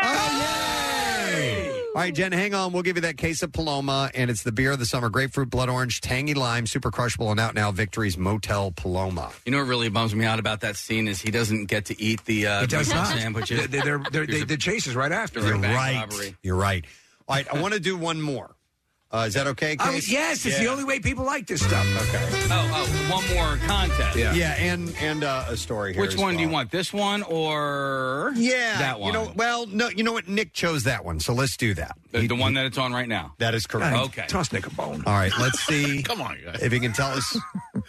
time listener. All right, Jen, hang on. We'll give you that case of Paloma, and it's the beer of the summer grapefruit, blood orange, tangy lime, super crushable, and out now victories, Motel Paloma. You know what really bums me out about that scene is he doesn't get to eat the uh, He does bacon not. sandwiches. They- they're- they're- There's a- The chase is right after. You're Bank right. robbery. You're right. All right, I want to do one more. Uh, is that okay, Oh, Case? yes, it's the only way people like this stuff. Okay. Oh, oh, one more contest. Yeah, and and uh, a story here. Which as one do you well. want? This one or Yeah, that one? You know, well, no, you know what? Nick chose that one, so let's do that. the, the one that it's on right now. That is correct. Okay. Toss Nick a bone. All right, let's see. Come on, guys. if you can tell us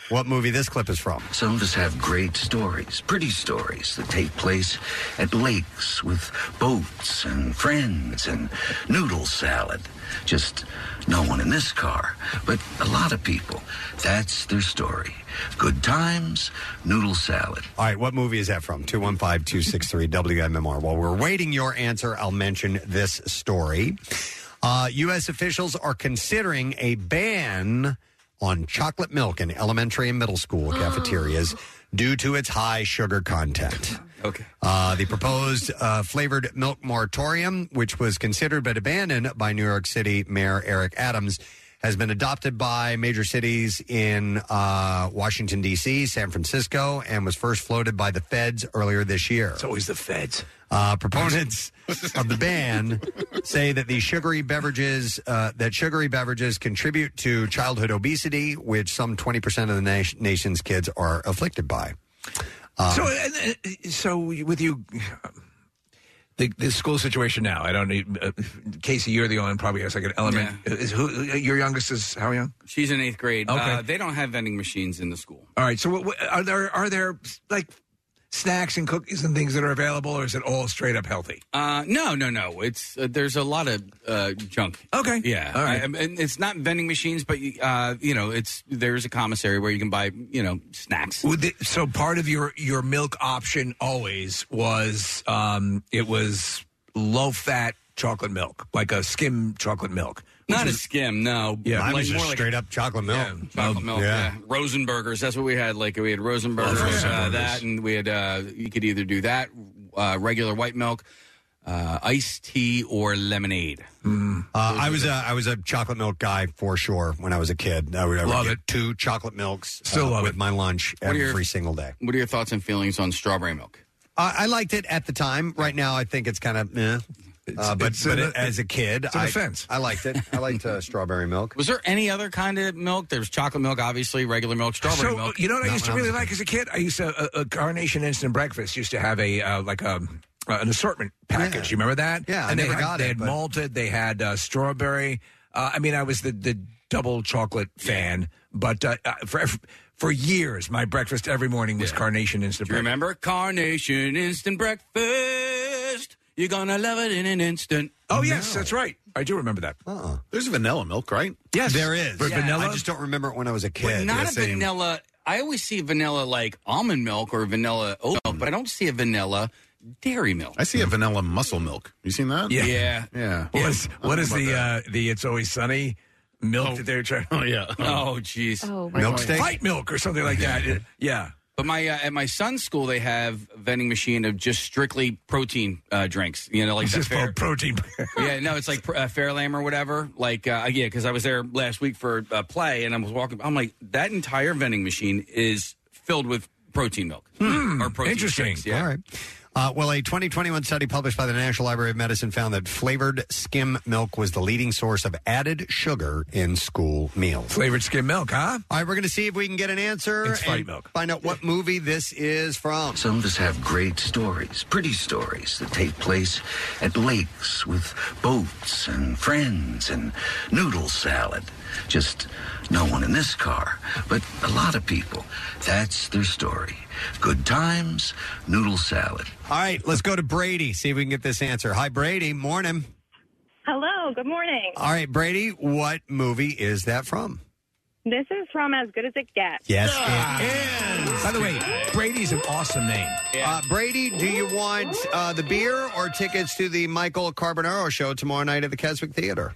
what movie this clip is from. Some of us have great stories, pretty stories that take place at lakes with boats and friends and noodle salad. Just no one in this car, but a lot of people. That's their story. Good times, noodle salad. All right, what movie is that from? 215 263 WMMR. While we're waiting your answer, I'll mention this story. Uh, U.S. officials are considering a ban on chocolate milk in elementary and middle school cafeterias due to its high sugar content. Oh, Okay. Uh, the proposed uh, flavored milk moratorium, which was considered but abandoned by New York City Mayor Eric Adams, has been adopted by major cities in uh, Washington, D.C., San Francisco, and was first floated by the feds earlier this year. It's always the feds. Uh, proponents of the ban say that the sugary beverages uh, that sugary beverages contribute to childhood obesity, which some twenty percent of the nation nation's kids are afflicted by. Um, so, and, and- so with you, the, the school situation now. I don't need uh, Casey. You're the only probably has like an element. Is who your youngest is? How young? She's in eighth grade. Okay. Uh, they don't have vending machines in the school. All right. So, what, what, are there are there like snacks and cookies and things that are available, or is it all straight up healthy? Uh, no, no, no. It's uh, there's a lot of uh, junk. Okay. Yeah. All right. I- and it's not vending machines, but uh, you know, it's there's a commissary where you can buy you know snacks. Would the, so part of your your milk option always was um it was low fat chocolate milk, like a skim chocolate milk. which Not a was- skim, no. Yeah. Mine was just straight up chocolate milk. chocolate Um, milk, yeah. yeah. Rosenburgers, that's what we had. Like, we had Rosenburgers, uh, that, and we had, uh, you could either do that, uh, regular white milk, uh, iced tea, or lemonade. Uh, I was a I was a chocolate milk guy for sure when I was a kid. I would, I would Love get it. two chocolate milks uh, Still love with it. my lunch What are every your- single day. What are your thoughts and feelings on strawberry milk? Uh, I liked it at the time. Right now, I think it's kind of eh. Uh, but it's but an- as a kid, it's an I, offense. I liked it. I liked uh, strawberry milk. Was there any other kind of milk? There's chocolate milk, obviously, regular milk, strawberry so, milk. You know what I used to really like as a kid? I used to a, a Carnation Instant Breakfast used to have a uh, like a. Uh, an assortment package. You remember that? Yeah, I and they never had, got they it, had but- malted. They had uh, strawberry. Uh, I mean, I was the, the double chocolate fan, but uh, uh, for for years, my breakfast every morning was Carnation Instant. Do you Breakfast. remember? Carnation instant breakfast. You're gonna love it in an instant. Oh yes, that's right. I do remember that. Uh-uh. There's vanilla milk, right? Yes, there is. But Yeah. vanilla? I just don't remember it when I was a kid. But not a vanilla. I always see vanilla like almond milk or vanilla oat milk, but I don't see a vanilla dairy milk. I see a vanilla muscle milk. You seen that? Yeah. Yeah. Yeah. What is, I what don't is know about the uh, the It's Always Sunny milk that they're trying? Oh yeah. Oh jeez. Oh, my Milk God. steak? Fight milk or something like that. It- yeah. But my uh, at my son's school they have a vending machine of just strictly protein uh, drinks. You know, like It's the just fair- for protein. yeah, no, it's like pr- uh, Fairlam or whatever. Like, uh, yeah, because I was there last week for uh, play, and I was walking. I'm like, that entire vending machine is filled with protein milk Oh, or protein shakes, yeah. Hmm, All right. Uh, well, a 2021 study published by the National Library of Medicine found that flavored skim milk was the leading source of added sugar in school meals. Flavored skim milk, huh? All right, we're going to see if we can get an answer. It's fight and milk. Find out what movie this is from. Some of us have great stories, pretty stories that take place at lakes with boats and friends and noodle salad. Just no one in this car, but a lot of people. That's their story. Good times, noodle salad. All right, let's go to Brady. See if we can get this answer. Hi, Brady. Morning. Hello, good morning. All right, Brady. What movie is that from? This is from As Good as It Gets. Yes, By the way, Brady's an awesome name. Uh, Brady, do you want uh, the beer or tickets to the Michael Carbonaro show tomorrow night at the Keswick Theater?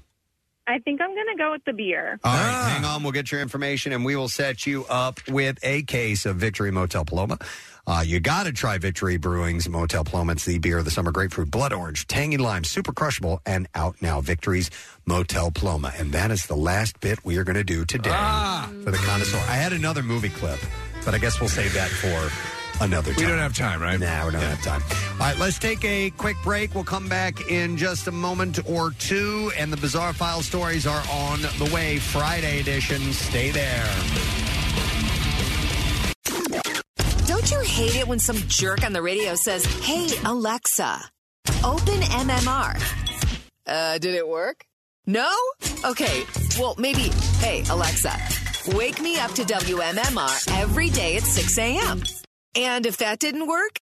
I think I'm going to go with the beer. All right, hang on. We'll get your information and we will set you up with a case of Victory Motel Paloma. Uh, you got to try Victory Brewing's Motel Paloma. It's the beer of the summer grapefruit, blood orange, tangy lime, super crushable, and out now. Victory's Motel Paloma. And that is the last bit we are going to do today for the connoisseur. I had another movie clip, but I guess we'll save that for another time. We don't have time, right? Nah, we don't have time. All right, let's take a quick break. We'll come back in just a moment or two, and the Bizarre File stories are on the way. Friday edition. Stay there. Don't you hate it when some jerk on the radio says, Hey, Alexa, open MMR? Uh, did it work? No? Okay, well, maybe, Hey, Alexa, wake me up to WMMR every day at 6 a.m. And if that didn't work,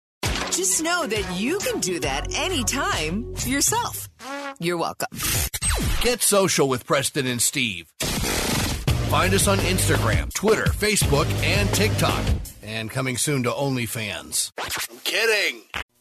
just know that you can do that anytime yourself. You're welcome. Get social with Preston and Steve. Find us on Instagram, Twitter, Facebook, and TikTok. And coming soon to OnlyFans. I'm kidding.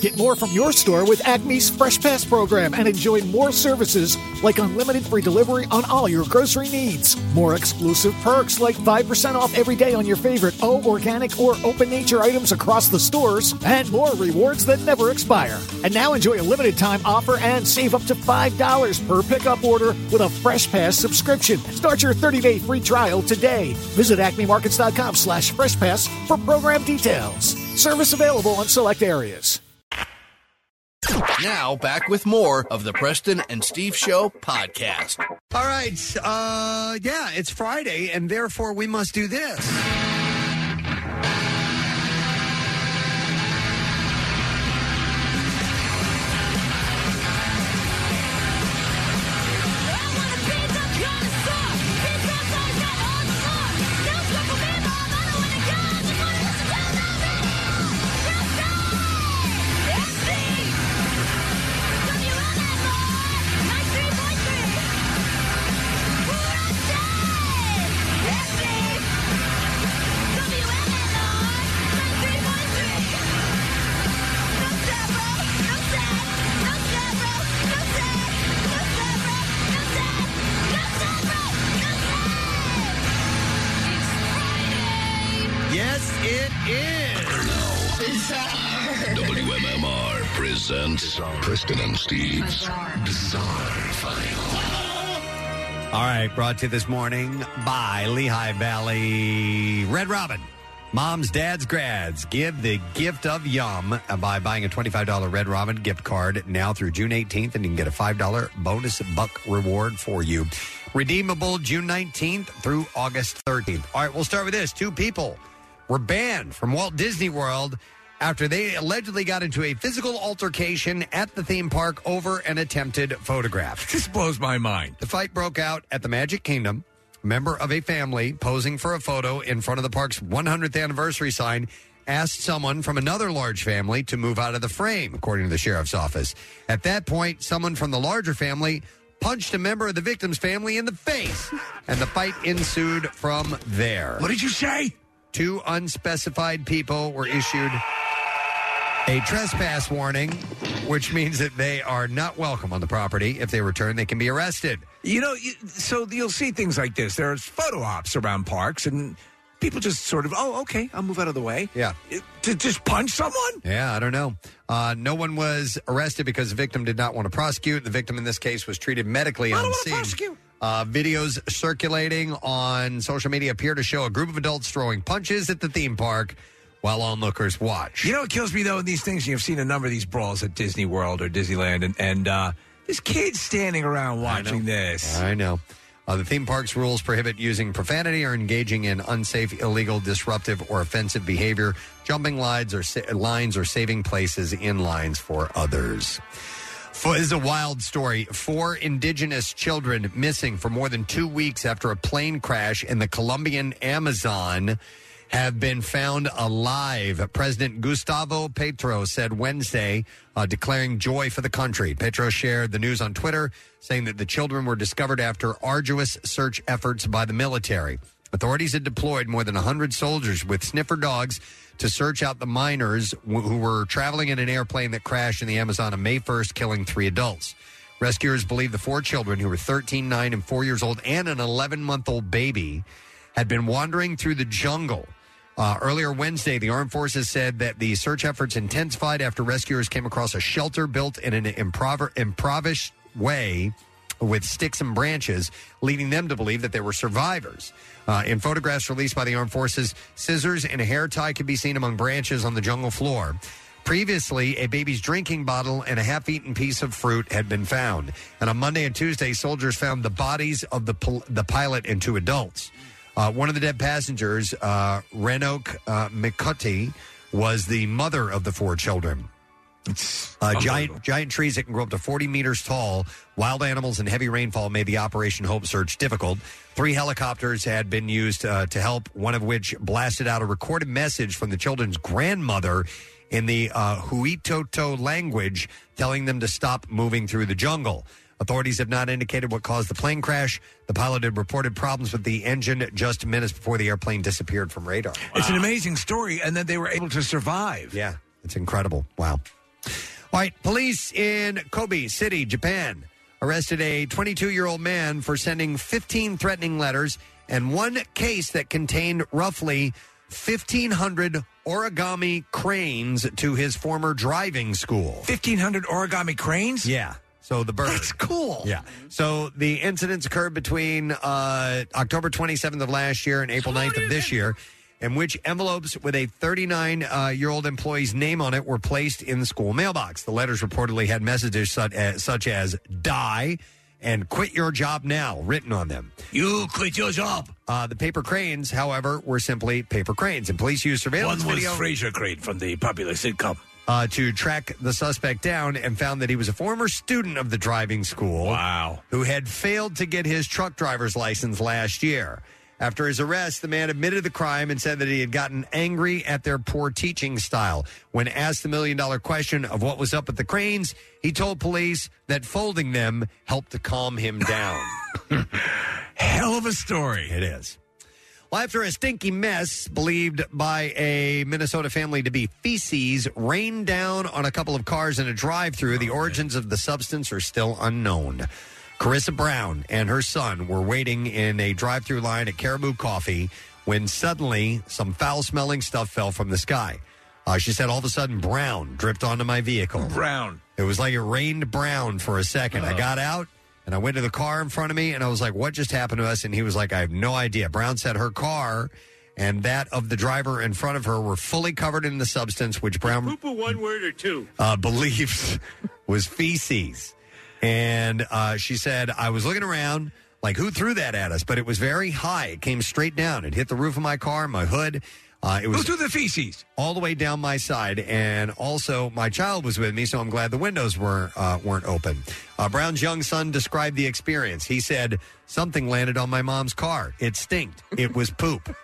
Get more from your store with Acme's Fresh Pass program and enjoy more services like unlimited free delivery on all your grocery needs. More exclusive perks like 5% off every day on your favorite O organic or open nature items across the stores and more rewards that never expire. And now enjoy a limited time offer and save up to $5 per pickup order with a Fresh Pass subscription. Start your 30-day free trial today. Visit acmemarkets.com slash fresh pass for program details. Service available on select areas. Now, back with more of the Preston and Steve Show podcast. All right. Uh, yeah, it's Friday, and therefore we must do this. Yes, it is. WMMR presents Preston and Steve's Bizarre All right, brought to you this morning by Lehigh Valley Red Robin. Moms, dads, grads, give the gift of yum by buying a $25 Red Robin gift card now through June 18th, and you can get a $5 bonus buck reward for you. Redeemable June 19th through August 13th. All right, we'll start with this. Two people were banned from Walt Disney World after they allegedly got into a physical altercation at the theme park over an attempted photograph. This blows my mind. The fight broke out at the Magic Kingdom. A Member of a family posing for a photo in front of the park's 100th anniversary sign asked someone from another large family to move out of the frame, according to the sheriff's office. At that point, someone from the larger family punched a member of the victim's family in the face, and the fight ensued from there. What did you say? Two unspecified people were issued a trespass warning, which means that they are not welcome on the property. If they return, they can be arrested. You know, you, so you'll see things like this. There's photo ops around parks, and people just sort of, oh, okay, I'll move out of the way. Yeah. It- to just punch someone? Yeah, I don't know. Uh, no one was arrested because the victim did not want to prosecute. The victim in this case was treated medically on scene. Uh, videos circulating on social media appear to show a group of adults throwing punches at the theme park while onlookers watch. You know what kills me though in these things, and you've seen a number of these brawls at Disney World or Disneyland, and and uh, this kid's standing around watching this. I know. Uh, the theme park's rules prohibit using profanity or engaging in unsafe, illegal, disruptive, or offensive behavior, jumping lines or sa- lines or saving places in lines for others. For, this is a wild story. Four indigenous children missing for more than two weeks after a plane crash in the Colombian Amazon have been found alive. President Gustavo Petro said Wednesday, uh, declaring joy for the country. Petro shared the news on Twitter, saying that the children were discovered after arduous search efforts by the military. Authorities had deployed more than 100 soldiers with sniffer dogs to search out the miners wh- who were traveling in an airplane that crashed in the Amazon on May 1st, killing three adults. Rescuers believe the four children, who were 13, 9, and 4 years old, and an 11 month old baby, had been wandering through the jungle. Uh, earlier Wednesday, the armed forces said that the search efforts intensified after rescuers came across a shelter built in an improv- improvised way with sticks and branches, leading them to believe that they were survivors. Uh, in photographs released by the armed forces, scissors and a hair tie could be seen among branches on the jungle floor. Previously, a baby's drinking bottle and a half eaten piece of fruit had been found. And on Monday and Tuesday, soldiers found the bodies of the, pil- the pilot and two adults. Uh, one of the dead passengers, uh, Renok uh, Mikuti, was the mother of the four children. Uh, giant giant trees that can grow up to 40 meters tall, wild animals, and heavy rainfall made the Operation Hope search difficult. Three helicopters had been used uh, to help, one of which blasted out a recorded message from the children's grandmother in the uh, Huitoto language, telling them to stop moving through the jungle. Authorities have not indicated what caused the plane crash. The pilot had reported problems with the engine just minutes before the airplane disappeared from radar. It's an amazing story, and that they were able to survive. Yeah, it's incredible. Wow. All right, police in Kobe City, Japan, arrested a 22 year old man for sending 15 threatening letters and one case that contained roughly 1,500 origami cranes to his former driving school. 1,500 origami cranes? Yeah. So the bird. That's cool. Yeah. So the incidents occurred between uh, October 27th of last year and April 9th of this year, in which envelopes with a 39 uh, year old employee's name on it were placed in the school mailbox. The letters reportedly had messages such as, such as die and quit your job now written on them. You quit your job. Uh, the paper cranes, however, were simply paper cranes, and police used surveillance One was video. Fraser Crane from the popular sitcom. uh, to track the suspect down and found that he was a former student of the driving school. Wow. Who had failed to get his truck driver's license last year. After his arrest, the man admitted the crime and said that he had gotten angry at their poor teaching style. When asked the million dollar question of what was up with the cranes, he told police that folding them helped to calm him down. Hell of a story. It is. Well, after a stinky mess believed by a Minnesota family to be feces rained down on a couple of cars in a drive through, the origins of the substance are still unknown. Carissa Brown and her son were waiting in a drive through line at Caribou Coffee when suddenly some foul smelling stuff fell from the sky. Uh, she said, all of a sudden, brown dripped onto my vehicle. Brown. It was like it rained brown for a 2nd I got out and I went to the car in front of me and I was like, what just happened to us? And he was like, I have no idea. Brown said her car and that of the driver in front of her were fully covered in the substance, which Brown Poop a one word or two. uh, believes was feces. And uh, she said, I was looking around, like, who threw that at us? But it was very high. It came straight down. It hit the roof of my car, my hood. Uh, it was threw the feces all the way down my side, and also my child was with me, so I'm glad the windows were uh, weren't open. Uh, Brown's young son described the experience. He said something landed on my mom's car. It stinked. It was poop.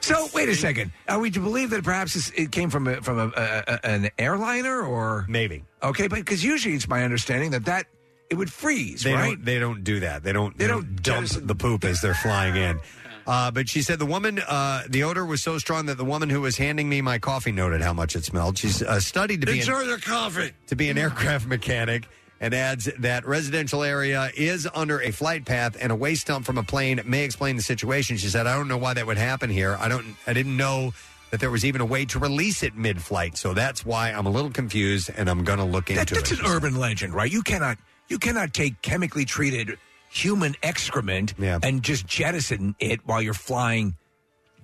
So wait a second. Are we to believe that perhaps it's, it came from a, from a, a, a- an airliner or maybe? Okay, but because usually it's my understanding that that it would freeze, They right? don't. They don't do that. They don't. They, don't, dump the poop as they're flying in. Uh, but she said the woman, uh, the odor was so strong that the woman who was handing me my coffee noted how much it smelled. She's uh, studied to be an- Enjoy the coffee. to be an aircraft mechanic and adds that residential area is under a flight path and a waste dump from a plane may explain the situation. She said, I don't know why that would happen here. I don't I didn't know that there was even a way to release it mid flight. So that's why I'm a little confused and I'm gonna look into That, that's it. an urban legend, right? You cannot you cannot take chemically treated human excrement and just jettison it while you're flying.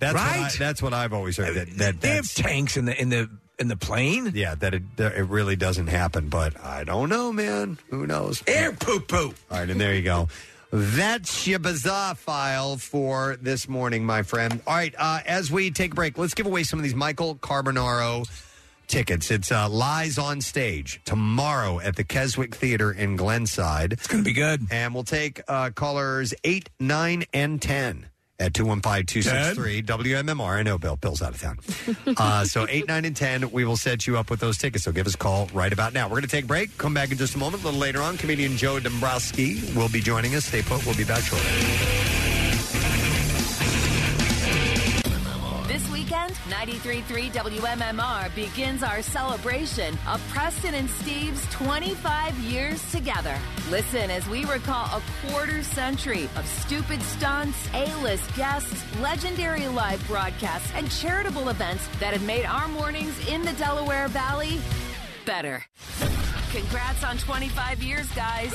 That's what right. I- that's what I've always heard. That, that they have tanks in the in the in the plane. Yeah, that it that it really doesn't happen, but I don't know, man. Who knows? Air poop poop. All right, and there you go. That's your bizarre file for this morning, my friend. All right, uh, as we take a break, let's give away some of these Michael Carbonaro tickets. It's uh, Lies on Stage tomorrow at the Keswick Theater in Glenside. It's going to be good. And we'll take uh, callers 8, 9, and 10 at 215 263 WMMR. I know Bill. Bill's out of town. Uh, so 8, 9, and 10, we will set you up with those tickets. So give us a call right about now. We're going to take a break. Come back in just a moment. A little later on, comedian Joe Dombrowski will be joining us. Stay put. We'll be back shortly. This weekend, 93.3 WMMR begins our celebration of Preston and Steve's 25 years together. Listen as we recall a quarter century of stupid stunts, A-list guests, legendary live broadcasts, and charitable events that have made our mornings in the Delaware Valley better. Congrats on 25 years, guys.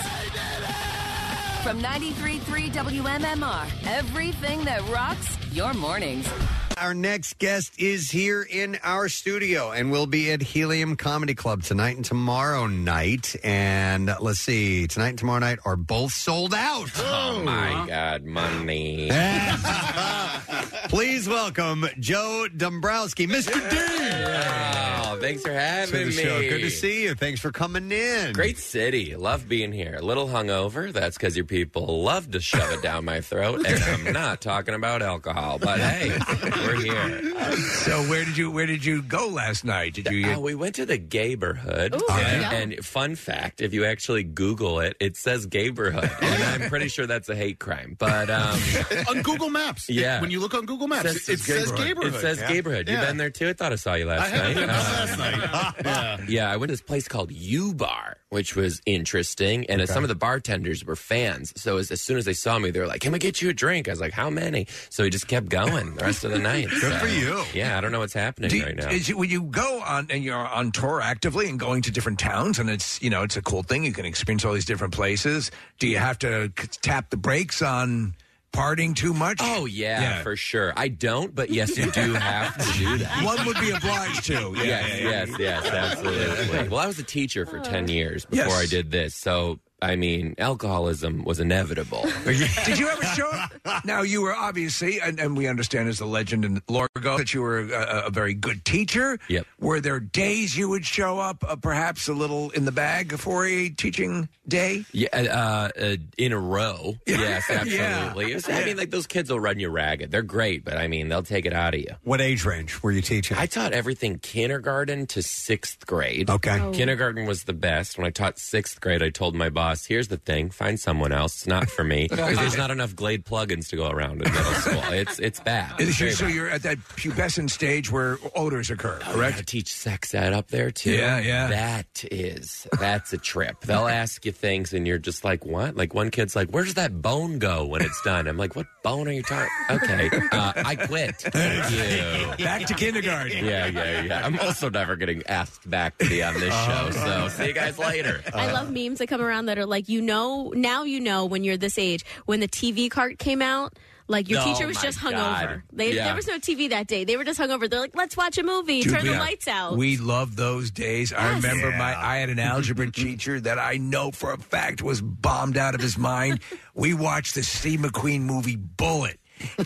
From 93.3 WMMR, everything that rocks your mornings. Our next guest is here in our studio and will be at Helium Comedy Club tonight and tomorrow night. And uh, let's see, tonight and tomorrow night are both sold out. Oh my God, money. Please welcome Joe Dombrowski, Mr. Wow, thanks for D. having to the me. show. Good to see you. Thanks for coming in. Great city. Love being here. A little hungover. That's because your people love to shove it down my throat. And I'm not talking about alcohol, but hey, we're here. So where did you where did you go last night? Did you? Uh, we went to the Gayborhood. Ooh, and, yeah. and fun fact, if you actually Google it, it says Gayborhood. and I'm pretty sure that's a hate crime. But um, on Google Maps. It- Yeah. when you look on Google Maps, it, it says Gaberhood. It says Gayborhood. You've been there too? I thought I saw you I last had night. been there Uh, last night. yeah. yeah, I went to this place called U Bar, which was interesting. And uh, Okay. some of the bartenders were fans. So as, as soon as they saw me, they were like, Can we get you a drink? I was like, How many? So we just kept going the rest of the night. Good So, for you. Yeah, I don't know what's happening Do- right now. Is you, when you go on and you're on tour actively and going to different towns, and it's you know it's a cool thing. You can experience all these different places. Do you have to c- tap the brakes on partying too much? Oh yeah, Yeah. for sure. I don't, but yes, you do have to do that. One would be obliged to. Yeah, yes, yeah, yeah. yes, yes, absolutely. Well, I was a teacher for ten years before Yes. I did this, so I mean, alcoholism was inevitable. Did you ever show up? Now you were obviously, and, and we understand as the legend in Largo that you were a, a very good teacher. Yep. Were there days you would show up, uh, perhaps a little in the bag for a teaching day? Yeah, uh, uh, in a row. Yes, absolutely. It was- I mean, like those kids will run you ragged. They're great, but I mean, they'll take it out of you. What age range were you teaching? I taught everything kindergarten to sixth grade. Okay. Oh. Kindergarten was the best. When I taught sixth grade, I told my boss, here's the thing, find someone else. It's not for me. 'Cause there's not enough Glade plugins to go around in middle school. It's it's bad. It's Is you- very so bad. you're at that pubescent stage where odors occur, correct? I teach sex ed up there too. Yeah, yeah. That is, that's a trip. They'll ask you things, and you're just like, "What?" Like one kid's like, "Where does that bone go when it's done?" I'm like, "What bone are you talking?" Okay, uh, I quit. Thank you. Back to kindergarten. Yeah, yeah, yeah. I'm also never getting asked back to be on this Oh, show, so see you guys later. I Uh, love memes that come around that are like, you know, now you know when you're this age, when the TV cart came out, like your Oh teacher was my just God. hungover. They, Yeah. There was no TV that day. They were just hungover. They're like, let's watch a movie, Dude, turn the yeah. lights out. We love those days. I Yes. remember my I had an algebra teacher that I know for a fact was bombed out of his mind. we watched the Steve McQueen movie Bullet.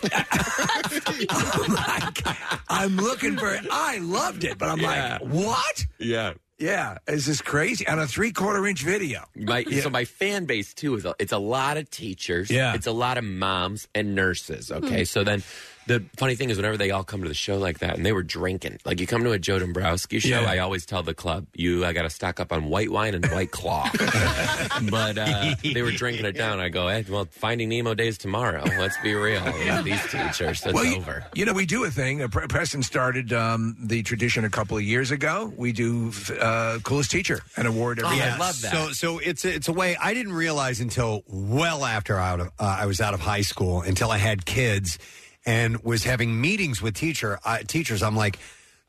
I'm like, I'm looking for it. I loved it, but I'm like, what? Yeah. Yeah, is this crazy? On a three quarter inch video. My, So my fan base too is a, it's a lot of teachers. Yeah. it's a lot of moms and nurses. Okay, Hmm. so then the funny thing is whenever they all come to the show like that and they were drinking, like you come to a Joe Dombrowski show, Yeah. I always tell the club you I got to stock up on white wine and white claw. but uh, they were drinking it down. I go, hey, well, Finding Nemo days tomorrow. Let's be real. These teachers, that's Well, you- over. You know, we do a thing. Uh, Pre- Preston started um, the tradition a couple of years ago. We do f- uh, coolest teacher, an award Oh, every year. So, so it's a, it's a way I didn't realize until well after out of, uh, I was out of high school until I had kids and was having meetings with teacher uh, teachers. I'm like,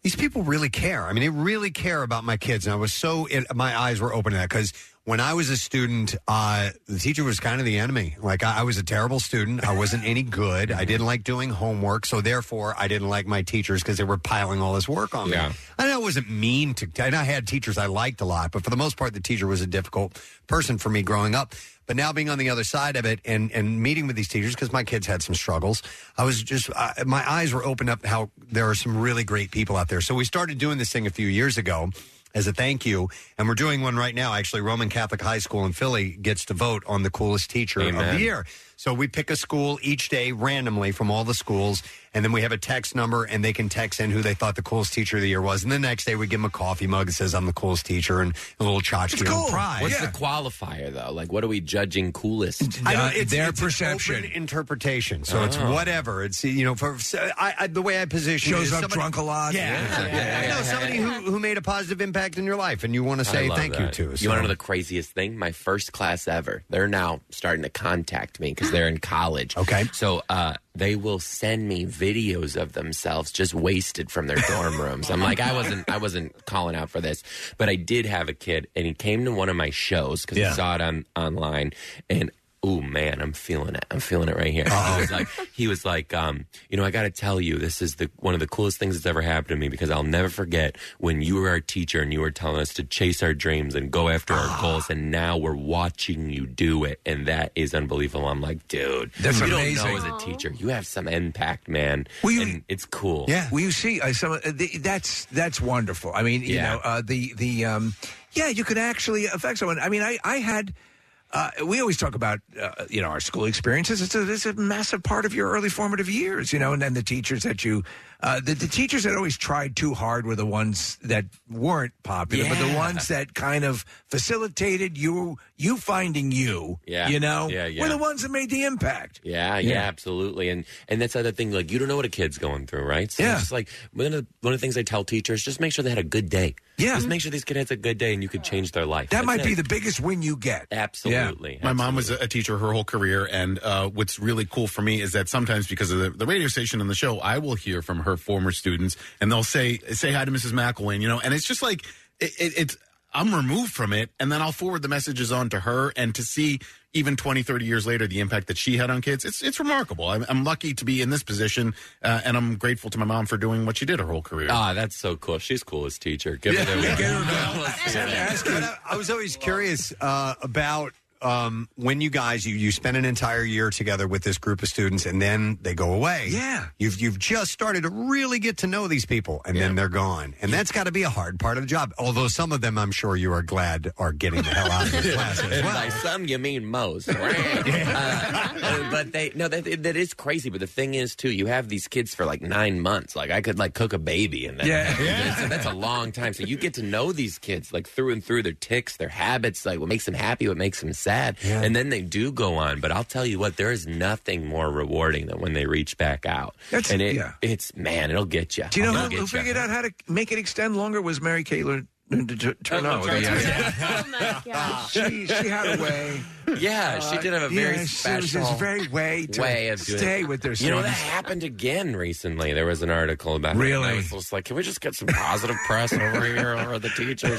these people really care. I mean, they really care about my kids, and I was so it, my eyes were open to that because when I was a student, uh, the teacher was kind of the enemy. Like I, I was a terrible student. I wasn't any good. I didn't like doing homework, so therefore I didn't like my teachers because they were piling all this work on me. And I wasn't mean to. And I had teachers I liked a lot, but for the most part, the teacher was a difficult person for me growing up. But now being on the other side of it and and meeting with these teachers because my kids had some struggles, I was just I, my eyes were opened up how there are some really great people out there. So we started doing this thing a few years ago as a thank you, and we're doing one right now. Actually, Roman Catholic High School in Philly gets to vote on the coolest teacher of Amen. the year. So we pick a school each day randomly from all the schools, and then we have a text number, and they can text in who they thought the coolest teacher of the year was. And the next day, we give them a coffee mug that says "I'm the coolest teacher" and a little tchotchke and prize. What's the qualifier though? Like, what are we judging coolest? I don't- it's- it's an open interpretation. So it's Oh. whatever. It's you know, for so I, I, the way I position it Shows is up somebody- drunk a lot. Yeah, Yeah. yeah, yeah, I know somebody who, who made a positive impact in your life, and you want to I say love thank that. you to. You want to so- know the craziest thing? My first class ever. They're now starting to contact me because they're in college. Okay. So uh, they will send me videos of themselves just wasted from their dorm rooms. I'm like, I wasn't, I wasn't calling out for this, but I did have a kid, and he came to one of my shows because Yeah. he saw it on online, and oh man, I'm feeling it. I'm feeling it right here. Oh. He was like, he was like, um, you know, I got to tell you, this is the one of the coolest things that's ever happened to me because I'll never forget when you were our teacher and you were telling us to chase our dreams and go after Ah. our goals, and now we're watching you do it, and that is unbelievable. I'm like, dude, That's you amazing. don't know as a teacher, you have some impact, man. and it's cool. Well, you see, uh, some uh, the, that's that's wonderful. I mean, you Yeah. know, uh, the the um, yeah, you could actually affect someone. I mean, I I had. Uh, we always talk about uh, you know our school experiences. It's a, it's a massive part of your early formative years, you know, and then the teachers that you, uh, the, the teachers that always tried too hard were the ones that weren't popular, but the Yeah. ones that kind of facilitated you you finding you, Yeah. you know, Yeah, yeah. were the ones that made the impact. Yeah, yeah, Yeah. absolutely. And and that's the other thing. Like you don't know what a kid's going through, right? So Yeah. It's just like one of the, one of the things I tell teachers: just make sure they had a good day. Yeah. Mm-hmm. Just make sure these kids had a good day, and you could change their life. That That's might it. be the biggest win you get. Absolutely. My mom was a a teacher her whole career, and uh, what's really cool for me is that sometimes because of the, the radio station and the show, I will hear from her former students, and they'll say say hi to Mrs. McElwain, you know, and it's just like it, it, it's I'm removed from it, and then I'll forward the messages on to her, and to see even 20, 30 years later the impact that she had on kids, it's it's remarkable. I'm, I'm lucky to be in this position, uh, and I'm grateful to my mom for doing what she did her whole career. Ah, that's so cool. She's cool as teacher. Give her the But I, I was always curious uh, about um, when you guys you, you spend an entire year together with this group of students and then they go away. Yeah, you've you've just started to really get to know these people and then they're gone, and that's got to be a hard part of the job. Although some of them, I'm sure you are glad are getting the hell out of your class. And by some, you mean most. right? Uh, but they no, that that is crazy. But the thing is, too, you have these kids for like nine months. Like I could like cook a baby, and then, Yeah. That's, that's a long time. So you get to know these kids like through and through their ticks, their habits, like what makes them happy, what makes them sad, and then they do go on. But I'll tell you what, there is nothing more rewarding than when they reach back out. That's- and it, yeah. it's man, it'll get you. Do you know It'll who, get who ya. figured out how to make it extend longer? Was Mary uh, Kayler Turno? Turner. she, she had a way. Yeah, she did have a very yeah, she was special just very way to way of doing stay it. with their You know, that students. happened again recently. There was an article about Really? it. and I was just like, can we just get some positive press over here over the teachers?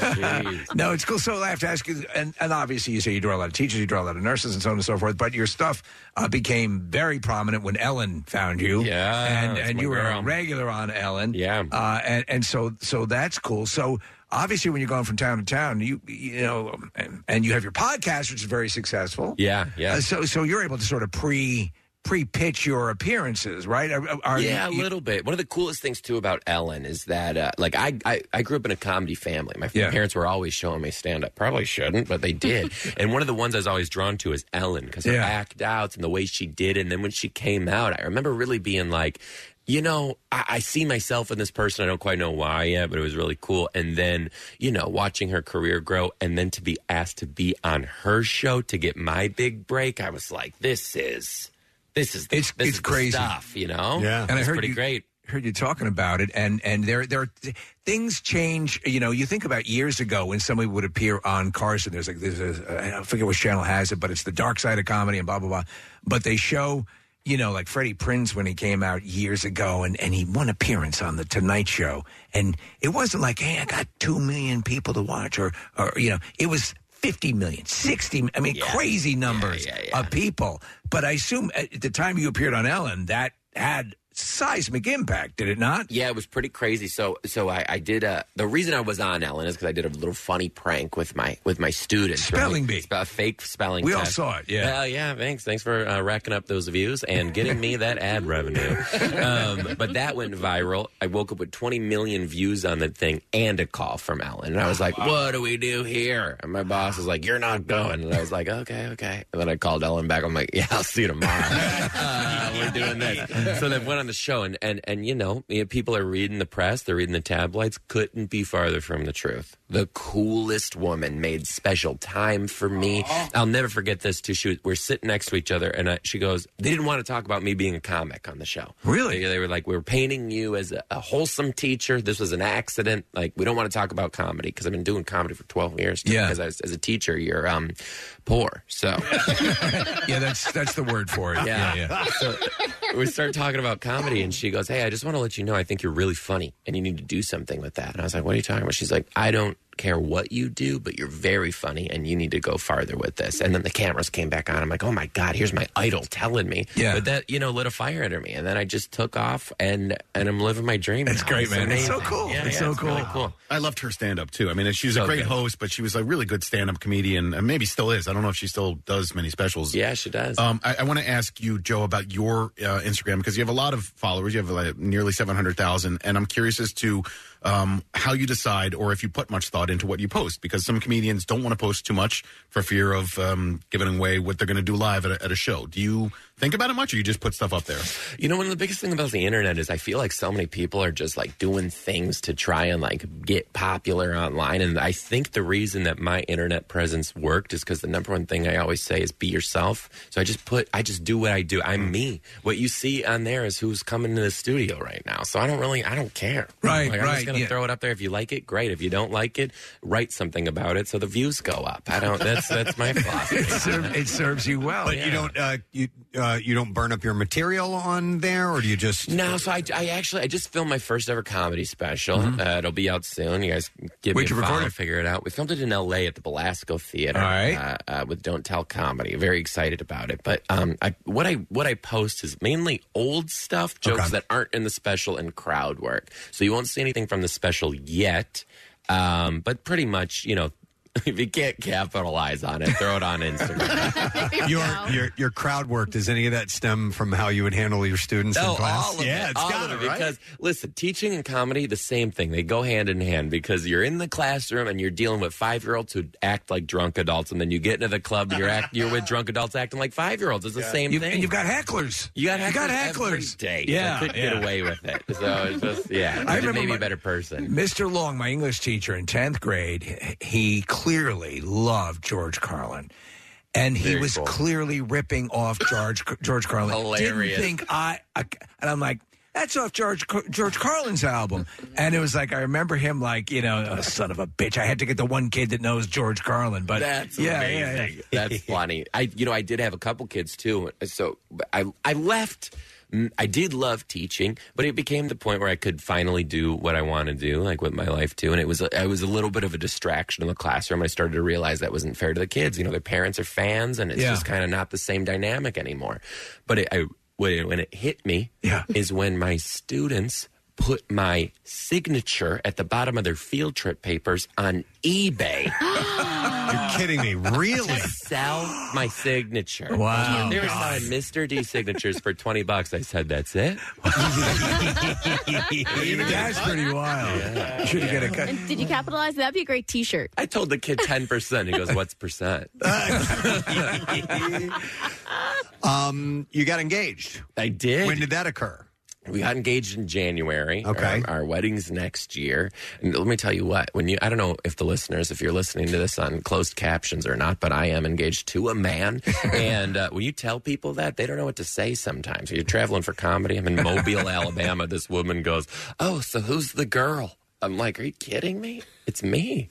Jeez. no, it's cool. So I have to ask you, and, and obviously you say you draw a lot of teachers, you draw a lot of nurses, and so on and so forth. But your stuff uh, became very prominent when Ellen found you. Yeah, and that's and my you were girl. a regular on Ellen. Yeah, uh, and and so so that's cool. So obviously when you're going from town to town, you you know, and, and you have your podcast, which is very successful. Yeah, yeah. Uh, so so you're able to sort of pre pre pitch your appearances, right? Are, are yeah, you- a little bit. One of the coolest things too about Ellen is that, uh, like, I, I I grew up in a comedy family. My Yeah. parents were always showing me stand up. Probably shouldn't, but they did. and one of the ones I was always drawn to is Ellen because her Yeah. act outs and the way she did. And then when she came out, I remember really being like. You know, I, I see myself in this person. I don't quite know why yet, but it was really cool. And then, you know, watching her career grow and then to be asked to be on her show to get my big break, I was like, this is, this is, it's, this it's is the crazy. stuff, you know? Yeah, and I It's heard pretty you, great. Heard you talking about it, and and there there are th- things change. You know, you think about years ago when somebody would appear on Carson. There's like there's a, I don't forget which channel has it, but it's the dark side of comedy and blah blah blah. But they show. You know, like Freddie Prinz when he came out years ago, and, and he one appearance on the Tonight Show, and it wasn't like, hey, I got two million people to watch, or or you know, it was 50 million, 60, I mean, crazy numbers of people. But I assume at the time you appeared on Ellen, that had seismic impact, did it not? Yeah, it was pretty crazy. So, so I, I did a. The reason I was on Ellen is because I did a little funny prank with my with my students. Spelling bee, a fake spelling. We all test. saw it, yeah. Hell yeah! Thanks, thanks for uh, racking up those views and getting me that ad revenue. Um, but that went viral. I woke up with 20 million views on the thing and a call from Ellen, and I was like, "What do we do here?" And my boss was like, "You're not going," and I was like, "Okay, okay." And then I called Ellen back. I'm like, "Yeah, I'll see you tomorrow." uh, we're doing this. So then went on the show, and and and you know, yeah, people are reading the press, they're reading the tabloids. Couldn't be farther from the truth. The coolest woman made special time for me. I'll never forget this too. She was, we're sitting next to each other, and I, she goes, "They didn't want to talk about me being a comic on the show. Really? They, they were like, we're painting you as a, a wholesome teacher. This was an accident. Like, we don't want to talk about comedy because I've been doing comedy for twelve years. Yeah. Because as, as a teacher, you're um poor, so." yeah, that's that's the word for it. Yeah, Yeah. yeah. So we start talking about comedy, and she goes, "Hey, I just want to let you know, I think you're really funny, and you need to do something with that." And I was like, "What are you talking about?" She's like, "I don't care what you do, but you're very funny, and you need to go farther with this." And then the cameras came back on. I'm like, "Oh my god, here's my idol telling me." Yeah. But that you know lit a fire under me, and then I just took off, and and I'm living my dream. It's now. great, man. It's so amazing. cool. Yeah, It's yeah, so cool. really cool. I loved her stand up too. I mean, she was So a great good. host, but she was a really good stand up comedian, and maybe still is. I don't know if she still does many specials. Yeah, she does. Um, I, I want to ask you, Joe, about your uh, Instagram because you have a lot of followers. You have like nearly seven hundred thousand, and I'm curious as to um, how you decide or if you put much thought into what you post because some comedians don't want to post too much for fear of um, giving away what they're going to do live at a, at a show. Do you think about it much, or you just put stuff up there? You know, one of the biggest things about the internet is I feel like so many people are just like doing things to try and like get popular online. And I think the reason that my internet presence worked is because the number one thing I always say is be yourself. So I just put, I just do what I do. I'm me. What you see on there is who's coming to the studio right now. So I don't really, I don't care. Right, Like, I'm right, just gonna yeah. throw it up there. If you like it, great. If you don't like it, write something about it so the views go up. I don't. That's that's my philosophy. it, serve, it serves you well. But you don't uh, you uh, you don't burn up your material on there, or do you just no? So I, I actually I just filmed my first ever comedy special. Uh, it'll be out soon. You guys give Where'd me you a record follow, it? figure it out. We filmed it in L.A. at the Belasco Theater. All right. uh, uh, with Don't Tell Comedy. Very excited about it. But um, I, what I what I post is mainly old stuff, jokes that aren't in the special, and crowd work. So you won't see anything from the special yet. Um, but pretty much, you know. If you can't capitalize on it, throw it on Instagram. your your your crowd work? Does any of that stem from how you would handle your students Oh, in class? Oh, All of yeah, it. it's all got of it, right? Because listen, teaching and comedy, the same thing. They go hand in hand because you're in the classroom and you're dealing with five year olds who act like drunk adults, and then you get into the club and you're act, you're with drunk adults acting like five year olds. It's the same You- thing. and you've got hecklers. You got hecklers. You got every hecklers. day. Yeah, I couldn't yeah. get away with it. So it's just yeah. I I just remember made me my- a better person. Mr. Long, my English teacher in 10th grade, h- he clearly loved George Carlin. And he Very was cool. clearly ripping off George George Carlin. Hilarious. Didn't think I, I and I'm like that's off George Car- George Carlin's album. And it was like I remember him like, you know, oh, son of a bitch. I had to get the one kid that knows George Carlin, but that's yeah, amazing. yeah, yeah. That's funny. I you know I did have a couple kids too, so but I I left. Mm, I did love teaching, but it became the point where I could finally do what I want to do, like with my life too. And it was a- I was a little bit of a distraction in the classroom. I started to realize that wasn't fair to the kids. You know, their parents are fans, and it's Yeah. just kind of not the same dynamic anymore. But it, I when it, when it hit me is when my students put my signature at the bottom of their field trip papers on eBay. You're kidding me, really? sell my signature. Wow. They were selling Mr. D signatures for 20 bucks. I said, that's it. That's pretty wild. Should have get a And did you capitalize? That'd be a great T-shirt. I told the kid 10%. He goes, what's percent? Um, you got engaged. I did. When did that occur? We got engaged in January. Okay. Our, our wedding's next year. And let me tell you what, when you I don't know if the listeners, if you're listening to this on closed captions or not, but I am engaged to a man. and uh, when you tell people that, they don't know what to say sometimes. You're traveling for comedy. I'm in Mobile, Alabama. This woman goes, Oh, so who's the girl? I'm like, Are you kidding me? It's me.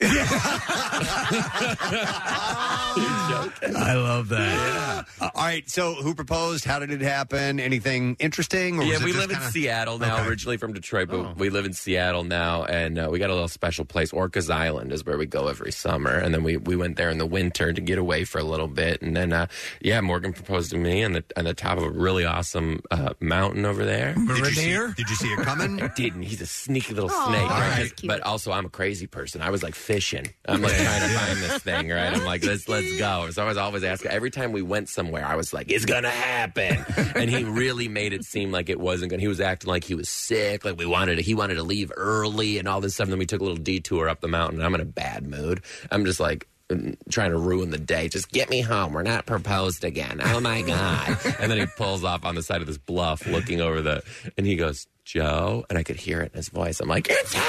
I love that. Yeah. All right. So, who proposed? How did it happen? Anything interesting? Or yeah, was it we just live kinda- in Seattle now. Okay. Oh. Originally from Detroit, but we live in Seattle now, and uh, we got a little special place. Orcas Island is where we go every summer, and then we, we went there in the winter to get away for a little bit, and then uh, yeah, Morgan proposed to me on the on the top of a really awesome uh, mountain over there. Did you, see, did you see it coming? I didn't. He's a sneaky little Aw, snake. right? that's 'Cause- But also, I'm a crazy person. I was like fishing. I'm like trying to find this thing, right? I'm like, let's let's go. So I was always asking. Every time we went somewhere, I was like, it's gonna happen. And he really made it seem like it wasn't gonna. He was acting like he was sick. Like we wanted to. He wanted to leave early and all this stuff. And then we took a little detour up the mountain. And I'm in a bad mood. I'm just like. mm, Trying to ruin the day. Just get me home. We're not proposed again. Oh my God. and then he pulls off on the side of this bluff looking over the, and he goes, Joe. And I could hear it in his voice. I'm like, it's Did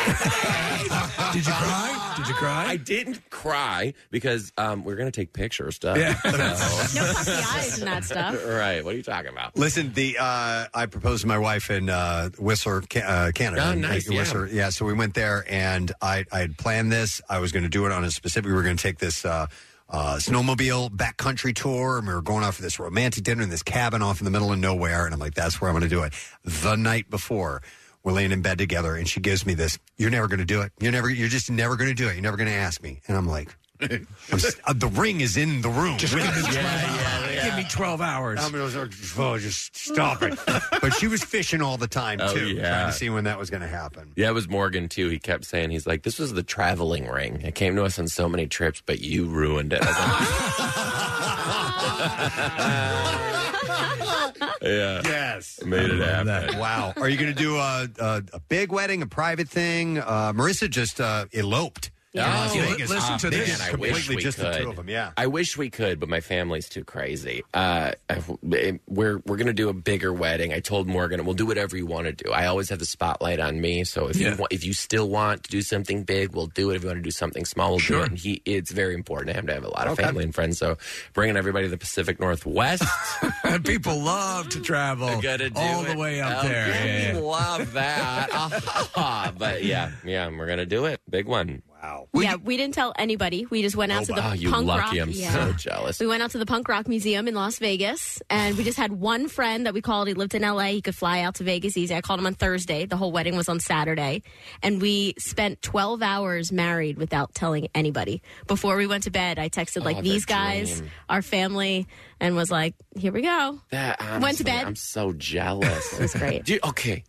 you cry? Did you cry? I didn't cry because um, we're gonna take pictures, stuff. No puffy eyes and that stuff. right? What are you talking about? Listen, the uh, I proposed to my wife in uh, Whistler, Ca- uh, Canada. Oh, in- nice, in yeah. Whistler. yeah. So we went there, and I I had planned this. I was going to do it on a specific. We were going to take this. Uh, uh, snowmobile backcountry tour, and we were going out for this romantic dinner in this cabin off in the middle of nowhere. And I'm like, that's where I'm going to do it. The night before, we're laying in bed together, and she gives me this: "You're never going to do it. You're never. You're just never going to do it. You're never going to ask me." And I'm like, I'm s- uh, "The ring is in the room. Just give me 12 hours. Give me 12 hours. I'm gonna- oh, just stop it. but she was fishing all the time too, Oh, yeah. trying to see when that was going to happen. Yeah, it was Morgan too. He kept saying he's like, "This was the traveling ring. It came to us on so many trips, but you ruined it." I was like, yeah. Yes. Made it happen. Wow. Are you going to do a, a, a big wedding, a private thing? Uh, Marissa just uh, eloped. in Yeah. Las Oh, Vegas. listen to Man, this. I wish Completely we just the two could. of them. Yeah. I wish we could, but my family's too crazy. Uh, I- we're we're gonna do a bigger wedding. I told Morgan we'll do whatever you want to do. I always have the spotlight on me, so if Yeah. you want, if you still want to do something big, we'll do it. If you want to do something small, we'll do it. And he, it's very important to him to have a lot of Okay. family and friends. So bringing everybody to the Pacific Northwest, People love to travel gotta do all it. the way up Oh, there. yeah, Yeah. we love that. Ah, but yeah, yeah, we're gonna do it. Big one. Wow. yeah, we didn't tell anybody. We just went out Oh, to the wow, you punk lucky. rock. I'm yeah. so jealous. We went out to the punk rock museum in Las Vegas, and we just had one friend that we called. He lived in LA. He could fly out to Vegas easy. I called him on Thursday. The whole wedding was on Saturday, and we spent 12 hours married without telling anybody. Before we went to bed, I texted like Oh, the these guys, dream. our family, and was like, "Here we go." That honestly, Went to bed. I'm so jealous. It's great. Dude, okay.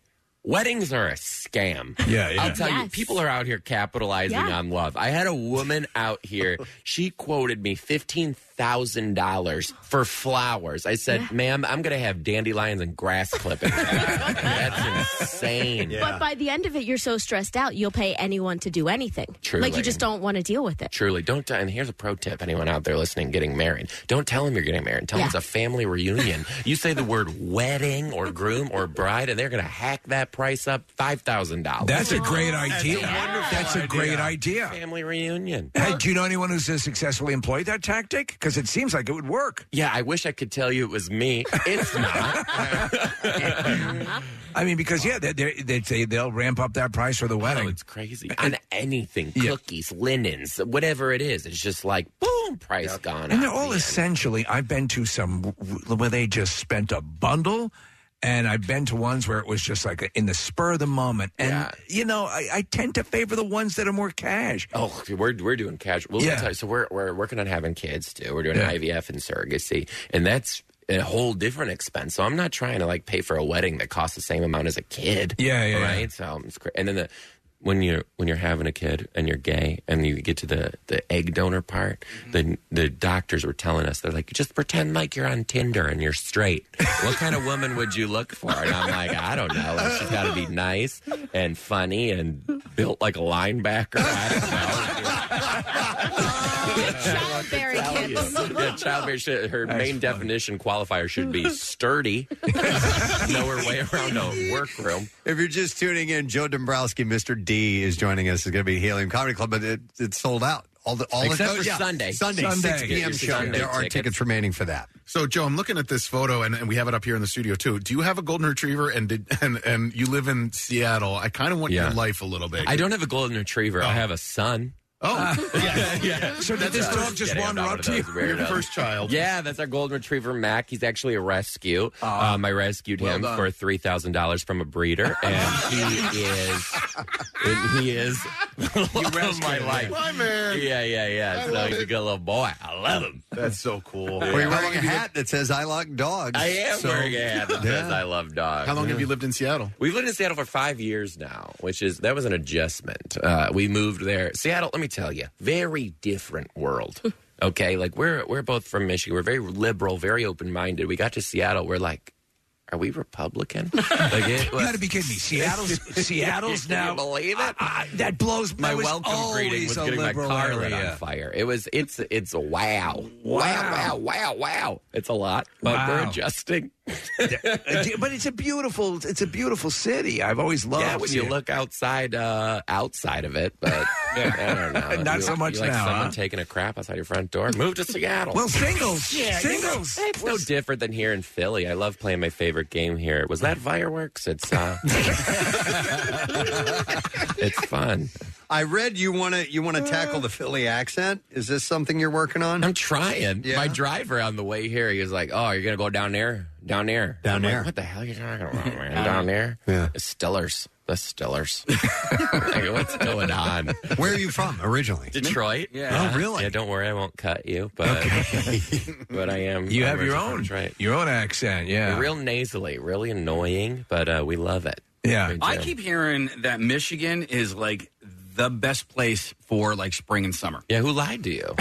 Weddings are a scam. Yeah, yeah. I'll tell you, Yes. people are out here capitalizing Yeah. on love. I had a woman out here. She quoted me fifteen thousand dollars for flowers. I said, "Ma'am, I'm going to have dandelions and grass clippings." That's insane. But by the end of it, you're so stressed out, you'll pay anyone to do anything. Like Truly. you just don't want to deal with it. Truly, don't. And here's a pro tip: anyone out there listening, getting married, don't tell them you're getting married. Tell Yeah. them it's a family reunion. you say the word wedding or groom or bride, and they're going to hack that price up five thousand dollars. That's a great idea. That's a great idea. Family reunion. Hey, do you know anyone who's uh, successfully employed that tactic? Because it seems like it would work. Yeah, I wish I could tell you it was me. It's not. I mean, because yeah, they, they, they say they'll ramp up that price for the wedding. Oh, it's crazy on anything, cookies, linens, whatever it is. It's just like boom, price gone. And up. they're all essentially. I've been to some w- w- where they just spent a bundle, and I've been to ones where it was just like in the spur of the moment. And you know, I, I tend to favor the ones that are more cash. Oh, we're we're doing casual. Well, Yeah. let me tell you, so we're we're working on having kids too. We're doing Yeah. IVF and surrogacy, and that's a whole different expense. So I'm not trying to like pay for a wedding that costs the same amount as a kid. Yeah, yeah, yeah. right. So it's cra and then the. When you're when you're having a kid and you're gay and you get to the, the egg donor part, Mm-hmm. the the doctors were telling us they're like just pretend like you're on Tinder and you're straight. what kind of woman would you look for? And I'm like I don't know. Like, she's got to be nice and funny and built like a linebacker. I don't know. Childbearing kids. Yeah, childbearing should, her main definition qualifier should be sturdy. know her way around a workroom. If you're just tuning in, Joe Dombrowski, Mr. D, is joining us. It's going to be Helium Comedy Club, but it, it's sold out. All the all Except the, for yeah. Sunday. Sunday, Sunday. 6 p.m. Get show. your Sunday there are tickets. tickets. remaining for that. So, Joe, I'm looking at this photo, and, and we have it up here in the studio too. Do you have a golden retriever, and did, and and you live in Seattle? I kind of want Yeah. your life a little bit. I don't have a golden retriever. I have a son. Uh, Oh, yeah, yeah. So did this dog just wander up to you? Your first child. Yeah, that's our golden retriever, Mac. He's actually a rescue. Ah. um, I rescued Well him done. for three thousand dollars from a breeder, and he is, and he is the love of my life. My man. Yeah, yeah, yeah. I so love he's a it. good little boy. I love him. That's so cool. Well, you're wearing a hat that says "I like dogs." I am So- wearing a hat that says I love dogs. How long have you lived in Seattle? We've lived in Seattle for five years now, which is that was an adjustment. Uh, we moved there. Seattle, let me tell you, very different world. okay, like we're we're both from Michigan. We're very liberal, very open minded. We got to Seattle. We're like, are we Republican? like it You got to be kidding me. Seattle's Seattle's Can you now. believe it? I- that blows my I was welcome greeting always was a getting my liberal car lit area. on fire. It was it's it's a wow. Wow, wow, wow, wow. It's a lot, but we're Wow. uh, adjusting. but it's a beautiful it's a beautiful city. I've always loved Yeah, when you Seattle. look outside uh outside of it, but I don't know. Not You- so much you like now, someone huh? taking a crap outside your front door. Move to Seattle. Well, singles. Yeah, singles. It's no different than here in Philly. I love playing my favorite game here. Was that fireworks? It's uh It's fun. I read you want to you want to tackle the Philly accent. Is this something you're working on? I'm trying. Yeah. My driver on the way here, he was like, "Oh, you're gonna go down there, down there, Down I'm there. Uh, Like, what the hell are you talking about, Uh, man? down there? Yeah, Stillers, the Stillers. like, what's going on? Where are you from originally? Detroit. Yeah. Oh, really? Yeah. Don't worry, I won't cut you, but but I am. You I'm have your originally from own Detroit. your own accent. Yeah, Real nasally, really annoying, but uh, we love it. Yeah, I keep hearing that Michigan is like the best place for like spring and summer. Yeah, who lied to you?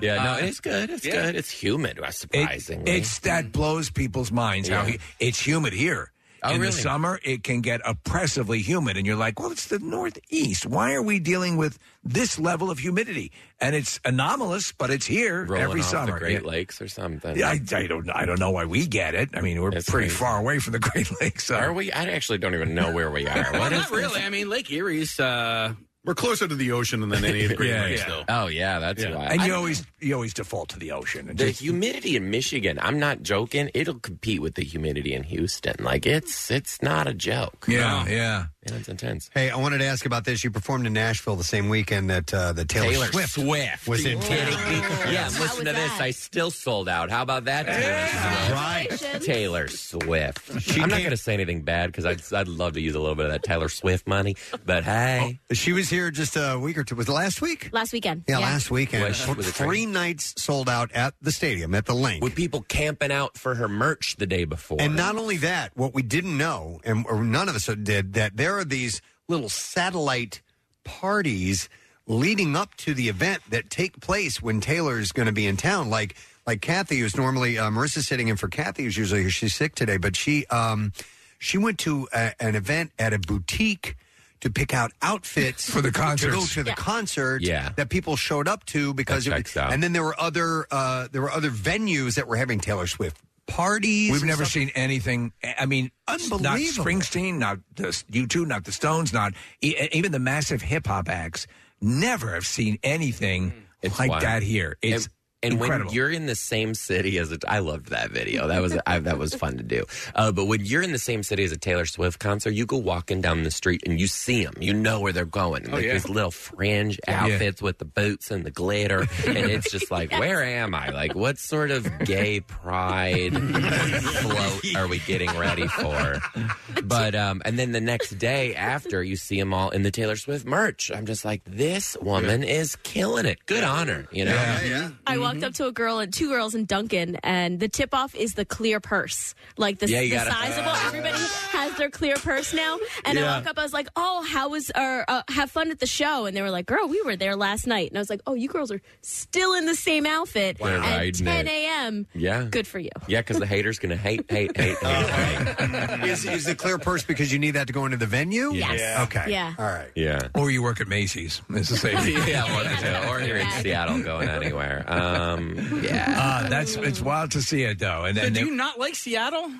Yeah, no, Uh, it's good. It's yeah. good. It's humid. Surprisingly, It's that blows people's minds how Yeah. he, it's humid here. Oh, in really? the summer, it can get oppressively humid, and you're like, "Well, it's the Northeast. Why are we dealing with this level of humidity?" And it's anomalous, but it's here rolling every off summer. the Great Yeah. Lakes or something. Yeah, I, I don't. I don't know why we get it. I mean, we're pretty far away from the Great Lakes. so- Are we? I actually don't even know where we are. What is Not really. I mean, Lake Erie's. Uh, We're closer to the ocean than any of the Great Lakes, though. Oh yeah, that's why. And I- you always you always default to the ocean. And the just- humidity in Michigan, I'm not joking. It'll compete with the humidity in Houston. Like it's it's not a joke. Yeah, yeah. And it's intense. Hey, I wanted to ask about this. You performed in Nashville the same weekend that uh, the Taylor, Taylor Swift, Swift was in. Kidding me? Yeah, How listen to this. I still sold out. How about that? Taylor Swift? Taylor Swift. I'm not going to say anything bad because I'd, I'd love to use a little bit of that Taylor Swift money. But hey, She was here just a week or two. Was it last week? Last weekend. Yeah, last weekend. Was- was it three nights sold out at the stadium at the link. with people camping out for her merch the day before, And not only that, what we didn't know, and or none of us did, that there are these little satellite parties leading up to the event that take place when Taylor's going to be in town. Like like Kathy, who's normally uh, Marissa's sitting in for Kathy, who's usually here. She's sick today, but she um she went to a, an event at a boutique. To pick out outfits For the to go concerts. to the concert Yeah. that people showed up to because it, checks out. and then there were other uh, there were other venues that were having Taylor Swift parties. We've and never stuff. seen anything. I mean, Not Unbelievable. Springsteen, not the U2, not the Stones, not e- even the massive hip hop acts. Never have seen Mm. anything like Wow. that here. It's and, and incredible. when you're in the same city as a, I loved that video. That was I, that was fun to do. Uh, but when you're in the same city as a Taylor Swift concert, you go walking down the street and you see them. You know where they're going. like yeah. these little fringe Yeah. outfits with the boots and the glitter, and it's just like, where am I? Like, what sort of gay pride float are we getting ready for? But um, and then the next day after, you see them all in the Taylor Swift merch. I'm just like, this woman is killing it. Good on her, you know. I walked Mm-hmm. up to a girl and two girls in Duncan, and the tip off is the clear purse, like the, Yeah, you the gotta- uh, sizable. everybody has their clear purse now, and Yeah. I woke up. I was like, "Oh, how was? Or uh, have fun at the show?" And they were like, "Girl, we were there last night." And I was like, "Oh, you girls are still in the same outfit They're at riding 10 it. a.m. Yeah. good for you." Yeah, because the haters gonna hate, hate, hate, hate. is, is the clear purse because you need that to go into the venue? Yes. Yeah. Okay. Yeah. All right. yeah. or you work at Macy's. It's the same. thing. Yeah, one or two. Or you're in Seattle going anywhere. Um, yeah. Uh, that's it's wild to see it though. And so then do you not like Seattle?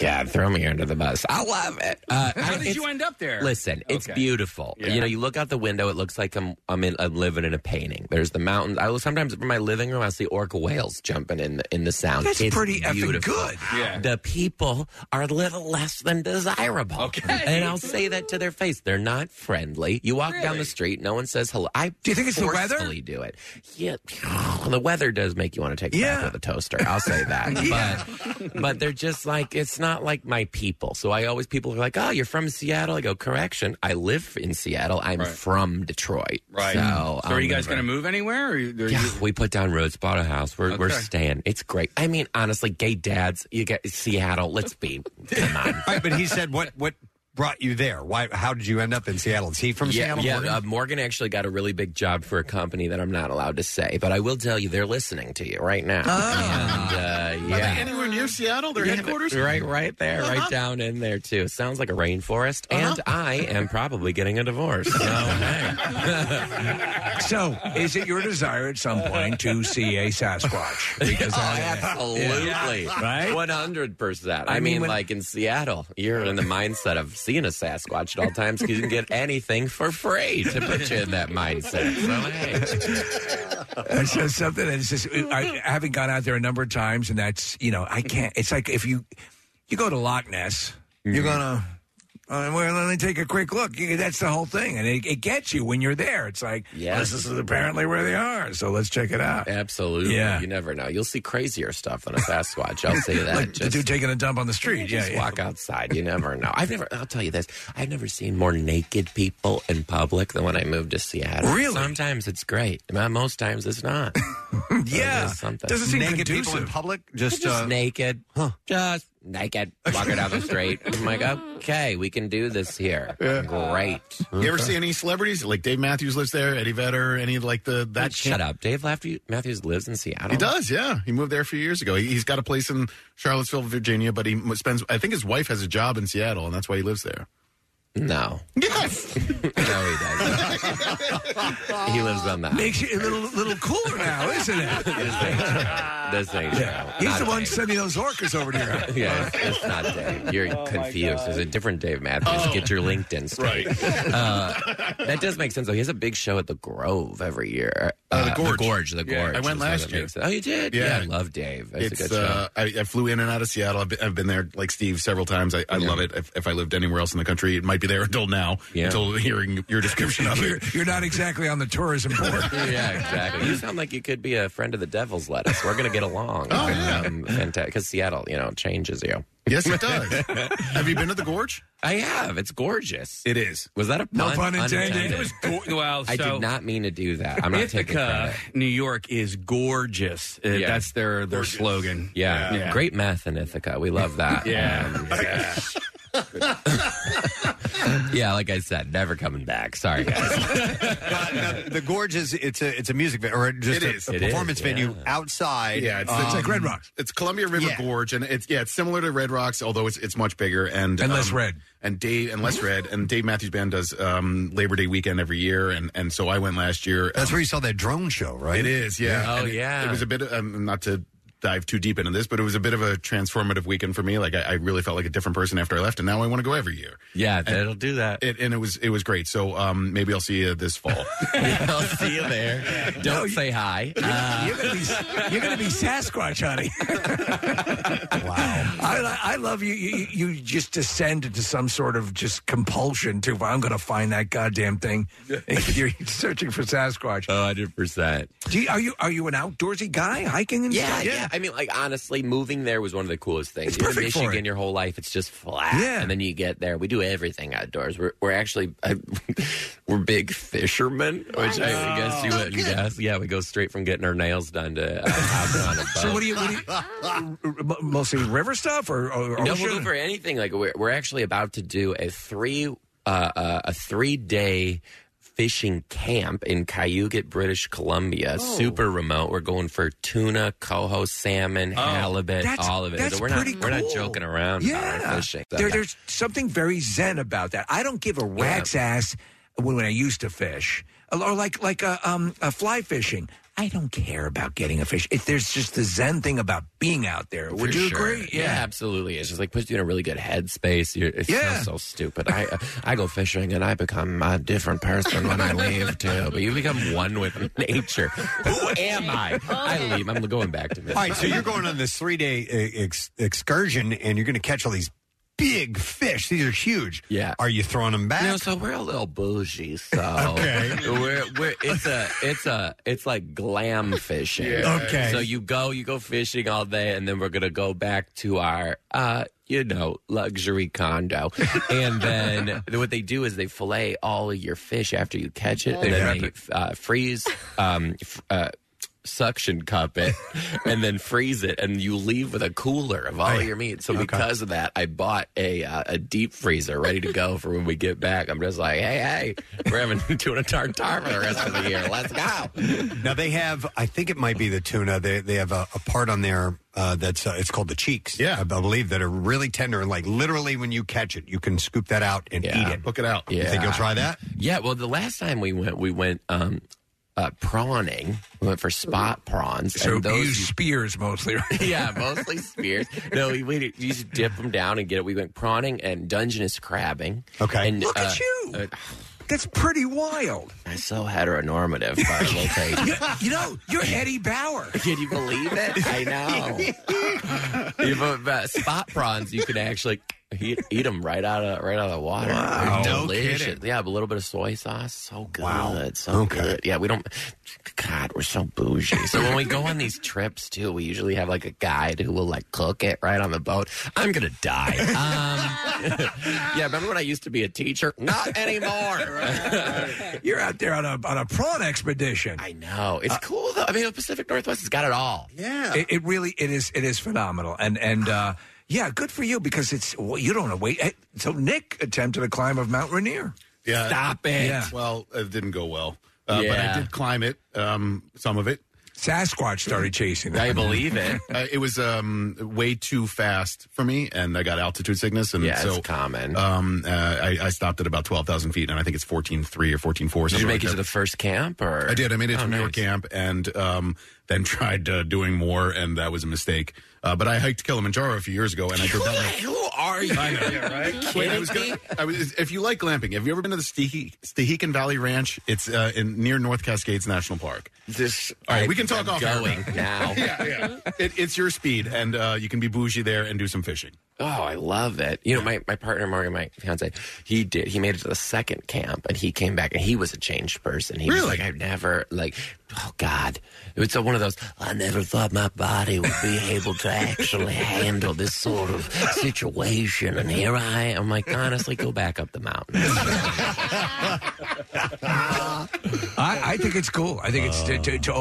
God, throw me under the bus. I love it. Uh, How did it's- you end up there? Listen, it's Okay. beautiful. Yeah. You know, you look out the window. It looks like I'm I'm, in, I'm living in a painting. There's the mountains. I will sometimes from my living room. I will see orca whales jumping in the in the sound. That's It's pretty effing beautiful. good. Yeah. The people are a little less than desirable. Okay. And I'll say that to their face. They're not friendly. You walk down the street, no one says hello. I do you think it's the weather? Do it. Yeah. The weather does make you want to take a bath with a toaster. I'll say that. Yeah. But but they're just like it's not like my people. So I always people are like, "Oh, you're from Seattle." I go, "Correction, I live in Seattle. I'm from Detroit." Right. So, So are you guys going to move anywhere? Or are you, yeah, we put down roads, bought a house. We're, we're Okay. staying. It's great. I mean, honestly, gay dads, you get Seattle. Let's be. All right, but he said, "What what brought you there? Why? How did you end up in Seattle? Is he from yeah, Seattle? yeah. Morgan? uh, Morgan actually got a really big job for a company that I'm not allowed to say, but I will tell you, they're listening to you right now. And, uh, Are yeah. they anywhere near Seattle? Their Yeah, headquarters? Right, right there, right down in there too. Sounds like a rainforest, and I am probably getting a divorce. So, hey. so, is it your desire at some point to see a Sasquatch? Because oh, I- absolutely, Yeah. Right? One hundred percent. I, I mean, mean, when- like in Seattle, you're in the mindset of seeing a Sasquatch at all times because you can get anything for free to put you in that mindset. So, hey. That's just something that's just I, having gone out there a number of times, and that's you know I can't. It's like if you you go to Loch Ness, Mm-hmm. you're gonna. Uh, well, let me take a quick look. You- That's the whole thing, and it, it gets you when you're there. It's like, Yeah. yes, this is apparently where they are. So let's check it out. Absolutely. Yeah. You never know. You'll see crazier stuff than a Sasquatch. I'll say that. Like the Just- dude taking a dump on the street. Yeah, just yeah. walk outside. You never know. I've never. I'll tell you this. I've never seen more naked people in public than when I moved to Seattle. Really? Sometimes it's great. Mo- Most times it's not. yeah. Doesn't seem naked conducive. people in public. Just, uh, naked. Just naked. Walking down the street. I'm like, okay, we can do this here. Great. You ever see any celebrities like Dave Matthews lives there, Eddie Vedder, any like the that? Shut up, Dave Matthews. Matthews lives in Seattle. He does, yeah. He moved there a few years ago. He, he's got a place in Charlottesville, Virginia, but he m- spends. I think his wife has a job in Seattle, and that's why he lives there. No, Yes. no, he lives on the. Makes you a little little cooler now, isn't it? This ain't Seattle. He's Not the one Dave. sending those orcas over to your house. Yeah, it's, it's not Dave. You're Oh confused. There's a different Dave Matthews. Oh. Get your LinkedIn straight. Uh, that does make sense, though. He has a big show at the Grove every year. Uh, the Gorge. The Gorge. The Yeah. Gorge. I went So that last year. makes sense. Oh, you did? Yeah. Yeah. I love Dave. That's it's a good show. uh, I, I flew in and out of Seattle. I've been, I've been there like Steve several times. I, I love it. If, if I lived anywhere else in the country, it might be there until now. Yeah. Until hearing your description of You're, it. you're not exactly on the tourism board. yeah, exactly. You sound like you could be a friend of the Devil's Lettuce. We're gonna get along. Oh yeah, fantastic. Because Seattle, you know, changes you. Yes, it does. have you been to the Gorge? I have. It's gorgeous. It is. Was that a No pun? pun intended. Unintended. It was go- well, I so- did not mean to do that. I'm not taking Ithaca, credit. New York is gorgeous. Uh, Yeah. That's their their slogan. Yeah. great math in Ithaca. We love that. Yeah. Um, yeah. Yeah, like I said, never coming back. Sorry, guys. uh, the gorge is it's a it's a music venue or just It a, is. a It is, performance yeah. venue outside. Yeah, it's, um, it's like Red Rocks. It's Columbia River Yeah. Gorge, and it's yeah, it's similar to Red Rocks, although it's it's much bigger and um, And less red. And Dave and less red. And Dave Matthews Band does um, Labor Day weekend every year, and and so I went last year. That's where you saw that drone show, right? It is, yeah. Yeah. Oh, And it, yeah. It was a bit of, um, not to dive too deep into this, but it was a bit of a transformative weekend for me. Like I, I really felt like a different person after I left, and now I want to go every year. Yeah, that'll do that. It, and it was it was great. So um, maybe I'll see you this fall. I'll see you there. Don't say hi. Uh, You're gonna be you're gonna be Sasquatch, honey. wow, I, li- I love you. you. you- You just descend into some sort of just compulsion to. I'm gonna find that goddamn thing. You're searching for Sasquatch. hundred percent. Do you, are you are you an outdoorsy guy hiking and Yeah, stuff? yeah, I mean, like honestly, moving there was one of the coolest things. It's You're perfect for in Michigan it. your whole life, it's just flat. Yeah. and then you get there. We do everything outdoors. We're we're actually I, we're big fishermen, which I guess you Oh, wouldn't guess. Yeah, we go straight from getting our nails done to uh, hopping on a boat. So what do you? What do you r- r- mostly river stuff or, or no, ocean? we'll go for anything. Like we're, we're actually about to do a three uh, uh, a three day fishing camp in Cayuga, British Columbia. Oh. Super remote. We're going for tuna, coho, salmon, halibut, Oh. that's- all of it. that's so we're not pretty we're not cool. joking around. about our Yeah. fishing. So, There- yeah. there's something very zen about that. I don't give a rat's ass when, when I used to fish, or like like uh, um, uh, fly fishing. I don't care about getting a fish. It, there's just the zen thing about being out there. Would For you sure. agree? Yeah. absolutely. It's just like puts you in a really good headspace. You're, it Yeah. sounds so stupid. I I go fishing and I become a different person when I leave too. But you become one with nature. Who am I? I leave. I'm going back to All this. right, so you're going on this three day ex- excursion, and you're going to catch all these big fish. These are huge. Yeah. Are you throwing them back? No, so we're a little bougie. So Okay. we're, we're it's a it's a it's like glam fishing. Yeah. Okay. so you go you go fishing all day, and then we're gonna go back to our uh you know luxury condo, and then what they do is they fillet all of your fish after you catch it, and then they uh, freeze. Um, f- uh, Suction cup it and then freeze it, and you leave with a cooler of all Oh, Right. your meat. So Okay. because of that, I bought a uh, a deep freezer ready to go for when we get back. I'm just like, hey, hey, we're having doing a tartar for the rest of the year. Let's go. Now they have, I think it might be the tuna. They they have a, a part on there uh, that's uh, it's called the cheeks. Yeah, I believe that are really tender and like literally when you catch it, you can scoop that out and eat it. Look it out. You think you'll try that? Yeah. Well, the last time we went, we went um, uh, prawning. We went for spot prawns. So and you those use spears mostly, right? yeah, mostly spears. No, we, we you just dip them down and get it. We went prawning and dungeness crabbing. Okay, and, Look at you. That's pretty wild. I'm so heteronormative, but I will take You, it. you know, you're Eddie Bauer. Can you believe it? I know. You put, uh, spot prawns, you can actually eat, eat them right out of right out of the water. Wow. They're No delicious. kidding. Yeah, but a little bit of soy sauce, so good. So good. Yeah, we don't. God, we're so bougie. So when we go on these trips too, we usually have like a guide who will like cook it right on the boat. I'm gonna die. Um, yeah, remember when I used to be a teacher? Not anymore. Um, You're out there on a on a prawn expedition. I know. It's cool though. I mean, the Pacific Northwest has got it all. Yeah. It, it really it is it is phenomenal. And and uh yeah, good for you because it's well, you don't know wait. eh, So Nick attempted a climb of Mount Rainier. Yeah. Stop it. Yeah. Well, it didn't go well. Uh, But Yeah. I did climb it, um, some of it. Sasquatch started chasing. it. I believe it. Uh, it was um, way too fast for me, and I got altitude sickness, and Yeah, so it's common. Um, uh, I, I stopped at about twelve thousand feet, and I think it's fourteen three or fourteen four. Did you make it to the first camp? Or I did. I made it to Oh, New York nice. camp, and um, then tried uh, doing more, and that was a mistake. Uh, but I hiked Kilimanjaro a few years ago, and I did that. Who are you? I know, yeah, right? Wait, I was gonna, I was, if you like glamping, have you ever been to the Stehe- Stehekin Valley Ranch? It's uh, in near North Cascades National Park. This, all right, I- we can talk I'm off going air. now. yeah, yeah. It, it's your speed, and uh, you can be bougie there and do some fishing. Oh, I love it. You know, my, my partner, Mario, my fiance, he did. He made it to the second camp and he came back and he was a changed person. He was like, I've never, like, oh God. It's one of those, I never thought my body would be able to actually handle this sort of situation. And here I am. I'm like, honestly, go back up the mountain. I, I think it's cool. I think it's to, to, to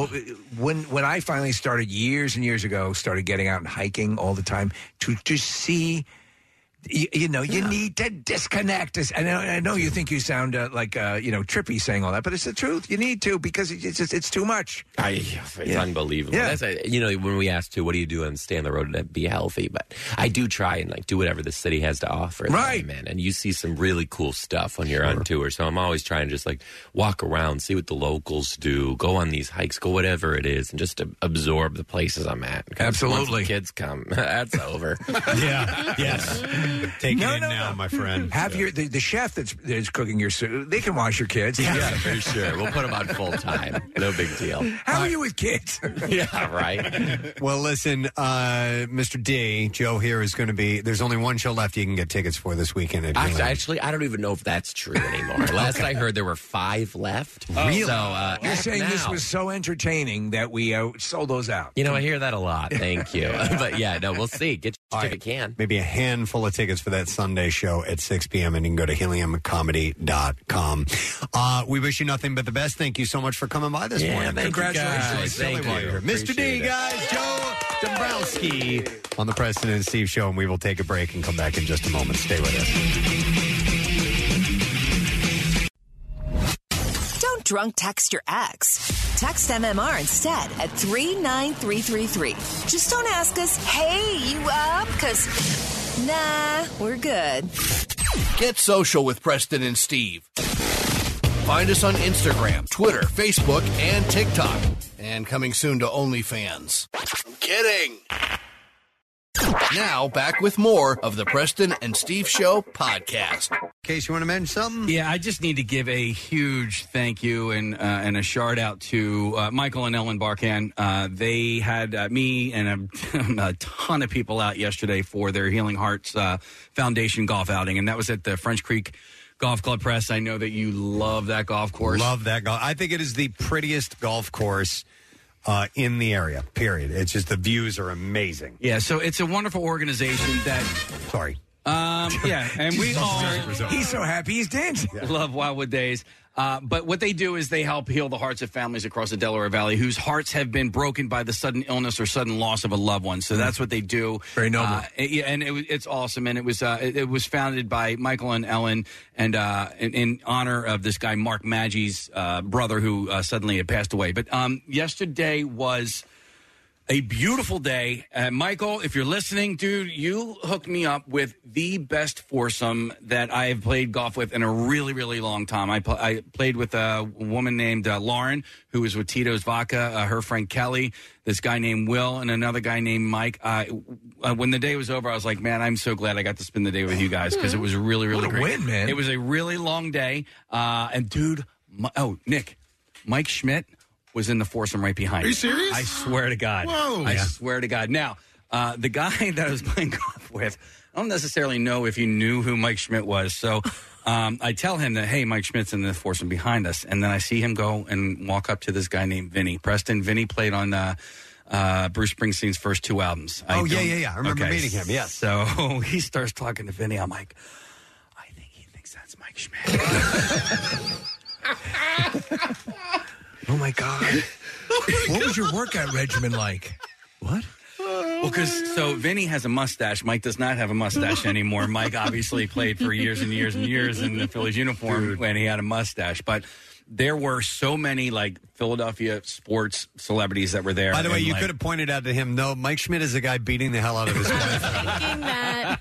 when when I finally started years and years ago started getting out and hiking all the time to just see. You, you know, you need to disconnect. Us. And I, I know you think you sound uh, like uh, you know trippy saying all that, but it's the truth. You need to because it's just it's too much. I, it's Yeah. unbelievable. Yeah. That's a, you know, when we asked too, what do you do and stay on the road and be healthy? But I do try and like do whatever the city has to offer. Right. man. And you see some really cool stuff when you're on tour. So I'm always trying to just like walk around, see what the locals do, go on these hikes, go whatever it is, and just ab- absorb the places I'm at. 'Cause once the Absolutely. kids come. that's over. yeah. Yes. Take it in now, my friend. Have your the, the chef that's, that's cooking your soup. They can wash your kids. Yeah, for sure. We'll put them on full time. No big deal. How are you with kids? yeah, right. Well, listen, uh, Mr. D, Joe here is going to be. There's only one show left you can get tickets for this weekend. At Actually, actually, I don't even know if that's true anymore. Last I heard, there were five left. So, uh, You're act saying this now. was so entertaining that we uh, sold those out. You know, I hear that a lot. Thank you. but yeah, no, we'll see. Get your if you can. maybe a handful of tickets for that Sunday show at 6 p.m. And you can go to heliumcomedy.com. Uh, we wish you nothing but the best. Thank you so much for coming by this Yeah, morning. thank you, guys. Silly Thank Walker. you. Mr. D, Appreciate it. guys, Joe Dombrowski on the Preston and Steve show. And we will take a break and come back in just a moment. Stay with us. Don't drunk text your ex. Text MMR instead at 39333. Just don't ask us, hey, you up? Because, nah, we're good. Get social with Preston and Steve. Find us on Instagram, Twitter, Facebook, and TikTok. and coming soon to OnlyFans. I'm kidding. Now, back with more of the Preston and Steve Show podcast. case you want to mention something? Yeah, I just need to give a huge thank you and uh, and a shout out to uh, Michael and Ellen Barkan. Uh, they had uh, me and a, a ton of people out yesterday for their Healing Hearts uh, Foundation golf outing, and that was at the French Creek Golf Club Press. I know that you love that golf course. Love that golf. I think it is the prettiest golf course uh, in the area. Period. It's just the views are amazing. Yeah, so it's a wonderful organization that. Sorry. Um, yeah, and we all. He's so happy he's dancing. Love Wildwood Days. Uh, but what they do is they help heal the hearts of families across the Delaware Valley whose hearts have been broken by the sudden illness or sudden loss of a loved one. So that's what they do. Very noble. Uh, it- yeah, and it, was- it's awesome. And it was uh, it, it was founded by Michael and Ellen, and uh, in, in honor of this guy Mark Maggie's uh, brother who uh, suddenly had passed away. But um, yesterday was a beautiful day. Uh, Michael, if you're listening, dude, you hooked me up with the best foursome that I have played golf with in a really, really long time. I, pl- I played with a woman named uh, Lauren, who was with Tito's Vodka, uh, her friend Kelly, this guy named Will, and another guy named Mike. Uh, uh, when the day was over, I was like, man, I'm so glad I got to spend the day with you guys because it was really, really What a great. win, man. It was a really long day. Uh, and, dude, my, oh, Nick, Mike Schmidt was in the foursome right behind Are you me. serious? I swear to God. Whoa. I Yeah. swear to God. Now, uh, the guy that I was playing golf with, I don't necessarily know if he knew who Mike Schmidt was. So um, I tell him that, hey, Mike Schmidt's in the foursome behind us. And then I see him go and walk up to this guy named Vinny. Preston, Vinny played on uh, uh, Bruce Springsteen's first two albums. I Oh, yeah, don't- yeah, yeah. I remember meeting him, yes. So Oh, he starts talking to Vinny. I'm like, Oh my god! what was your workout regimen like? Well, because so Vinny has a mustache. Mike does not have a mustache anymore. Mike obviously played for years and years and years in the Phillies uniform when he had a mustache. But there were so many like Philadelphia sports celebrities that were there. By the way, and, you like- could have pointed out to him, no, Mike Schmidt is a guy beating the hell out of his wife. Thinking that.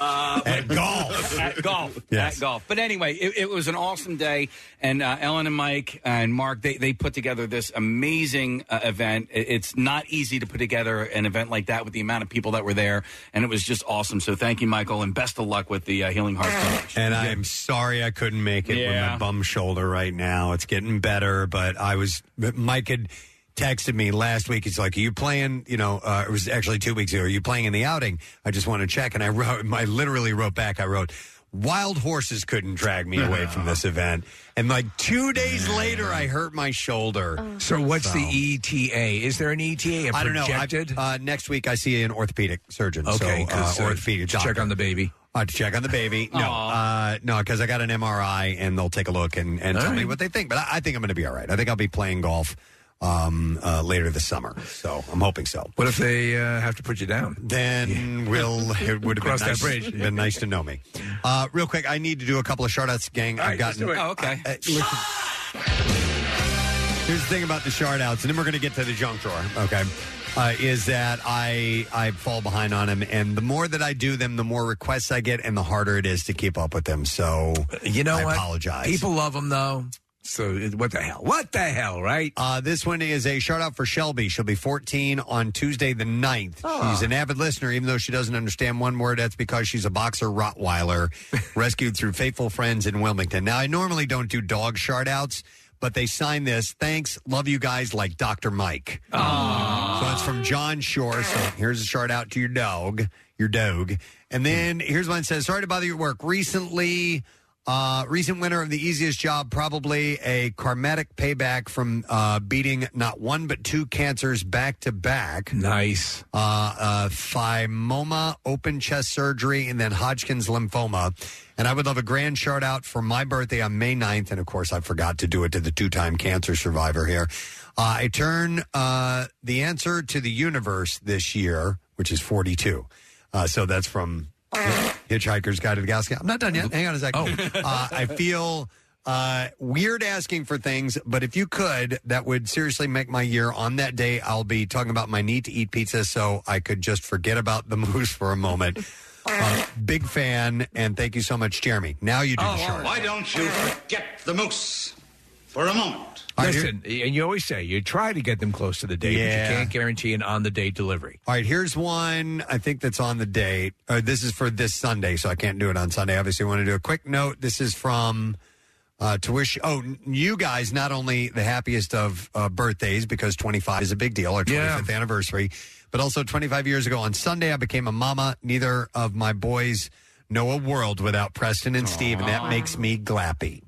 at golf. At golf. Yes. At golf. But anyway, it, it was an awesome day. And uh, Ellen and Mike and Mark, they, they put together this amazing uh, event. It- it's not easy to put together an event like that with the amount of people that were there. And it was just awesome. So thank you, Michael, and best of luck with the uh, Healing Hearts Foundation. And I'm sorry I couldn't make it with Yeah. my bum shoulder right now. It's getting better, but I was Mike had texted me last week. He's like, "Are you playing?" You know, uh, it was actually two weeks ago. Are you playing in the outing? I just want to check. And I wrote, I literally wrote back. I wrote, "Wild horses couldn't drag me away from this event." And like two days later, I hurt my shoulder. So what's So- the ETA? Is there an ETA? A I don't know. I- projected? uh, next week, I see an orthopedic surgeon. Okay, so, uh, 'cause, uh, orthopedic to check doctor. on the baby. Uh, to check on the baby. No, uh, no, because I got an MRI, and they'll take a look and, and All tell me right. what they think. But I, I think I'm going to be all right. I think I'll be playing golf um, uh, later this summer. So I'm hoping so. What if they uh, have to put you down? Then we'll it would have Cross been nice, that bridge. been nice to know me. Uh, real quick, I need to do a couple of shout outs, gang. I've let's gotten. do it. Oh, okay. I- I- listen. Here's the thing about the shard outs, and then we're going to get to the junk drawer. Okay, uh, is that I I fall behind on them, and the more that I do them, the more requests I get, and the harder it is to keep up with them. So You know I what? apologize. People love them though. So it- what the hell? What the hell, right? Uh, this one is a shout out for Shelby. She'll be 14 on Tuesday the 9th. Ah. She's an avid listener, even though she doesn't understand one word. That's because she's a boxer Rottweiler rescued through faithful friends in Wilmington. Now, I normally don't do dog shout outs, but they signed this. Thanks. Love you guys like Dr. Mike. Ah. So it's from John Shore. So here's a shout out to your dog, your dog. And then here's one that says, sorry to bother your work. Recently, uh, recent winner of the easiest job, probably a karmatic payback from uh, beating not one but two cancers back to back. Nice. Uh, uh, thymoma, open chest surgery, and then Hodgkin's lymphoma. And I would love a grand shout out for my birthday on May 9th. And of course, I forgot to do it to the two time cancer survivor here. Uh, I turn uh, the answer to the universe this year, which is 42. Uh, so that's from Hitchhiker's Guide to the Galaxy. I'm not done yet. Hang on a second. Uh, I feel uh, weird asking for things, but if you could, that would seriously make my year. On that day, I'll be talking about my need to eat pizza, so I could just forget about the moose for a moment. Uh, big Oh, Oh, fan, and thank you so much, Jeremy. Now you do the show. why don't you forget the moose? for a moment. Listen, and you always say you try to get them close to the date, Yeah. but you can't guarantee an on the date delivery. All right, here's one I think that's on the date. Uh, this is for this Sunday, so I can't do it on Sunday. Obviously, I want to do a quick note. This is from uh, Tuition. Oh, n- you guys, not only the happiest of uh, birthdays because 25 is a big deal, our 25th anniversary, but also 25 years ago on Sunday, I became a mama. Neither of my boys know a world without Preston and Steve, and that makes me glappy.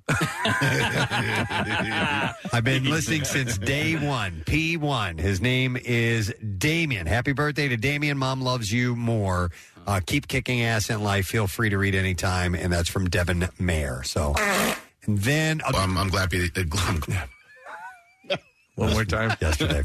I've been listening since day one. P1. His name is Damien. Happy birthday to Damien. Mom loves you more. Uh, keep kicking ass in life. Feel free to read anytime. And that's from Devin Mayer. So, and then I'm, I'm glad. That, uh, gl- I'm glad. One more time. Yesterday.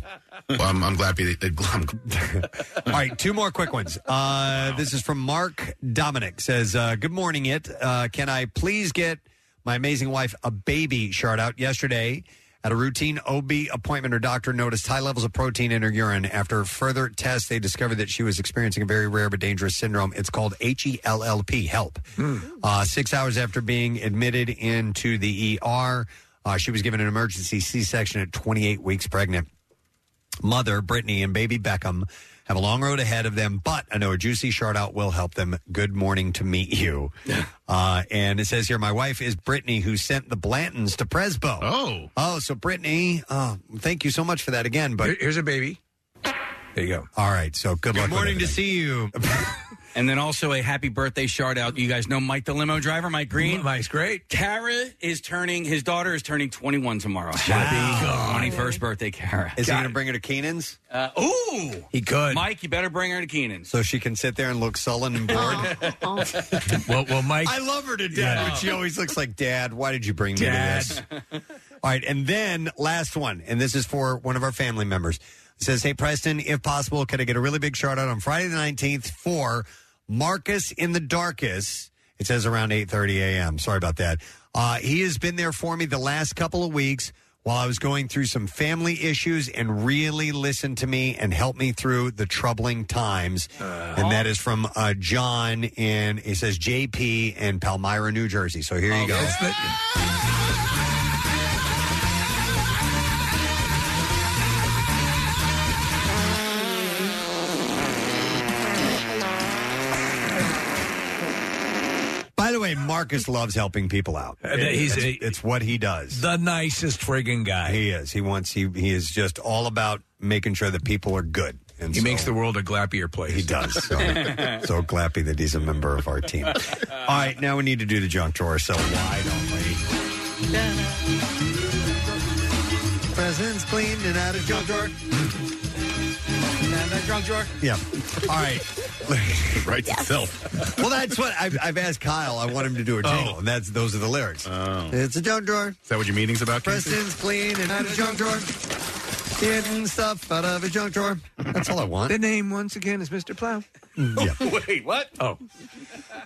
Well, I'm, I'm glad. That, uh, gl- I'm, All right, two more quick ones. Uh, This is from Mark Dominic. Says, uh, "Good morning, it. Uh, can I please get my amazing wife a baby shard out yesterday?" At a routine OB appointment, her doctor noticed high levels of protein in her urine. After further tests, they discovered that she was experiencing a very rare but dangerous syndrome. It's called E HELLP, HELP. Hmm. Uh, six hours after being admitted into the ER, uh, she was given an emergency C section at 28 weeks pregnant mother, Brittany, and baby Beckham have a long road ahead of them, but I know a juicy shout out will help them. Good morning to meet you. Uh, and it says here, my wife is Brittany, who sent the Blantons to Presbo. Oh. Oh, so Brittany, uh, thank you so much for that again. But Here's a baby. There you go. All right, so good, luck. with morning everything. see you. and then also a happy birthday shout out. You guys know Mike the limo driver, Mike Green. Mike's great. Kara is turning, his daughter is turning 21 tomorrow. Happy 21st birthday, Kara. Is he going to bring her to Keenan's? Uh, ooh! He could. Mike, you better bring her to Keenan's. So she can sit there and look sullen and bored. well, well, Mike. I love her to death, Yeah. but she always looks like, Dad, why did you bring me to this? All right, and then last one, and this is for one of our family members. It says, "Hey Preston, if possible, could I get a really big shout out on Friday the nineteenth for Marcus in the Darkest?" It says around eight thirty a.m. Sorry about that. Uh, he has been there for me the last couple of weeks while I was going through some family issues and really listened to me and helped me through the troubling times. and that is from uh, John in it says JP in Palmyra, New Jersey. So here you go. By the way, Marcus loves helping people out. Uh, he's it's, a- it's what he does. The nicest friggin' guy. He is. He wants. He he is just all about making sure that people are good. And he so- makes the world a glappier place. He does. So, so glappy that he's a member of our team. All right, now we need to do the junk drawer. So why don't we? Presents clean and out of junk drawer. Drunk drawer. Yeah. All right. right itself. Well, that's what I've, I've asked Kyle. I want him to do a jingle, and Oh, that's those are the lyrics. It's a junk drawer. Oh. Is that what your meeting's about? Casey? Preston's clean and out of junk drawer. Getting stuff out of a junk drawer. That's all I want. The name once again is Mr. Plow. Wait, what? Oh.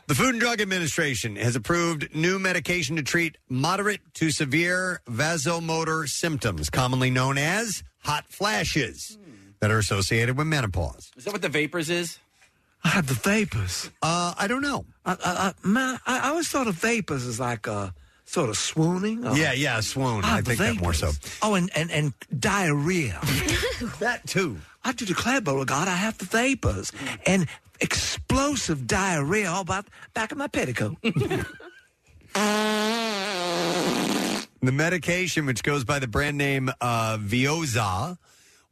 The Food and Drug Administration has approved new medication to treat moderate to severe vasomotor symptoms, commonly known as hot flashes, that are associated with menopause. Is that what the vapors is? I had the vapors. Uh, I don't know. I, I, I, man, I, I always thought of vapors as like a sort of swooning. or- Yeah, yeah, swoon. Ah, Oh, I the think that more so. Oh, and, and, and diarrhea. that too. I do declare, Beauregard, I have the vapors and explosive diarrhea all about back of my petticoat. The medication, which goes by the brand name uh, Vioza,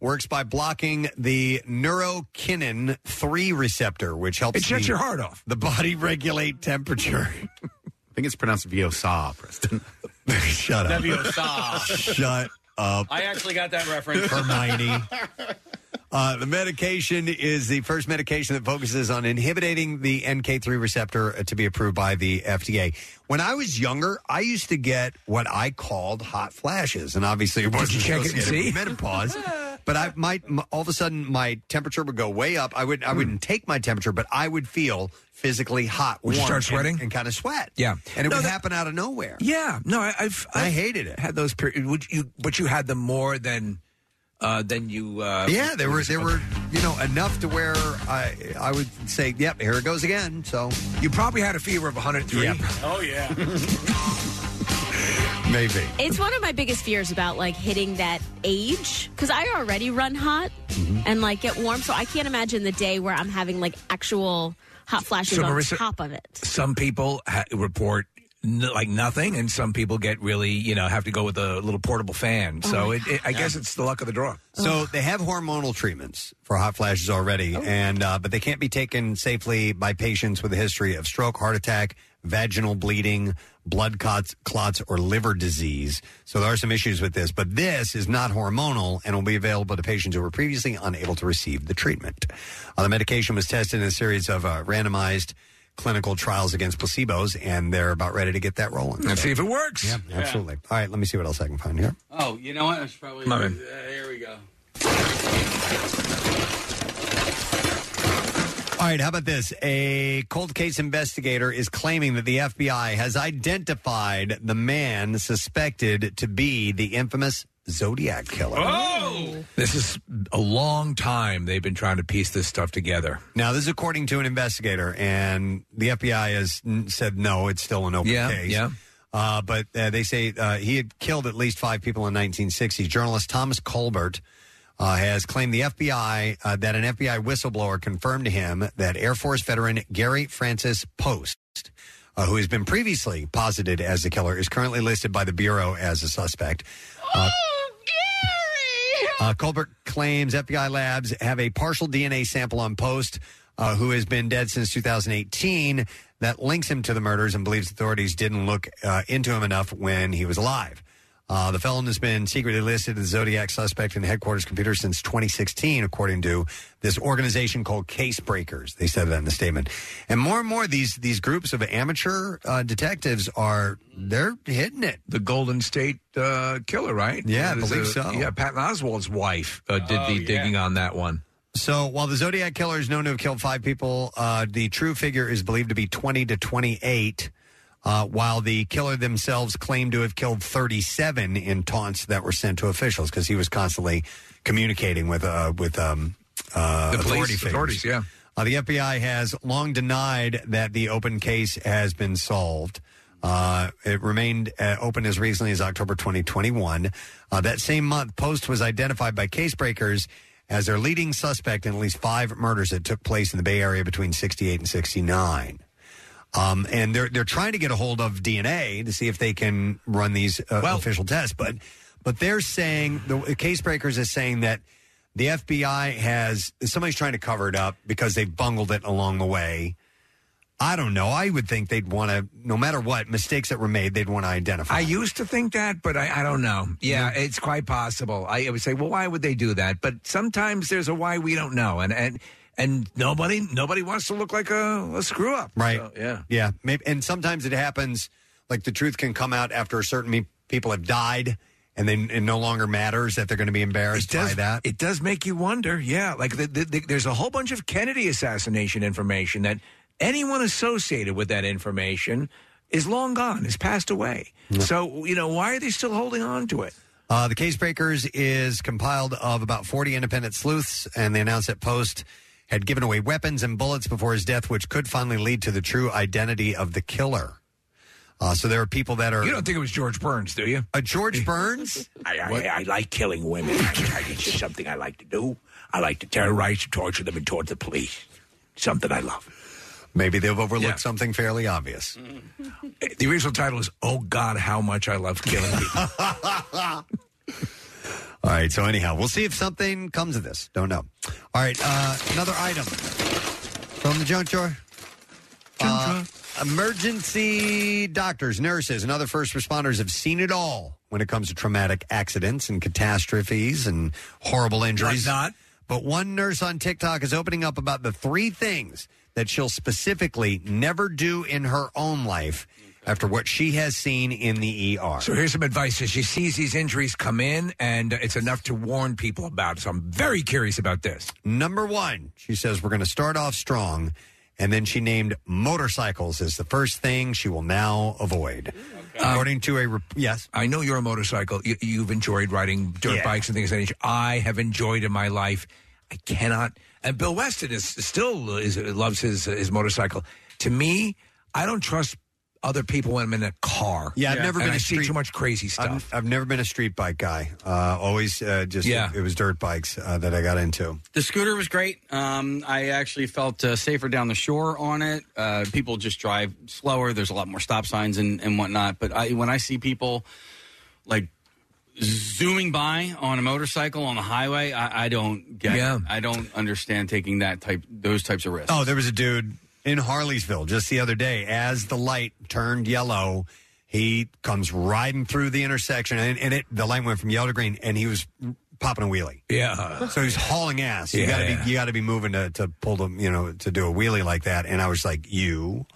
works by blocking the neurokinin 3 receptor, which helps It shuts the- your heart off. the body regulate temperature. I think it's pronounced Viosa, Preston. Shut up. Leviosa. Shut up. I actually got that reference. Oh. Hermione. Uh, the medication is the first medication that focuses on inhibiting the NK3 receptor uh, to be approved by the FDA. When I was younger, I used to get what I called hot flashes, and obviously it wasn't check it and associated with see? menopause. But I might m- all of a sudden my temperature would go way up. I would Hmm. I wouldn't take my temperature, but I would feel physically hot, Would you warm, start sweating? and, kind of sweat. Yeah. and it No, would that- happen out of nowhere. Yeah, no, I, I've, I've I hated it. Had those periods, would you? But you had them more than uh, than you. Uh, yeah, there were there were you know enough to where I I would say, yep, here it goes again. So You probably had a fever of 103. Yep. Oh, yeah. Maybe. It's one of my biggest fears about like hitting that age because I already run hot Mm-hmm. and like get warm, so I can't imagine the day where I'm having like actual hot flashes So, on Marissa- top of it. Some people ha- report n- like nothing, and some people get really, you know, have to go with a little portable fan. Oh so my it, it, I guess it's the luck of the draw. So they have hormonal treatments for hot flashes already, Oh. and uh, but they can't be taken safely by patients with a history of stroke, heart attack, vaginal bleeding, blood clots, clots, or liver disease. So there are some issues with this, but this is not hormonal and will be available to patients who were previously unable to receive the treatment. Uh, the medication was tested in a series of uh, randomized clinical trials against placebos, and they're about ready to get that rolling. Let's see if it works. Yeah, absolutely. All right, let me see what else I can find here. Oh, you know what? It's probably. Come on, uh, man. here we go. All right, how about this? A cold case investigator is claiming that the FBI has identified the man suspected to be the infamous Zodiac killer. Oh! This is a long time they've been trying to piece this stuff together. Now, this is according to an investigator, and the FBI has n- said no, it's still an open Yeah, case. yeah. Uh, but uh, they say uh, he had killed at least five people in 1960. Journalist Thomas Colbert uh, has claimed the FBI uh, that an FBI whistleblower confirmed to him that Air Force veteran Gary Francis Post, uh, who has been previously posited as the killer, is currently listed by the bureau as a suspect. Uh, uh, Colbert claims FBI labs have a partial DNA sample on Post, uh, who has been dead since 2018, that links him to the murders and believes authorities didn't look uh, into him enough when he was alive. Uh, the felon has been secretly listed as a Zodiac suspect in the headquarters computer since 2016, according to this organization called Case Breakers. They said that in the statement. And more and more, these these groups of amateur uh, detectives are they're hitting it. The Golden State uh, Killer, right? Yeah, I There's believe a- so. Yeah, Patton Oswald's wife uh, did the digging on that one. So while the Zodiac killer is known to have killed five people, uh, the true figure is believed to be 20 to 28. Uh, while the killer themselves claim to have killed 37 in taunts that were sent to officials because he was constantly communicating with uh, with um, uh, the authority police figures. authorities, yeah. Uh, the FBI has long denied that the open case has been solved. Uh, it remained uh, open as recently as October 2021. Uh, that same month, Post was identified by casebreakers as their leading suspect in at least five murders that took place in the Bay Area between 68 and 69. Um, and they're they're trying to get a hold of DNA to see if they can run these uh, official tests, but but they're saying the case breakers is saying that the FBI has somebody's trying to cover it up because they bungled it along the way. I don't know. I would think they'd want to, no matter what mistakes that were made, they'd want to identify. I used to think that, but I, I don't know. Yeah, it's quite possible. I, I would say, well, why would they do that? But sometimes there's a why we don't know, and and and nobody nobody wants to look like a, a screw up, Right. So, yeah. Yeah. Maybe, and sometimes it happens like the truth can come out after certain me- people have died and then it no longer matters that they're going to be embarrassed by that. It does make you wonder. Yeah, like the, the, the, there's a whole bunch of Kennedy assassination information that anyone associated with that information is long gone, is passed away. So you know, why are they still holding on to it? Uh, the Case Breakers is compiled of about 40 independent sleuths, and they announced that Post had given away weapons and bullets before his death, which could finally lead to the true identity of the killer. Uh, so there are people that are. You don't think it was George Burns, do you? A George Burns? I, I, I like killing women. I, I, it's just something I like to do. I like to terrorize, torture them, and torture the police. Something I love. Maybe they've overlooked Yeah. Eh, something fairly obvious. The original title is "Oh God, how much I love killing people." All right. So anyhow, we'll see if something comes of this. Don't know. All right. Uh, another item from the junk drawer. Uh, emergency doctors, nurses, and other first responders have seen it all when it comes to traumatic accidents and catastrophes and horrible injuries. Not. But one nurse on TikTok is opening up about the three things that she'll specifically never do in her own life after what she has seen in the ER. so here's some advice: as she sees these injuries come in, and it's enough to warn people about. it. So I'm very curious about this. Number one, she says, we're going to start off strong. And then she named motorcycles as the first thing she will now avoid. According to a. Rep- yes. Um, I know you're a motorcycle. You, you've enjoyed riding dirt Yeah. bikes and things like that. I have enjoyed in my life. I cannot. And Bill Weston is still is, loves his his motorcycle. To me, I don't trust other people when I'm in a car. Yeah, I've never And been I a see street- too much crazy stuff. I've, I've never been a street bike guy. Uh, always uh, just Yeah. it was dirt bikes uh, that I got into. The scooter was great. Um, I actually felt uh, safer down the shore on it. Uh, people just drive slower. There's a lot more stop signs and, and whatnot. But I, when I see people like zooming by on a motorcycle on the highway, I, I don't get. Yeah. It. I don't understand taking that type those types of risks. Oh, there was a dude in Harleysville just the other day. As the light turned yellow, he comes riding through the intersection, and, and it the light went from yellow to green, and he was popping a wheelie. Yeah. So he's hauling ass. You Yeah, gotta yeah. be you gotta be moving to, to pull them, you know, to do a wheelie like that. And I was like, You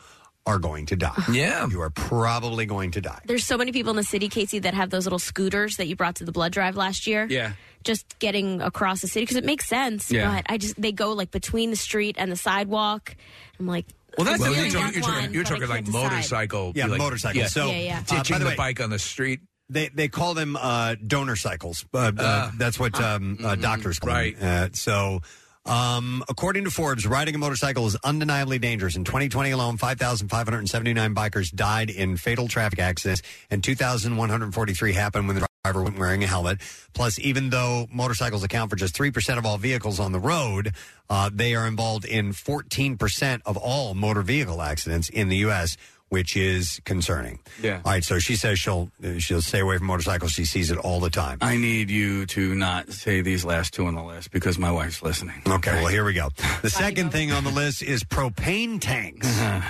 are going to die. Yeah. You are probably going to die. There's so many people in the city, Casey, that have those little scooters that you brought to the blood drive last year. Yeah. Just getting across the city because it makes sense. Yeah. But I just they go like between the street and the sidewalk. I'm like, I you're, really talking, want you're one, talking, you're but I talking like can't decide. motorcycle. Yeah, like, motorcycle. So Yeah, yeah. uh, by Ditching the the, way- bike on the street. They they call them uh, donor cycles. Uh, uh, Ah. that's what um, uh, mm-hmm, doctors call right. Uh, so. Um, according to Forbes, riding a motorcycle is undeniably dangerous. In 2020 alone, 5,579 bikers died in fatal traffic accidents, and 2,143 happened when the driver wasn't wearing a helmet. Plus, even though motorcycles account for just 3% of all vehicles on the road, uh, they are involved in 14% of all motor vehicle accidents in the U.S., which is concerning. Yeah. All right, so she says she'll uh, she'll stay away from motorcycles. She sees it all the time. I need you to not say these last two on the list because my wife's listening. Okay, well here we go. The second thing on the list is propane tanks. Uh-huh.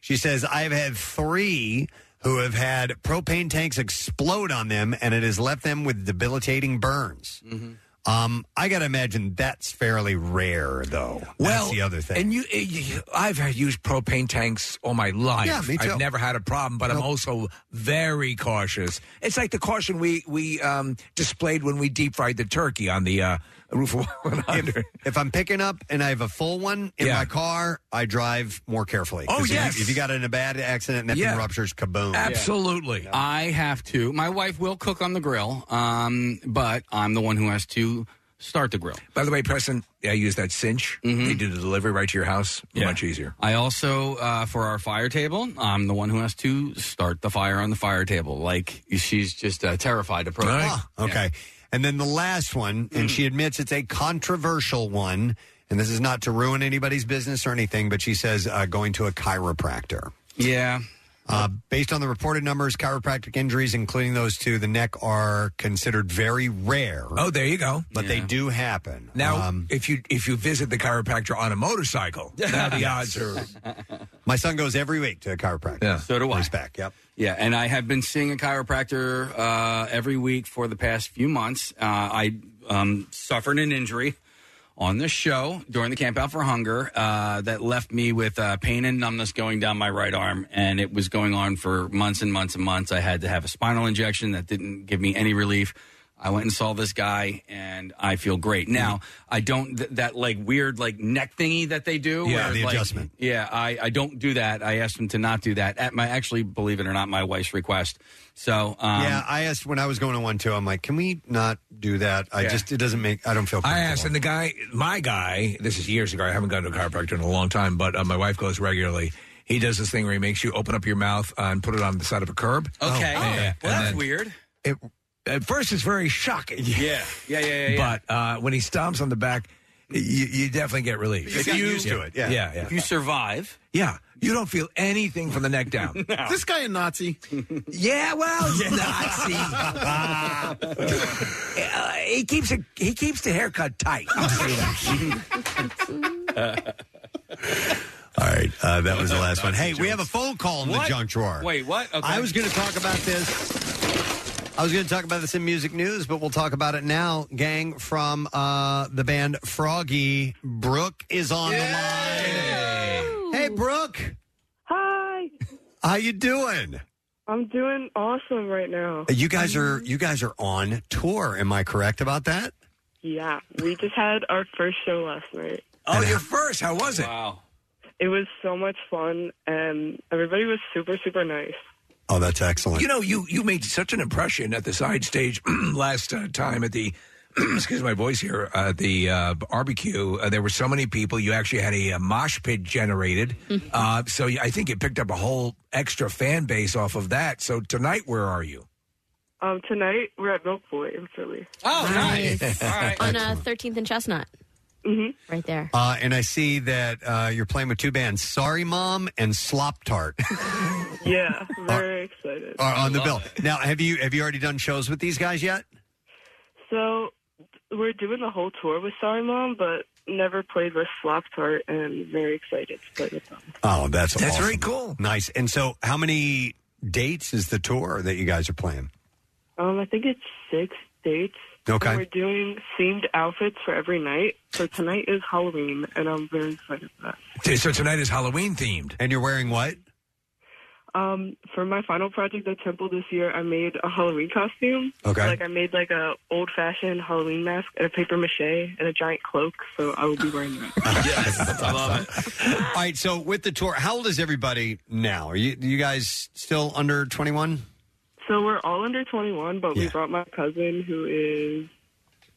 She says I've had 3 who have had propane tanks explode on them and it has left them with debilitating burns. Mm-hmm. Um, I got to imagine that's fairly rare though. Well, that's the other thing. And you, eh, you- I've had- used propane tanks all my life. Yeah, me too. I've never had a problem, but I'm also very cautious. It's like the caution we we um, displayed when we deep fried the turkey on the uh, roof of 100. if I'm picking up and I have a full one in Yeah. my car, I drive more carefully. Oh, 'Cause if you- yes. If you, got in a bad accident and that thing Yeah. ruptures, kaboom! Absolutely. I have to. My wife will cook on the grill, um, but I'm the one who has to start the grill. By the way, Preston, I use that cinch. They do the delivery right to your house. Much easier. I also, uh, for our fire table, I'm the one who has to start the fire on the fire table. Like, she's just uh, terrified of propane. Ah, okay. And then the last one, and she admits it's a controversial one, and this is not to ruin anybody's business or anything, but she says uh, going to a chiropractor. Yeah. Uh, based on the reported numbers, chiropractic injuries, including those to the neck, are considered very rare. Oh, there you go. But they do happen. Um, Now, if you if you visit the chiropractor on a motorcycle, now the odds are My son goes every week to a chiropractor. Yeah. So do I. He's back. Yep. Yeah, and I have been seeing a chiropractor uh, every week for the past few months. Uh, I um, suffered an injury on this show during the Camp Out for Hunger uh, that left me with uh, pain and numbness going down my right arm, and it was going on for months and months and months. I had to have a spinal injection that didn't give me any relief. I went and saw this guy, and I feel great now. Mm-hmm. I don't th- that like weird like neck thingy that they do. Yeah, where, the like, adjustment. yeah, I, I don't do that. I asked him to not do that at my actually, believe it or not, my wife's request. So um, yeah, I asked when I was going to one too. I'm like, can we not do that? I Yeah. just it doesn't make. I don't feel. I asked, and the guy, my guy, this is years ago. I haven't gone to a chiropractor in a long time, but uh, my wife goes regularly. He does this thing where he makes you open up your mouth uh, and put it on the side of a curb. okay, Oh, And- and well that's then- weird. It, at first, it's very shocking. Yeah, yeah, yeah, yeah. But uh, when he stomps on the back, you, you definitely get relief. If you- yeah, yeah. If you survive, yeah, you don't feel anything from the neck down. Is this guy a Nazi? yeah, well, Nazi. Uh, he keeps it. He keeps the haircut tight. I'll say that. All right, uh, that was the last one. Hey, we have a phone call in the What? junk drawer. Wait, what? Okay. I was going to talk about this. I was going to talk about this in music news, but we'll talk about it now. Gang from uh, the band Froggy, Brooke is on the line. Hey, Brooke, Hi. how you doing? I'm doing awesome right now. You guys are you guys are on tour. Am I correct about that? Yeah, we just had our first show last night. Oh, your first. How was it? Wow. It was so much fun, and everybody was super, super nice. Oh, that's excellent. You know, you you made such an impression at the side stage last uh, time at the excuse my voice here, uh, the uh, barbecue, uh, there were so many people, you actually had a, uh mosh pit generated. uh, so you- I think it picked up a whole extra fan base off of that. So tonight, where are you? Um, tonight we're at Milk Boy in Philly. Oh, nice. All right. On uh, 13th and Chestnut. Mm-hmm. Right there. Uh, and I see that uh, you're playing with two bands, Sorry Mom and Slop Tart, Yeah, very excited. are on the bill. Now, have you have you already done shows with these guys yet? So we're doing the whole tour with Sorry Mom, but never played with Slop Tart, and very excited to play with them. Oh, that's That's awesome. very cool. Nice. And so, how many dates is the tour that you guys are playing? Um, I think it's six dates. Okay. And we're doing themed outfits for every night. So tonight is Halloween, and I'm very excited for that. So tonight is Halloween themed. And you're wearing what? Um, for my final project at Temple this year, I made a Halloween costume. Okay. Like I made like a old fashioned Halloween mask and a paper mache and a giant cloak. So I will be wearing that. I love it. All right. So, with the tour, how old is everybody now? Are you you guys still under 21? So we're all under 21, but we brought my cousin who is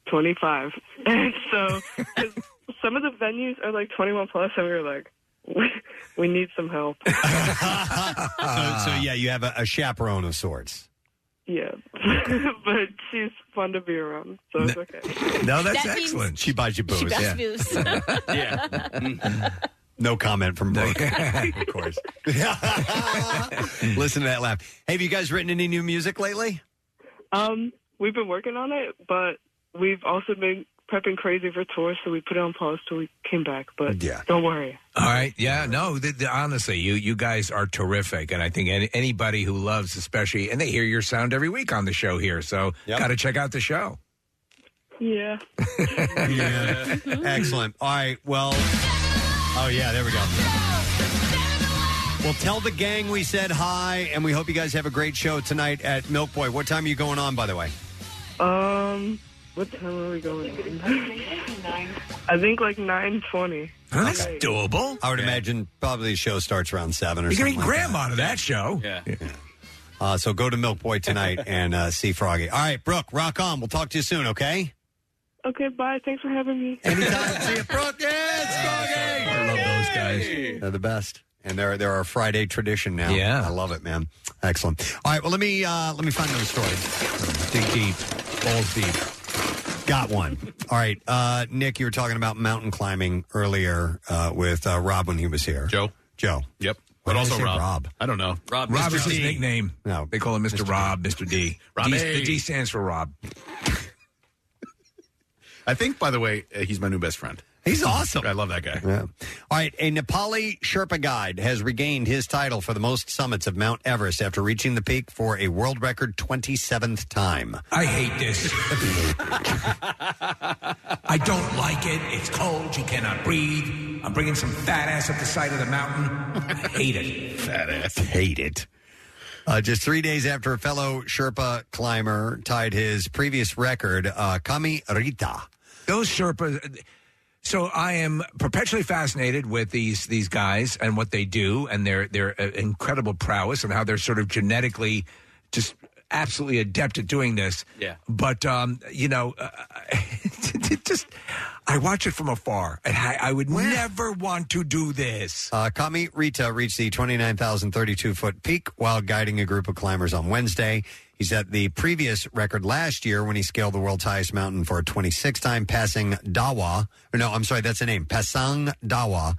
25. And so 'cause some of the venues are like 21 plus, and we were like, we, we need some help. so, so, yeah, you have a, a chaperone of sorts. Yeah. but she's fun to be around, so it's okay. No, that's That means- excellent. She buys you booze. She buys booze. yeah. No comment from Brooke. of course. Listen to that laugh. Hey, have you guys written any new music lately? Um, we've been working on it, but we've also been prepping crazy for tours, so we put it on pause till we came back. But Yeah. don't worry. All right. Yeah. No. The, the, honestly, you you guys are terrific, and I think any, anybody who loves, especially, and they hear your sound every week on the show here. So got to check out the show. Yeah. Yeah. Excellent. All right. Well. Oh yeah. There we go. Well, tell the gang we said hi, and we hope you guys have a great show tonight at Milk Boy. What time are you going on, by the way? Um, what time are we going? on? I think like nine twenty. That's doable. I would imagine probably the show starts around seven or You're something. getting like grandma to that show. Yeah. Uh, so go to Milk Boy tonight and uh, see Froggy. All right, Brooke, rock on. We'll talk to you soon, okay? Okay, bye. Thanks for having me. Anytime. See you, Brooke. I love those guys. They're the best. And they're, they're our Friday tradition now. Yeah. I love it, man. Excellent. All right, well, let me uh, let me find another story. Dig deep. Balls deep. Got one. All right, uh, Nick, you were talking about mountain climbing earlier uh, with uh, Rob when he was here. Joe. Joe. Yep. Why But did I also say Rob. Rob? I don't know. Rob, Rob is his nickname. No, they call him Mr. Rob, Mr. D. Rob D- A. The D stands for Rob. I think, by the way, uh, he's my new best friend. He's awesome. I love that guy. Yeah. All right, a Nepali Sherpa guide has regained his title for the most summits of Mount Everest after reaching the peak for a world record 27th time. I hate this. I don't like it. It's cold. You cannot breathe. I'm bringing some fat ass up the side of the mountain. I hate it. Fat ass. Hate it. Uh, just three days after a fellow Sherpa climber tied his previous record, uh, Kami Rita. Those Sherpas. So I am perpetually fascinated with these these guys and what they do and their their uh, incredible prowess and how they're sort of genetically just absolutely adept at doing this. Yeah. But um, you know, uh, it just I watch it from afar. And I, I would never want to do this. Uh, Kami Rita reached the 29,032 foot peak while guiding a group of climbers on Wednesday. He set the previous record last year when he scaled the world's highest mountain for a 26th time, passing Dawa. or no, I'm sorry, that's the name. Pasang Dawa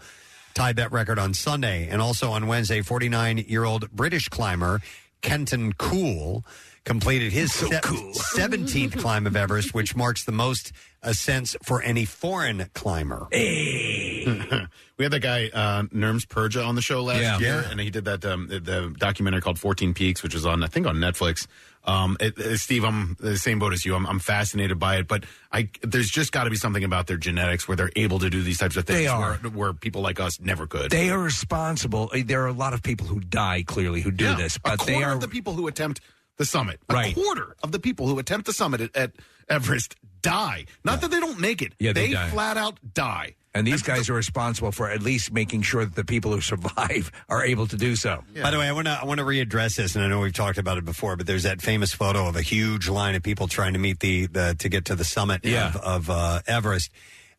tied that record on Sunday. And also on Wednesday, 49 year old British climber Kenton Cool completed his se- 17th climb of Everest, which marks the most ascents for any foreign climber. we had that guy uh, Nerms Perja on the show last Yeah. year, Yeah. and he did that um, the- the documentary called 14 Peaks, which is on I think on Netflix. Um, it- it- Steve, I'm the same boat as you. I'm, I'm fascinated by it, but I there's just got to be something about their genetics where they're able to do these types of things. They are. where, where people like us never could. They are responsible. Uh, There are a lot of people who die clearly who do Yeah. this, a but quarter they are of the people who attempt the summit. A Right. quarter of the people who attempt the summit at, at Everest die. Not that they don't make it. Yeah, they they die. flat out die. And these guys are responsible for at least making sure that the people who survive are able to do so. By the way, I want to I want to readdress this, and I know we've talked about it before, but there's that famous photo of a huge line of people trying to meet the, the to get to the summit Yeah. of, of uh, Everest,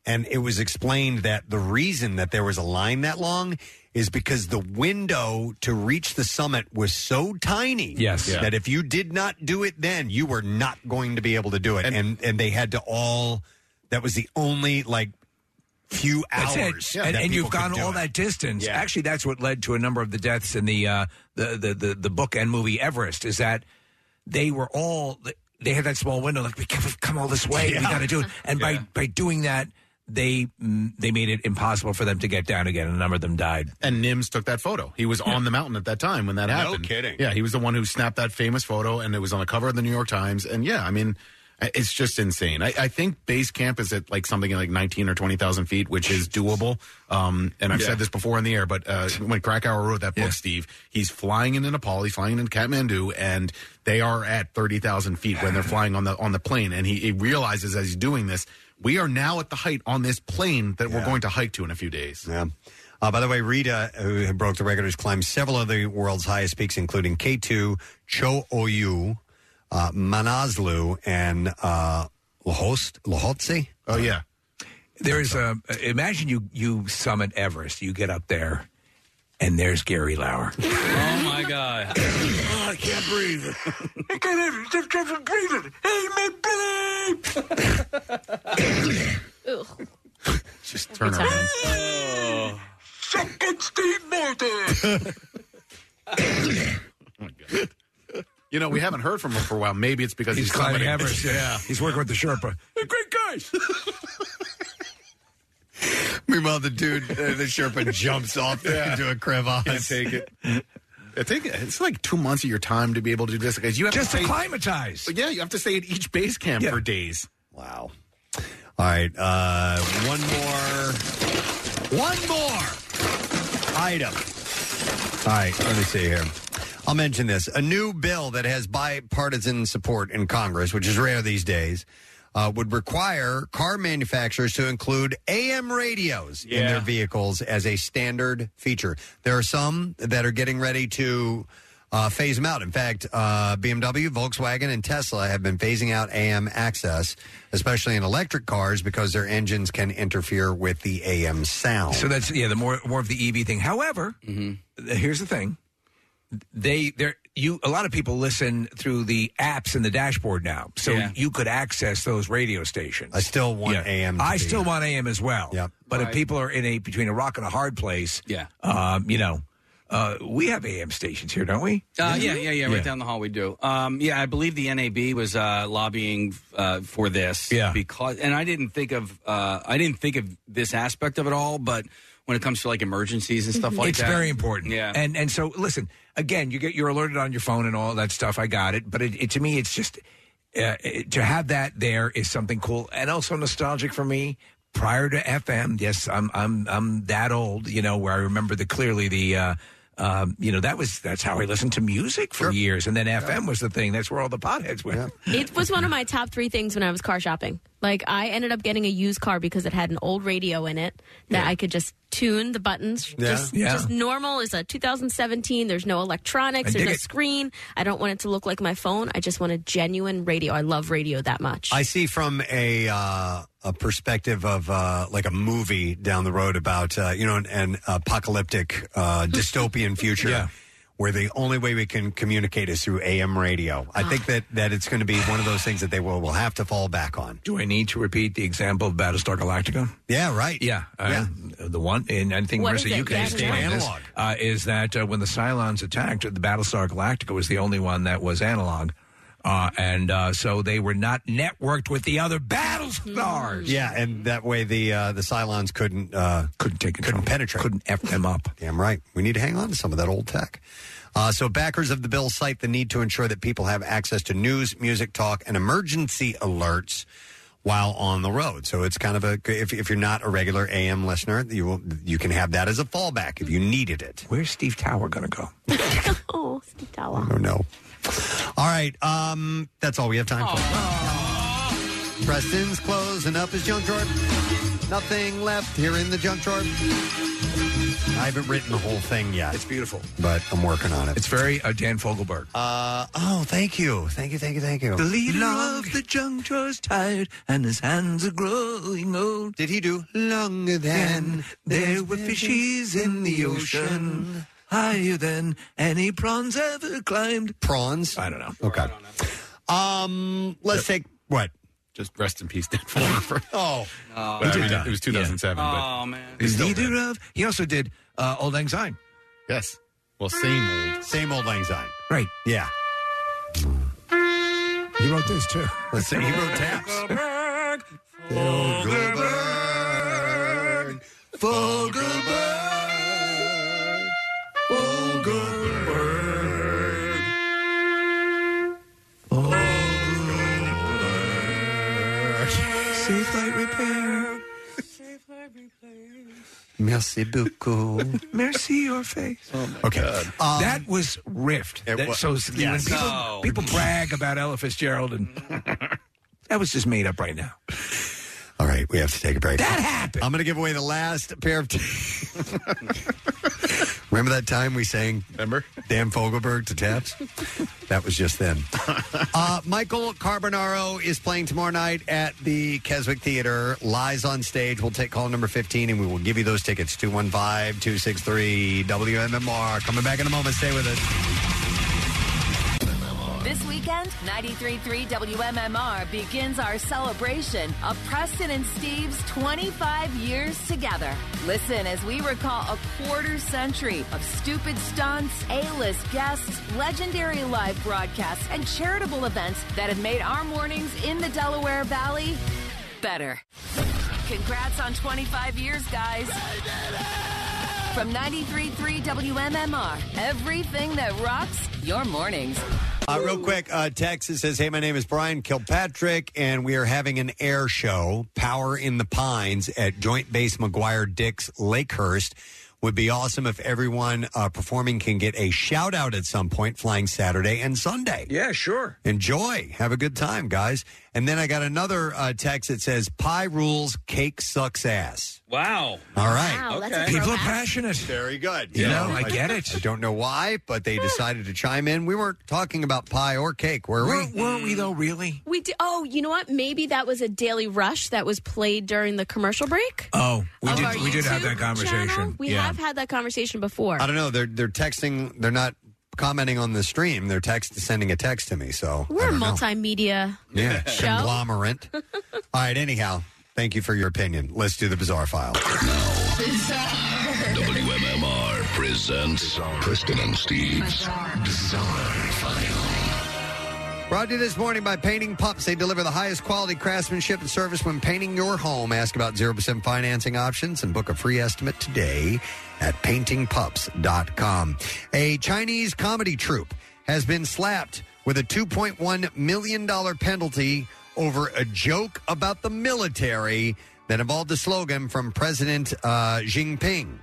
and it was explained that the reason that there was a line that long is because the window to reach the summit was so tiny. Yes. Yeah. that if you did not do it then, you were not going to be able to do it, and and, they had to all. That was the only like few That's hours, it. And, that and you've people could gone do all it. that distance. Yeah. Actually, that's what led to a number of the deaths in the, uh, the, the the the book and movie Everest. Is that they were all they had that small window. Like we can't- we've come all this way. We Yeah. got to do it. And by by doing that, they mm, they made it impossible for them to get down again. And a number of them died. And Nims took that photo. He was on the mountain at that time when that No happened. kidding. Yeah, he was the one who snapped that famous photo, and it was on the cover of the New York Times. And yeah, I mean, I- it's just insane. I, I think base camp is at like something like nineteen or twenty thousand feet, which is doable. Um, and I've Yeah. said this before in the air, but uh, when Krakauer wrote that book, Steve, he's flying into Nepal, he's flying into Kathmandu, and they are at thirty thousand feet when they're flying on the on the plane, and he, he realizes as he's doing this. We are now at the height on this plane that we're going to hike to in a few days. Yeah. Uh, by the way, Rita, who broke the record, has climbed several of the world's highest peaks, including K2, Cho Oyu, uh, Manaslu, and uh, Lahost, Lahotse. Oh, yeah. There is a imagine you you summit Everest. You get up there, and there's Gary Lauer. Oh my god! oh, I can't breathe. I can't even just breathing. Hey, my Just turn around. Second Steve Martin. You know, we haven't heard from him for a while. Maybe it's because he's, He's climbing summiting. Everest. Yeah, he's working with the Sherpa. Great guys. Meanwhile, the dude, uh, the Sherpa, jumps off Yeah. into a crevasse. Can't take it. I think it's like two months of your time to be able to do this because you have Just to stay- acclimatize. But yeah, you have to stay at each base camp Yeah. for days. Wow. All right. Uh, one more. One more item. All right. Let me see here. I'll mention this. A new bill that has bipartisan support in Congress, which is rare these days, uh, would require car manufacturers to include AM radios in their vehicles as a standard feature. There are some that are getting ready to uh, phase them out. In fact, uh, BMW, Volkswagen, and Tesla have been phasing out AM access, especially in electric cars, because their engines can interfere with the AM sound. So that's yeah, the more more of the EV thing. However, th- here's the thing: they there you a lot of people listen through the apps in the dashboard now, so Yeah. you could access those radio stations. I still want AM. To I be- still want AM as well. Yep. But if Right. people are in a between a rock and a hard place, yeah, um, you know, uh, we have AM stations here, don't we? Uh, yeah, yeah, yeah, right down the hall we do. Um, yeah, I believe the NAB was uh, lobbying uh, for this. Yeah. because and I didn't think of uh, I didn't think of this aspect of it all, but when it comes to like emergencies and stuff like Mm-hmm. it's that, very important. Yeah, and and so listen again. You get you're alerted on your phone and all that stuff. I got it, but it, it to me it's just uh, it- to have that there is something cool and also nostalgic for me. Prior to FM, yes, I'm I'm I'm that old, you know, where I remember the clearly the. Uh, um, you know that was that's how I listened to music for years, and then FM was the thing. That's where all the potheads went. It was one of my top three things when I was car shopping. Like I ended up getting a used car because it had an old radio in it that I could just tune the buttons. Yeah. Just, Yeah. just normal is a 2017. There's no electronics. I There's dig no it. screen. I don't want it to look like my phone. I just want a genuine radio. I love radio that much. I see from a uh, a perspective of uh, like a movie down the road about uh, you know an, an apocalyptic uh, dystopian future. Where the only way we can communicate is through AM radio. I think that, that it's going to be one of those things that they will, will have to fall back on. Do I need to repeat the example of Battlestar Galactica? Yeah, right. Yeah, uh, the one, and I think What is Marissa, it? you can Yeah, explain yeah. this, Analog. Uh, is that uh, when the Cylons attacked, the Battlestar Galactica was the only one that was analog, uh, and uh, so they were not networked with the other Battlestars. Yeah, and that way the uh, the Cylons couldn't uh, couldn't take couldn't penetrate, couldn't f them up. Damn right. We need to hang on to some of that old tech. Uh, so backers of the bill cite the need to ensure that people have access to news, music, talk, and emergency alerts while on the road. So it's kind of a if, if you're not a regular AM listener, you will you can have that as a fallback if you needed it. Where's Steve Tower going to go? oh, Steve Tower. I don't know. All right, um, that's all we have time for. Preston's clothes and up his junk drawer. Nothing left here in the junk drawer. I haven't written the whole thing yet. It's beautiful. But I'm working on it. It's very uh, Dan Fogelberg. Uh, oh, thank you. Thank you, thank you, thank you. The leader of the junk drawer's tired and his hands are growing old. Did he do longer than there were fishes in the ocean? Higher than any prawns ever climbed. Prawns? I don't know. Okay. Um, let's take what? Just rest in peace, Dan Fogelberg. oh, But I mean, it was 2007. Oh, but man. he's still leader of. He also did uh, Old Lang Syne. Yes. Well, same old. Same old Lang Syne. Right. Yeah. He wrote this too. Let's see. He wrote taps. Fogelberg. Fogelberg. Fogelberg. Safe flight repair. Merci beaucoup. Mercy your face. okay. Um, that was rift. It That, was- so yes. when people, No. people brag about Ella Fitzgerald, and that was just made up right now. Um, All right, we have to take a break. That happened. I'm going to give away the last pair of. T- Remember that time we sang Remember? Dan Fogelberg to Taps? that was just then. uh, Michael Carbonaro is playing tomorrow night at the Keswick Theater. Lies on stage. We'll take call number 15 and we will give you those tickets 215 263 WMMR. Coming back in a moment. Stay with us. This weekend, 93.3 WMMR begins our celebration of Preston and Steve's 25 years together. Listen as we recall a quarter century of stupid stunts, A-list guests, legendary live broadcasts, and charitable events that have made our mornings in the Delaware Valley better. Congrats on 25 years, guys. From 93.3 WMMR, everything that rocks your mornings. Uh, real quick, uh, Texas says, "Hey, my name is Brian Kilpatrick, and we are having an air show, Power in the Pines, at Joint Base McGuire Dix Lakehurst. Would be awesome if everyone uh, performing can get a shout out at some point, flying Saturday and Sunday. Yeah, sure. Enjoy, have a good time, guys. And then I got another uh, text that says, "Pie rules, cake sucks ass." Wow. All right, people are passionate. Very good. You know, I get it. I don't know why, but they decided to chime in. We weren't talking about pie or cake, were we? Weren't- weren't we, though, really? We do, oh, you know what? Maybe that was a daily rush that was played during the commercial break. Oh, we Of did. our We did have YouTube that conversation. channel? We Yeah. have had that conversation before. I don't know. They're they're texting. They're not commenting on the stream. They're text sending a text to me. So I We're a don't know. multimedia. yeah show. conglomerate. All right. Anyhow, thank you for your opinion. Let's do the bizarre file. uh, WMMR presents Kristen and Steve's Bizarre File. Brought to you this morning by Painting Pups. They deliver the highest quality craftsmanship and service when painting your home. Ask about 0% financing options and book a free estimate today at paintingpups.com. A Chinese comedy troupe has been slapped with a $2.1 million penalty over a joke about the military that involved a slogan from President uh, Jinping.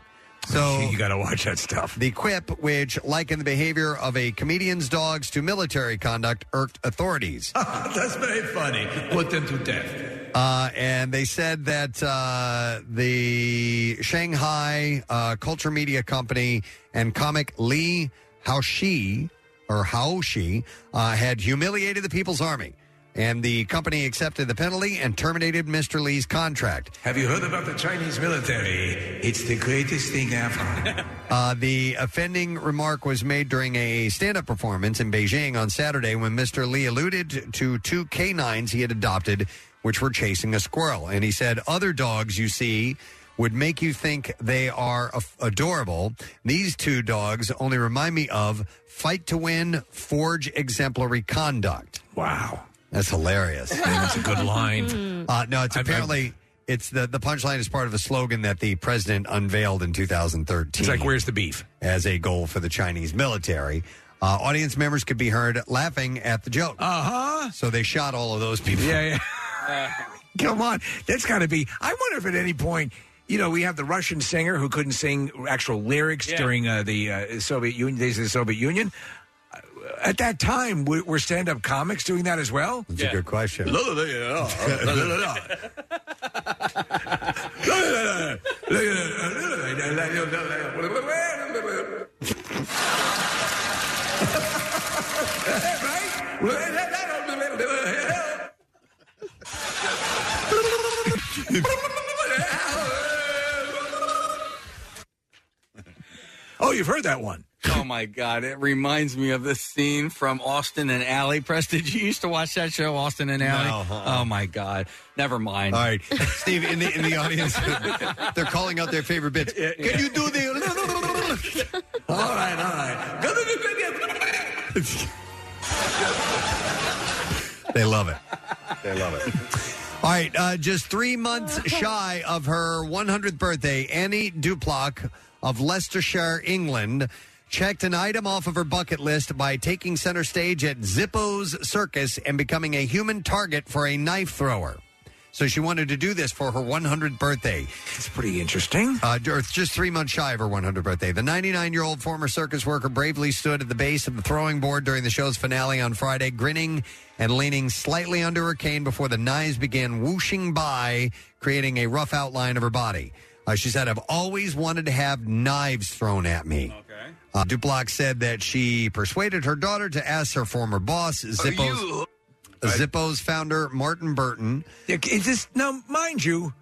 So you got to watch that stuff. The quip, which likened the behavior of a comedian's dogs to military conduct, irked authorities. That's very funny. Put them to death. Uh, and they said that uh, the Shanghai uh, culture media company and comic Li Haoxi or Haoxi uh, had humiliated the People's Army, and the company accepted the penalty and terminated Mr. Lee's contract. Have you heard about the Chinese military? It's the greatest thing ever. Uh, the offending remark was made during a stand up performance in Beijing on Saturday when Mr. Lee alluded to two canines he had adopted, which were chasing a squirrel. And he said, Other dogs you see would make you think they are a- adorable. These two dogs only remind me of fight to win, forge exemplary conduct. Wow. That's hilarious. That's a good line. Uh, no, it's I've- I've- apparently. it's the, the punchline is part of a slogan that the president unveiled in 2013 It's like, where's the beef? as a goal for the Chinese military. Uh, audience members could be heard laughing at the joke. Uh huh. So they shot all of those people. Yeah, yeah. Come on, that's got to be. I wonder if at any point, you know, we have the Russian singer who couldn't sing actual lyrics during uh, the uh, Soviet Union days of the Soviet Union. Uh, at that time, were, were stand-up comics doing that as well? That's a good question. La, la, la, la, la, la, la, la. Oh, you've heard that one. Oh my God! It reminds me of this scene from Austin and Alley. Press, did you used to watch that show, Austin and Alley? Oh my God! Never mind. uh-uh. All right, Steve, in the in the audience, they're calling out their favorite bits. Can you do the? all right, all right. They love it. They love it. All right, uh, just three months shy of her 100th birthday, Annie Duplock of Leicestershire, England, checked an item off of her bucket list by taking center stage at Zippo's Circus and becoming a human target for a knife thrower. So she wanted to do this for her 100th birthday. It's pretty interesting. Uh, or it's just three months shy of her 100th birthday. The 99 year old former circus worker bravely stood at the base of the throwing board during the show's finale on Friday, grinning and leaning slightly under her cane before the knives began whooshing by, creating a rough outline of her body. Uh, she said, I've always wanted to have knives thrown at me. Okay. Uh, Duplock said that she persuaded her daughter to ask her former boss, Zippo's, Zippo's founder, Martin Burton. Is this now, mind you?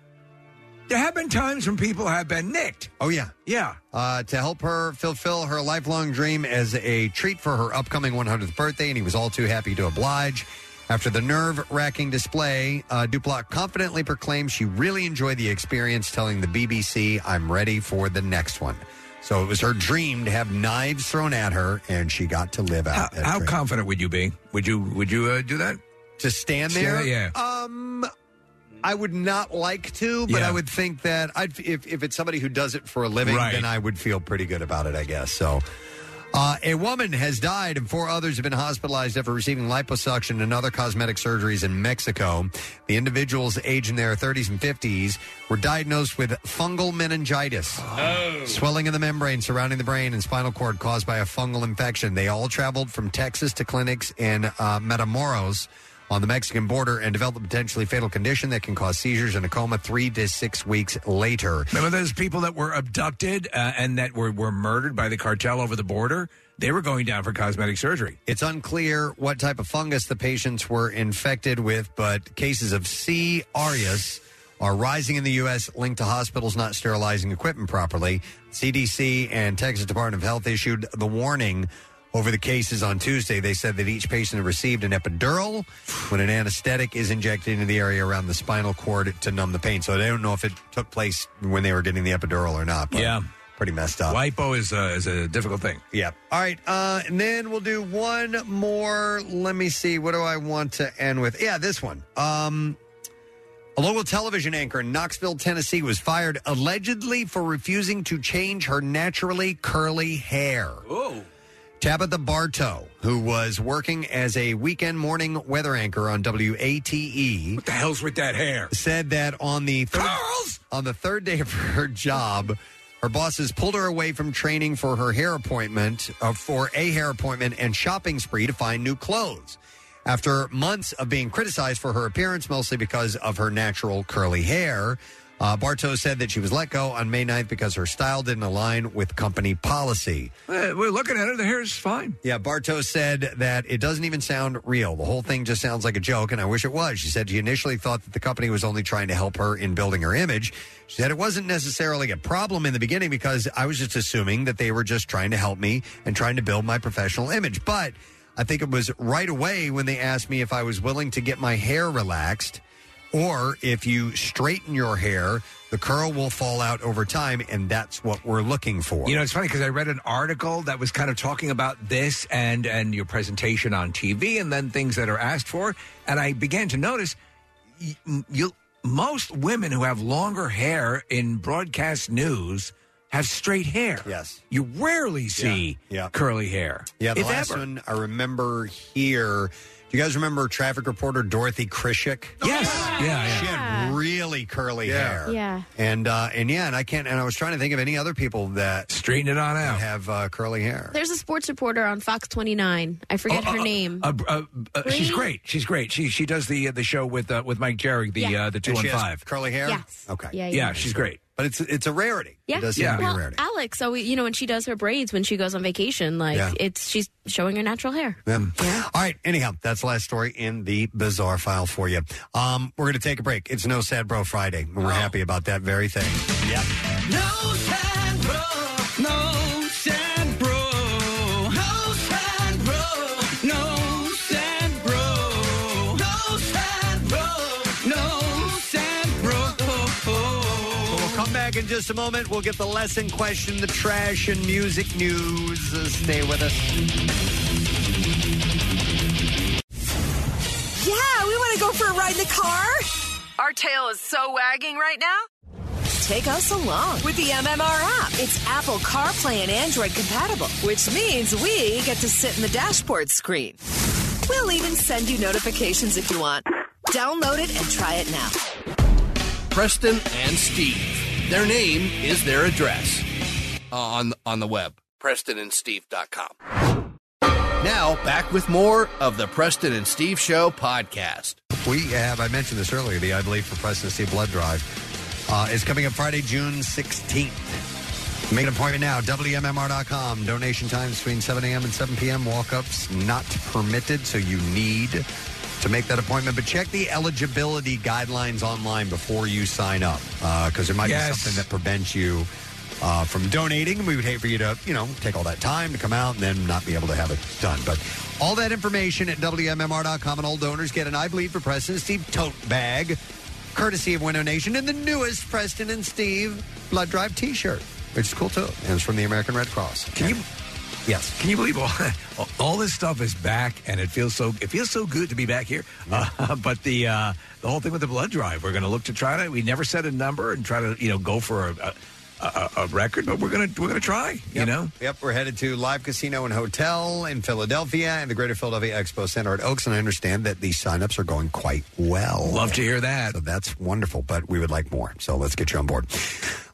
There have been times when people have been nicked. Oh, yeah. Yeah. Uh, to help her fulfill her lifelong dream as a treat for her upcoming 100th birthday, and he was all too happy to oblige. After the nerve wracking display, uh, Duplock confidently proclaimed she really enjoyed the experience, telling the BBC, I'm ready for the next one. So it was her dream to have knives thrown at her, and she got to live out that How dream. confident would you be? Would you Would you uh, do that? To stand there? Yeah. Um, I would not like to, but Yeah. I would think that I'd, if, if it's somebody who does it for a living, Right. then I would feel pretty good about it, I guess. So. Uh, a woman has died and four others have been hospitalized after receiving liposuction and other cosmetic surgeries in Mexico. The individuals aged in their 30s and 50s were diagnosed with fungal meningitis. Swelling of the membrane surrounding the brain and spinal cord caused by a fungal infection. They all traveled from Texas to clinics in uh, Matamoros on the Mexican border and developed a potentially fatal condition that can cause seizures and a coma three to six weeks later. Remember those people that were abducted uh, and that were, were murdered by the cartel over the border? They were going down for cosmetic surgery. It's unclear what type of fungus the patients were infected with, but cases of C. aureus are rising in the U.S., linked to hospitals not sterilizing equipment properly. CDC and Texas Department of Health issued the warning over the cases on Tuesday. They said that each patient received an epidural when an anesthetic is injected into the area around the spinal cord to numb the pain. So they don't know if it took place when they were getting the epidural or not. But Yeah. Pretty messed up. Lipo is, uh, is a difficult thing. Yeah. All right, uh, and then we'll do one more. Let me see. What do I want to end with? Yeah, this one. Um, a local television anchor in Knoxville, Tennessee, was fired allegedly for refusing to change her naturally curly hair. Oh. Tabitha Bartow, who was working as a weekend morning weather anchor on WATE, what the hell's with that hair? E, Said that on the third, on the third day of her job, her bosses pulled her away from training for her hair appointment, uh, for a hair appointment and shopping spree to find new clothes. After months of being criticized for her appearance, mostly because of her natural curly hair, uh, Bartow said that she was let go on May 9th because her style didn't align with company policy. Uh, we're looking at it. The hair is fine. Yeah, Bartow said that it doesn't even sound real. The whole thing just sounds like a joke, and I wish it was. She said she initially thought that the company was only trying to help her in building her image. She said it wasn't necessarily a problem in the beginning because I was just assuming that they were just trying to help me and trying to build my professional image. But I think it was right away when they asked me if I was willing to get my hair relaxed or if you straighten your hair, the curl will fall out over time, and that's what we're looking for. You know, it's funny because I read an article that was kind of talking about this and and your presentation on TV and then things that are asked for, and I began to notice y- m- you most women who have longer hair in broadcast news have straight hair. Yes. You rarely see Yeah. curly hair. Yeah, the if last ever. one I remember here. Do You guys remember traffic reporter Dorothy Krishik? Yes. Yeah. She had really curly hair. Yeah. And uh, and yeah, and I can't. And I was trying to think of any other people that straighten it on out have uh, curly hair. There's a sports reporter on Fox 29. I forget Oh, her uh, name. Uh, uh, uh, she's Really? great. She's great. She she does the uh, the show with uh, with Mike Jerry, the Yeah. uh, the two And one she has five. curly hair. Yes. Okay. Yeah, yeah. yeah, she's great. But it's it's a rarity. yeah. well, Alex, so we, you know, when she does her braids when she goes on vacation, like Yeah. it's she's showing her natural hair. Yeah. All right. Anyhow, that's the last story in the bizarre file for you. Um, we're going to take a break. It's no sad bro Friday. and Oh. We're happy about that very thing. Yep. No time, bro. No time, bro. No time, bro. No time, bro. No time, bro. No time, bro. We'll come back in just a moment. We'll get the lesson question, the trash, and music news. Uh, Stay with us. Yeah, we want to go for a ride in the car. Our tail is so wagging right now. Take us along with the MMR app. It's Apple CarPlay and Android compatible, which means we get to sit in the dashboard screen. We'll even send you notifications if you want. Download it and try it now. Preston and Steve. Their name is their address uh, on on the web. PrestonandSteve.com. Now back with more of the Preston and Steve Show podcast. We have, I mentioned this earlier, the I Believe for Presidency Blood Drive uh, is coming up Friday, June 16th. Make an appointment now, WMMR.com. Donation time is between 7 a.m. and 7 p.m. Walk ups not permitted, so you need to make that appointment. But check the eligibility guidelines online before you sign up because there might be Yes. something that prevents you. Uh, from donating, we would hate for you to, you know, take all that time to come out and then not be able to have it done. But all that information at WMMR.com and all donors get an I Bleed for Preston and Steve tote bag, courtesy of Window Nation, and the newest Preston and Steve Blood Drive t shirt, Oh. which is cool too. And it's from the American Red Cross. Can you? Yes. Can you believe all, all this stuff is back and it feels so it feels so good to be back here. Uh, but the uh, the whole thing with the blood drive, we're going to look to try to. We never set a number and try to you know go for a a, a, a record, but we're gonna we're gonna try. You know. Yep, we're headed to Live Casino and Hotel in Philadelphia and the Greater Philadelphia Expo Center at Oaks, and I understand that these signups are going quite well. Love to hear that. So that's wonderful, but we would like more. So let's get you on board.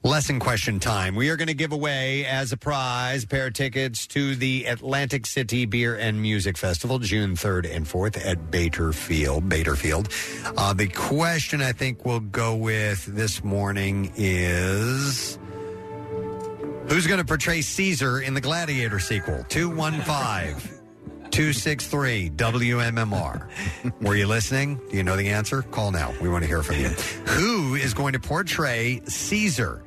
Lesson question time. We are going to give away as a prize a pair of tickets to the Atlantic City Beer and Music Festival, June 3rd and 4th at Bader Field. Bader Field. Uh, the question I think we'll go with this morning is. Who's going to portray Caesar in the Gladiator sequel? 215 263 WMMR. Were you listening? Do you know the answer? Call now. We want to hear from you. Who is going to portray Caesar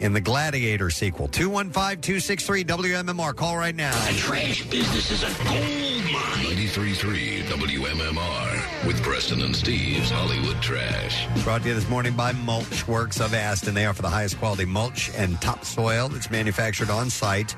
in the Gladiator sequel? 215 263 WMMR. Call right now. Trash business is a gold mine. 93.3 WMMR with Preston and Steve's Hollywood Trash. Brought to you this morning by Mulch Works of Aston. They offer the highest quality mulch and topsoil that's manufactured on site.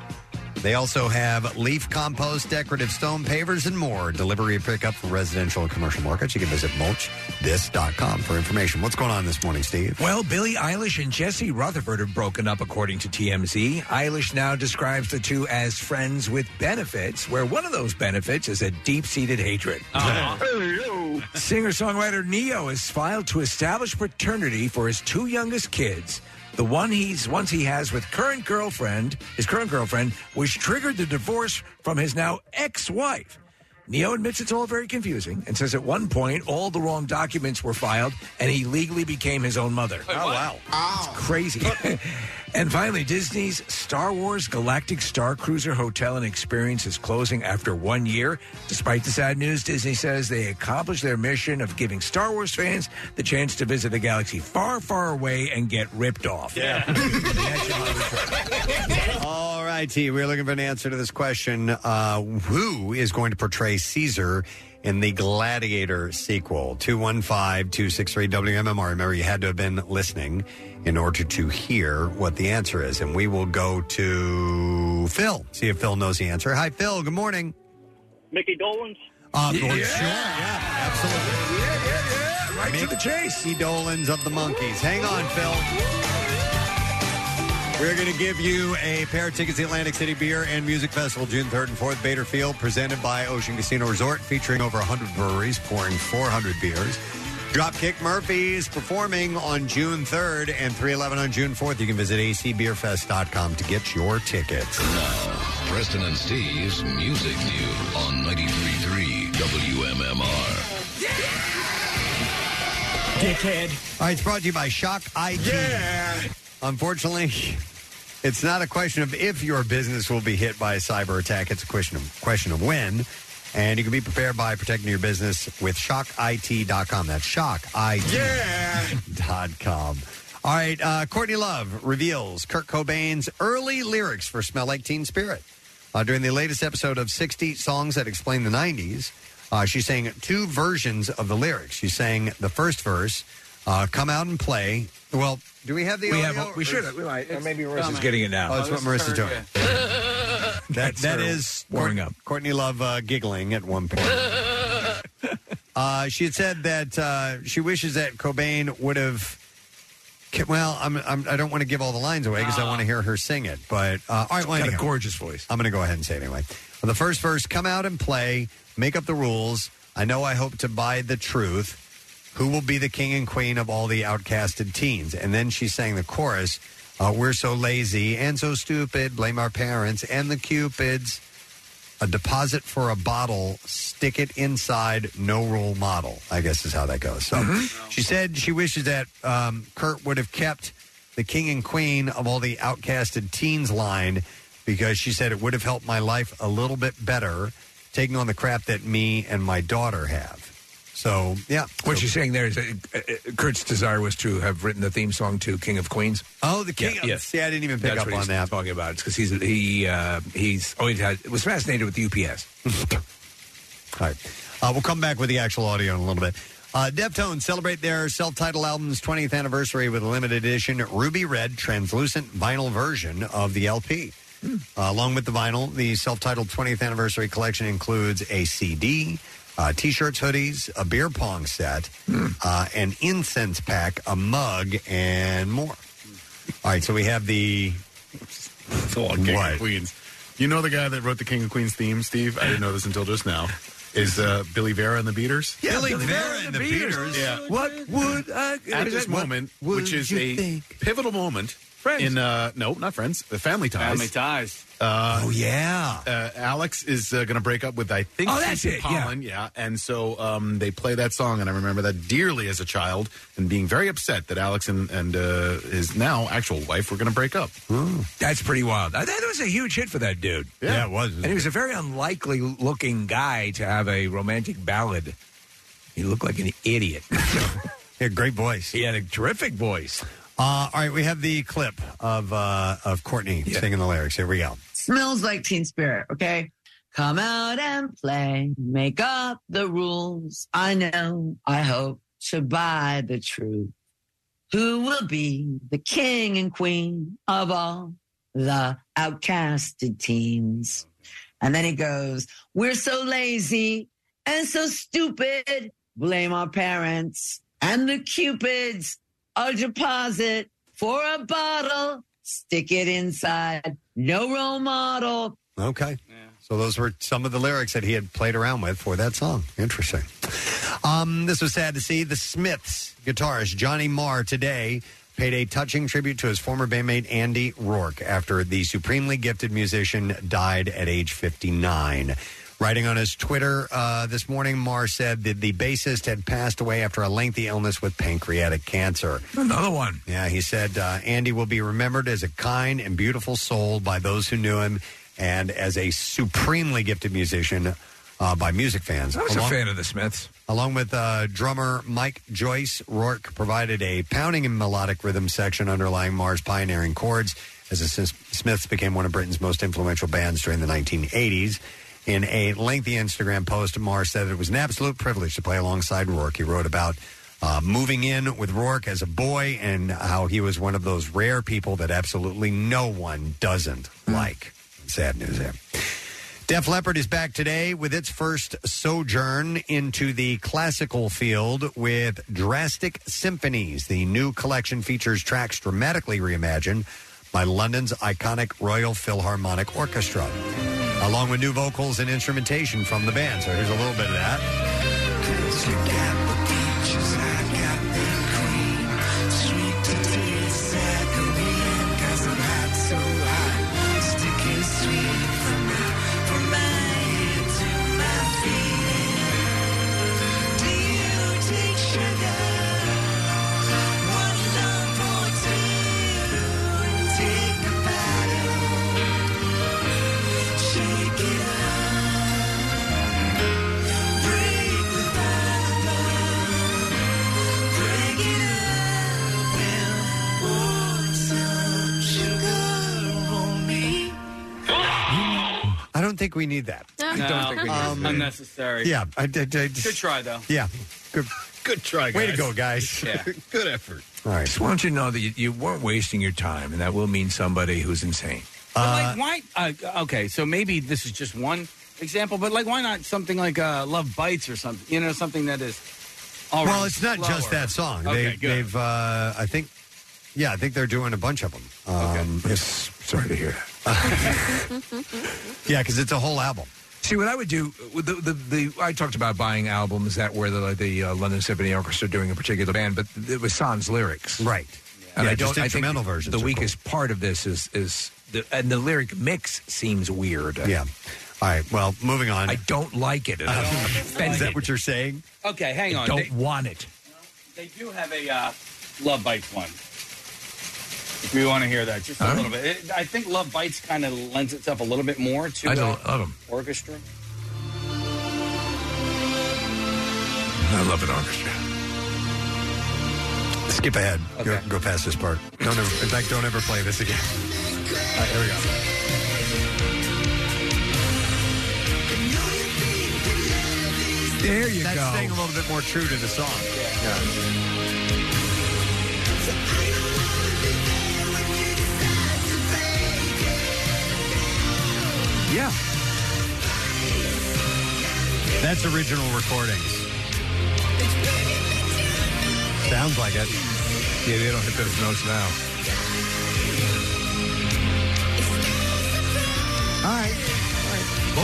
They also have leaf compost, decorative stone pavers, and more. Delivery and pickup for residential and commercial markets. You can visit mulchthis.com for information. What's going on this morning, Steve? Well, Billie Eilish and Jesse Rutherford have broken up, according to TMZ. Eilish now describes the two as friends with benefits, where one of those benefits is a deep seated hatred. Uh-huh. Singer songwriter Neo has filed to establish paternity for his two youngest kids. The one he's once he has with current girlfriend, his current girlfriend, which triggered the divorce from his now ex-wife. Neo admits it's all very confusing and says at one point all the wrong documents were filed and he legally became his own mother. Oh, wow. It's crazy. and finally, Disney's Star Wars Galactic Star Cruiser Hotel and Experience is closing after one year. Despite the sad news, Disney says they accomplished their mission of giving Star Wars fans the chance to visit a galaxy far, far away and get ripped off. All righty. We're looking for an answer to this question. Uh, who is going to portray Caesar in the Gladiator sequel? 215 263 WMMR. Remember, you had to have been listening in order to hear what the answer is. And we will go to Phil, see if Phil knows the answer. Hi, Phil. Good morning. Mickey Dolan's. Uh, Sure. Yeah. Absolutely. Right to the chase. Dolan's of the Monkeys. Hang on, Phil. We're going to give you a pair of tickets to the Atlantic City Beer and Music Festival June 3rd and 4th, Bader Field, presented by Ocean Casino Resort, featuring over 100 breweries pouring 400 beers. Dropkick Murphys performing on June 3rd and 311 on June 4th. You can visit acbeerfest.com to get your tickets. Now, Preston and Steve's Music News on 93.3 WMMR. Dickhead. All right, it's brought to you by Shock IT. Yeah. Unfortunately, it's not a question of if your business will be hit by a cyber attack. It's a question of question of when. And you can be prepared by protecting your business with shockit.com. That's shockit.com. All right, uh, Courtney Love reveals Kurt Cobain's early lyrics for Smell Like Teen Spirit. Uh, during the latest episode of 60 Songs That Explain the 90s, uh, she sang two versions of the lyrics. She sang the first verse, uh, Come Out and Play. Well, do we have the We audio? have- we should have- we might. It's- Maybe Marissa's Come getting it now. Oh, that's Oh, what this Marissa's is doing. her, That, That's that her is warming up. Courtney Love uh, giggling at one point. uh, she had said that uh, she wishes that Cobain would have. ca- Well, I'm, I'm, I don't want to give all the lines away because I want to hear her sing it. But uh, all right, well, Got a Ah. gorgeous voice. I'm going to go ahead and say it anyway. The first verse: Come out and play, make up the rules. I know. I hope to buy the truth. Who will be the king and queen of all the outcasted teens? And then she sang the chorus. Uh, We're so lazy and so stupid. Blame our parents and the cupids a deposit for a bottle, stick it inside, no role model, I guess is how that goes. So she said she wishes that um, Kurt would have kept the king and queen of all the outcasted teens line because she said it would have helped my life a little bit better taking on the crap that me and my daughter have. So, yeah. What she's saying there is that uh, uh, Kurt's desire was to have written the theme song to King of Queens. Oh, the King of- see, I didn't even pick That's up what on he's that. Talking about because he's he uh, he's always had was fascinated with UPS. All right. Uh, we'll come back with the actual audio in a little bit. Uh, Deftones celebrate their self titled album's 20th anniversary with a limited edition ruby red translucent vinyl version of the LP. Hmm. Uh, along with the vinyl, the self titled 20th anniversary collection includes a CD, uh, t shirts, hoodies, a beer pong set, Hmm. uh, an incense pack, a mug, and more. All right, so we have the. King What? of Queens. You know the guy that wrote the King of Queens theme, Steve? I didn't know this until just now. Is uh, Billy Vera and the Beaters? Yeah, Billy Billy Vera Vera and and the the Beaters. Beaters. Yeah. What would I? At this moment, which is a pivotal moment. Friends. In uh, no, not friends. The family ties. Family ties. Uh, oh yeah. Uh, Alex is uh, going to break up with I think. Oh, that's Susan it, yeah. Collin, yeah. And so um, they play that song, and I remember that dearly as a child, and being very upset that Alex and and uh, his now actual wife were going to break up. That's pretty wild. Uh, That was a huge hit for that dude. Yeah. Yeah, it was. And he was a very unlikely looking guy to have a romantic ballad. He looked like an idiot. he had a great voice. He had a terrific voice. Uh, all right, we have the clip of uh, of Courtney singing the lyrics. Here we go. smells like teen spirit okay come out and play make up the rules i know i hope to buy the truth who will be the king and queen of all the outcasted teens and then he goes we're so lazy and so stupid blame our parents and the cupids a deposit for a bottle stick it inside no role model Okay. So those were some of the lyrics that he had played around with for that song. Interesting. Um, this was sad to see. The Smiths guitarist Johnny Marr today paid a touching tribute to his former bandmate Andy Rourke after the supremely gifted musician died at age 59. Writing on his Twitter uh, this morning, Marr said that the bassist had passed away after a lengthy illness with pancreatic cancer. Another one. Yeah, he said uh, Andy will be remembered as a kind and beautiful soul by those who knew him, and as a supremely gifted musician uh, by music fans. I was a Along- fan of the Smiths. Along with uh, drummer Mike Joyce, Rourke provided a pounding and melodic rhythm section underlying Mars' pioneering chords as the Sis- Smiths became one of Britain's most influential bands during the 1980s. In a lengthy Instagram post, Mars said it was an absolute privilege to play alongside Rourke. He wrote about uh, moving in with Rourke as a boy and how he was one of those rare people that absolutely no one doesn't like. Sad news there. Def Leppard is back today with its first sojourn into the classical field with Drastic Symphonies. The new collection features tracks dramatically reimagined by London's iconic Royal Philharmonic Orchestra, along with new vocals and instrumentation from the band. So here's a little bit of that. I don't think we need that. No, Um, unnecessary. Yeah, I, did. I Good try though. Yeah, good. Good try, Way to go, guys. Yeah. Good effort. All right. Just want you to know that you, you weren't wasting your time, and that will mean somebody who's insane. But like why? Uh, okay, so maybe this is just one example, but like why not something like uh, "Love Bites" or something? You know, something that is. all well, right, it's not just slower. that song. Okay, they, good. They've, uh, I think, yeah, I think they're doing a bunch of them. Um, Sorry to hear yeah, because it's a whole album. See what I would do. with The, the, the I talked about buying albums that were the the uh, London Symphony Orchestra doing a particular band, but it was sans lyrics, right? And Yeah, I don't, just I think instrumental versions The are weakest part of this is is the and the lyric mix seems weird. Yeah. All right. Well, moving on. I don't like it. and I'm offended. Is that what you're saying? Okay, hang I on. don't They, want it. they do have a uh, "Love Bites" one. If you want to hear that, just a little bit. It, I think "Love Bites" kind of lends itself a little bit more to I uh, don't love them. orchestra. I love an orchestra. Skip ahead. Go, go past this part. Don't ever, in fact, don't ever play this again. All right, here we go. There you That's go. staying a little bit more true to the song. Yeah. That's original recordings. Sounds like it. Yeah, they don't hit those notes now. All right.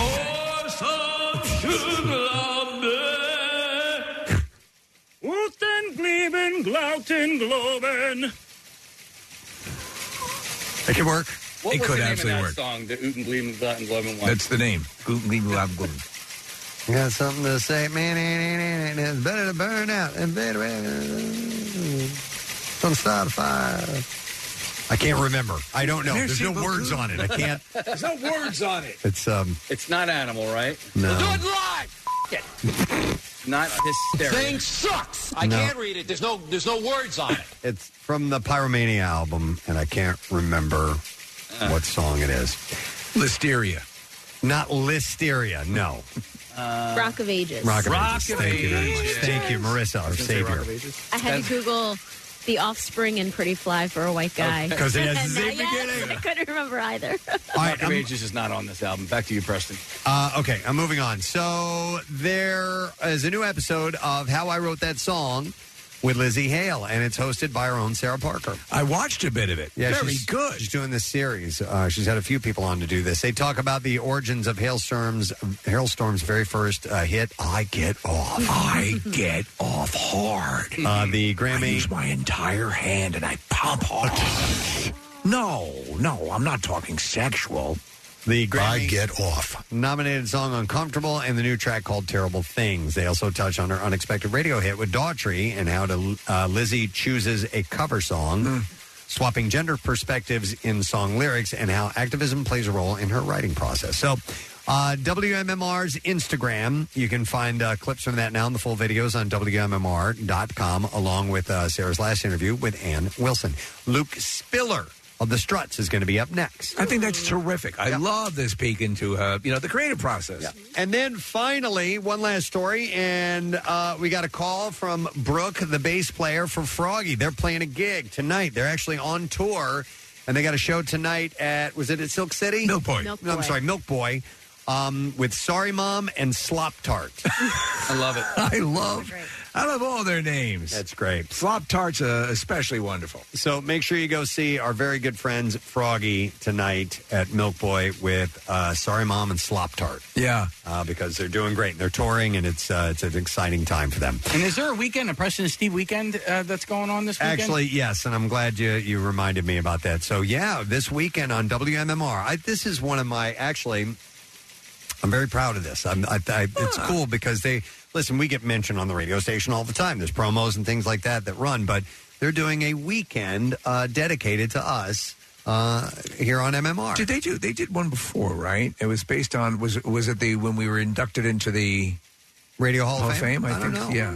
It could work. What it was could the name absolutely of that work. Song, the Uten Gleam Glatten Globin one. That's the name. Gluten, gluten, glab, gluten. You got something to say? Man, it's better to burn out and better. Don't start a fire. I can't remember. I don't know. There's no words on it. I can't. There's no words on it. It's um. It's not animal, right? No. We'll do it live. F- it. Not hysterical. Thing sucks. I No. can't read it. There's no there's no words on it. It's from the Pyromania album, and I can't remember Uh. what song it is. Listeria. Not Listeria. No. Uh, Rock of Ages. Rock of Ages. Thank you very much. Thank you, Marissa, our savior. I had to Google the offspring and pretty fly for a white guy. 'cause it has the And same I- yeah, beginning. I couldn't remember either. Rock of Ages is not on this album. Back to you, Preston. Uh, okay, I'm moving on. So there is a new episode of How I Wrote That Song with Lizzie Hale, and it's hosted by our own Sarah Parker. I watched a bit of it. Very she's, good. She's doing this series. Uh, she's had a few people on to do this. They talk about the origins of Hailstorm's Hailstorm's very first uh, hit, "I Get Off." I get off hard. Uh, the Grammy. I use my entire hand and I pump hard. no, no, I'm not talking sexual. The Grammy I get off. nominated song Uncomfortable and the new track called Terrible Things. They also touch on her unexpected radio hit with Daughtry and how to, uh, Lizzie chooses a cover song, Hmm. swapping gender perspectives in song lyrics, and how activism plays a role in her writing process. So, uh, WMMR's Instagram. You can find uh, clips from that now and the full videos on WMMR.com, along with uh, Sarah's last interview with Ann Wilson. Luke Spiller of The Struts is going to be up next. I think that's terrific. I love this peek into uh, you know the creative process. And then finally, one last story, and uh, we got a call from Brooke, the bass player for Froggy. They're playing a gig tonight. They're actually on tour, and they got a show tonight at was it at Silk City? Milk Boy. No, I'm sorry, Milk Boy, um, with Sorry Mom and Slop Tart. I love it. I love. I love all their names. That's great. Slop tarts, uh, especially wonderful. So make sure you go see our very good friends Froggy tonight at Milk Boy with uh, Sorry Mom and Slop Tart Yeah. uh, because they're doing great. They're touring and it's uh, it's an exciting time for them. And is there a weekend, a Preston and Steve weekend uh, that's going on this weekend? Actually, yes, and I'm glad you you reminded me about that. So yeah, this weekend on WMMR, I, this is one of my actually. I'm very proud of this. I'm, I, I, It's Ah. cool because they listen. We get mentioned on the radio station all the time. There's promos and things like that that run, but they're doing a weekend uh, dedicated to us uh, here on MMR. Did they do? They did one before, right? It was based on was was it the when we were inducted into the Radio Hall, of of Fame? Fame? I, I think. don't know. Yeah.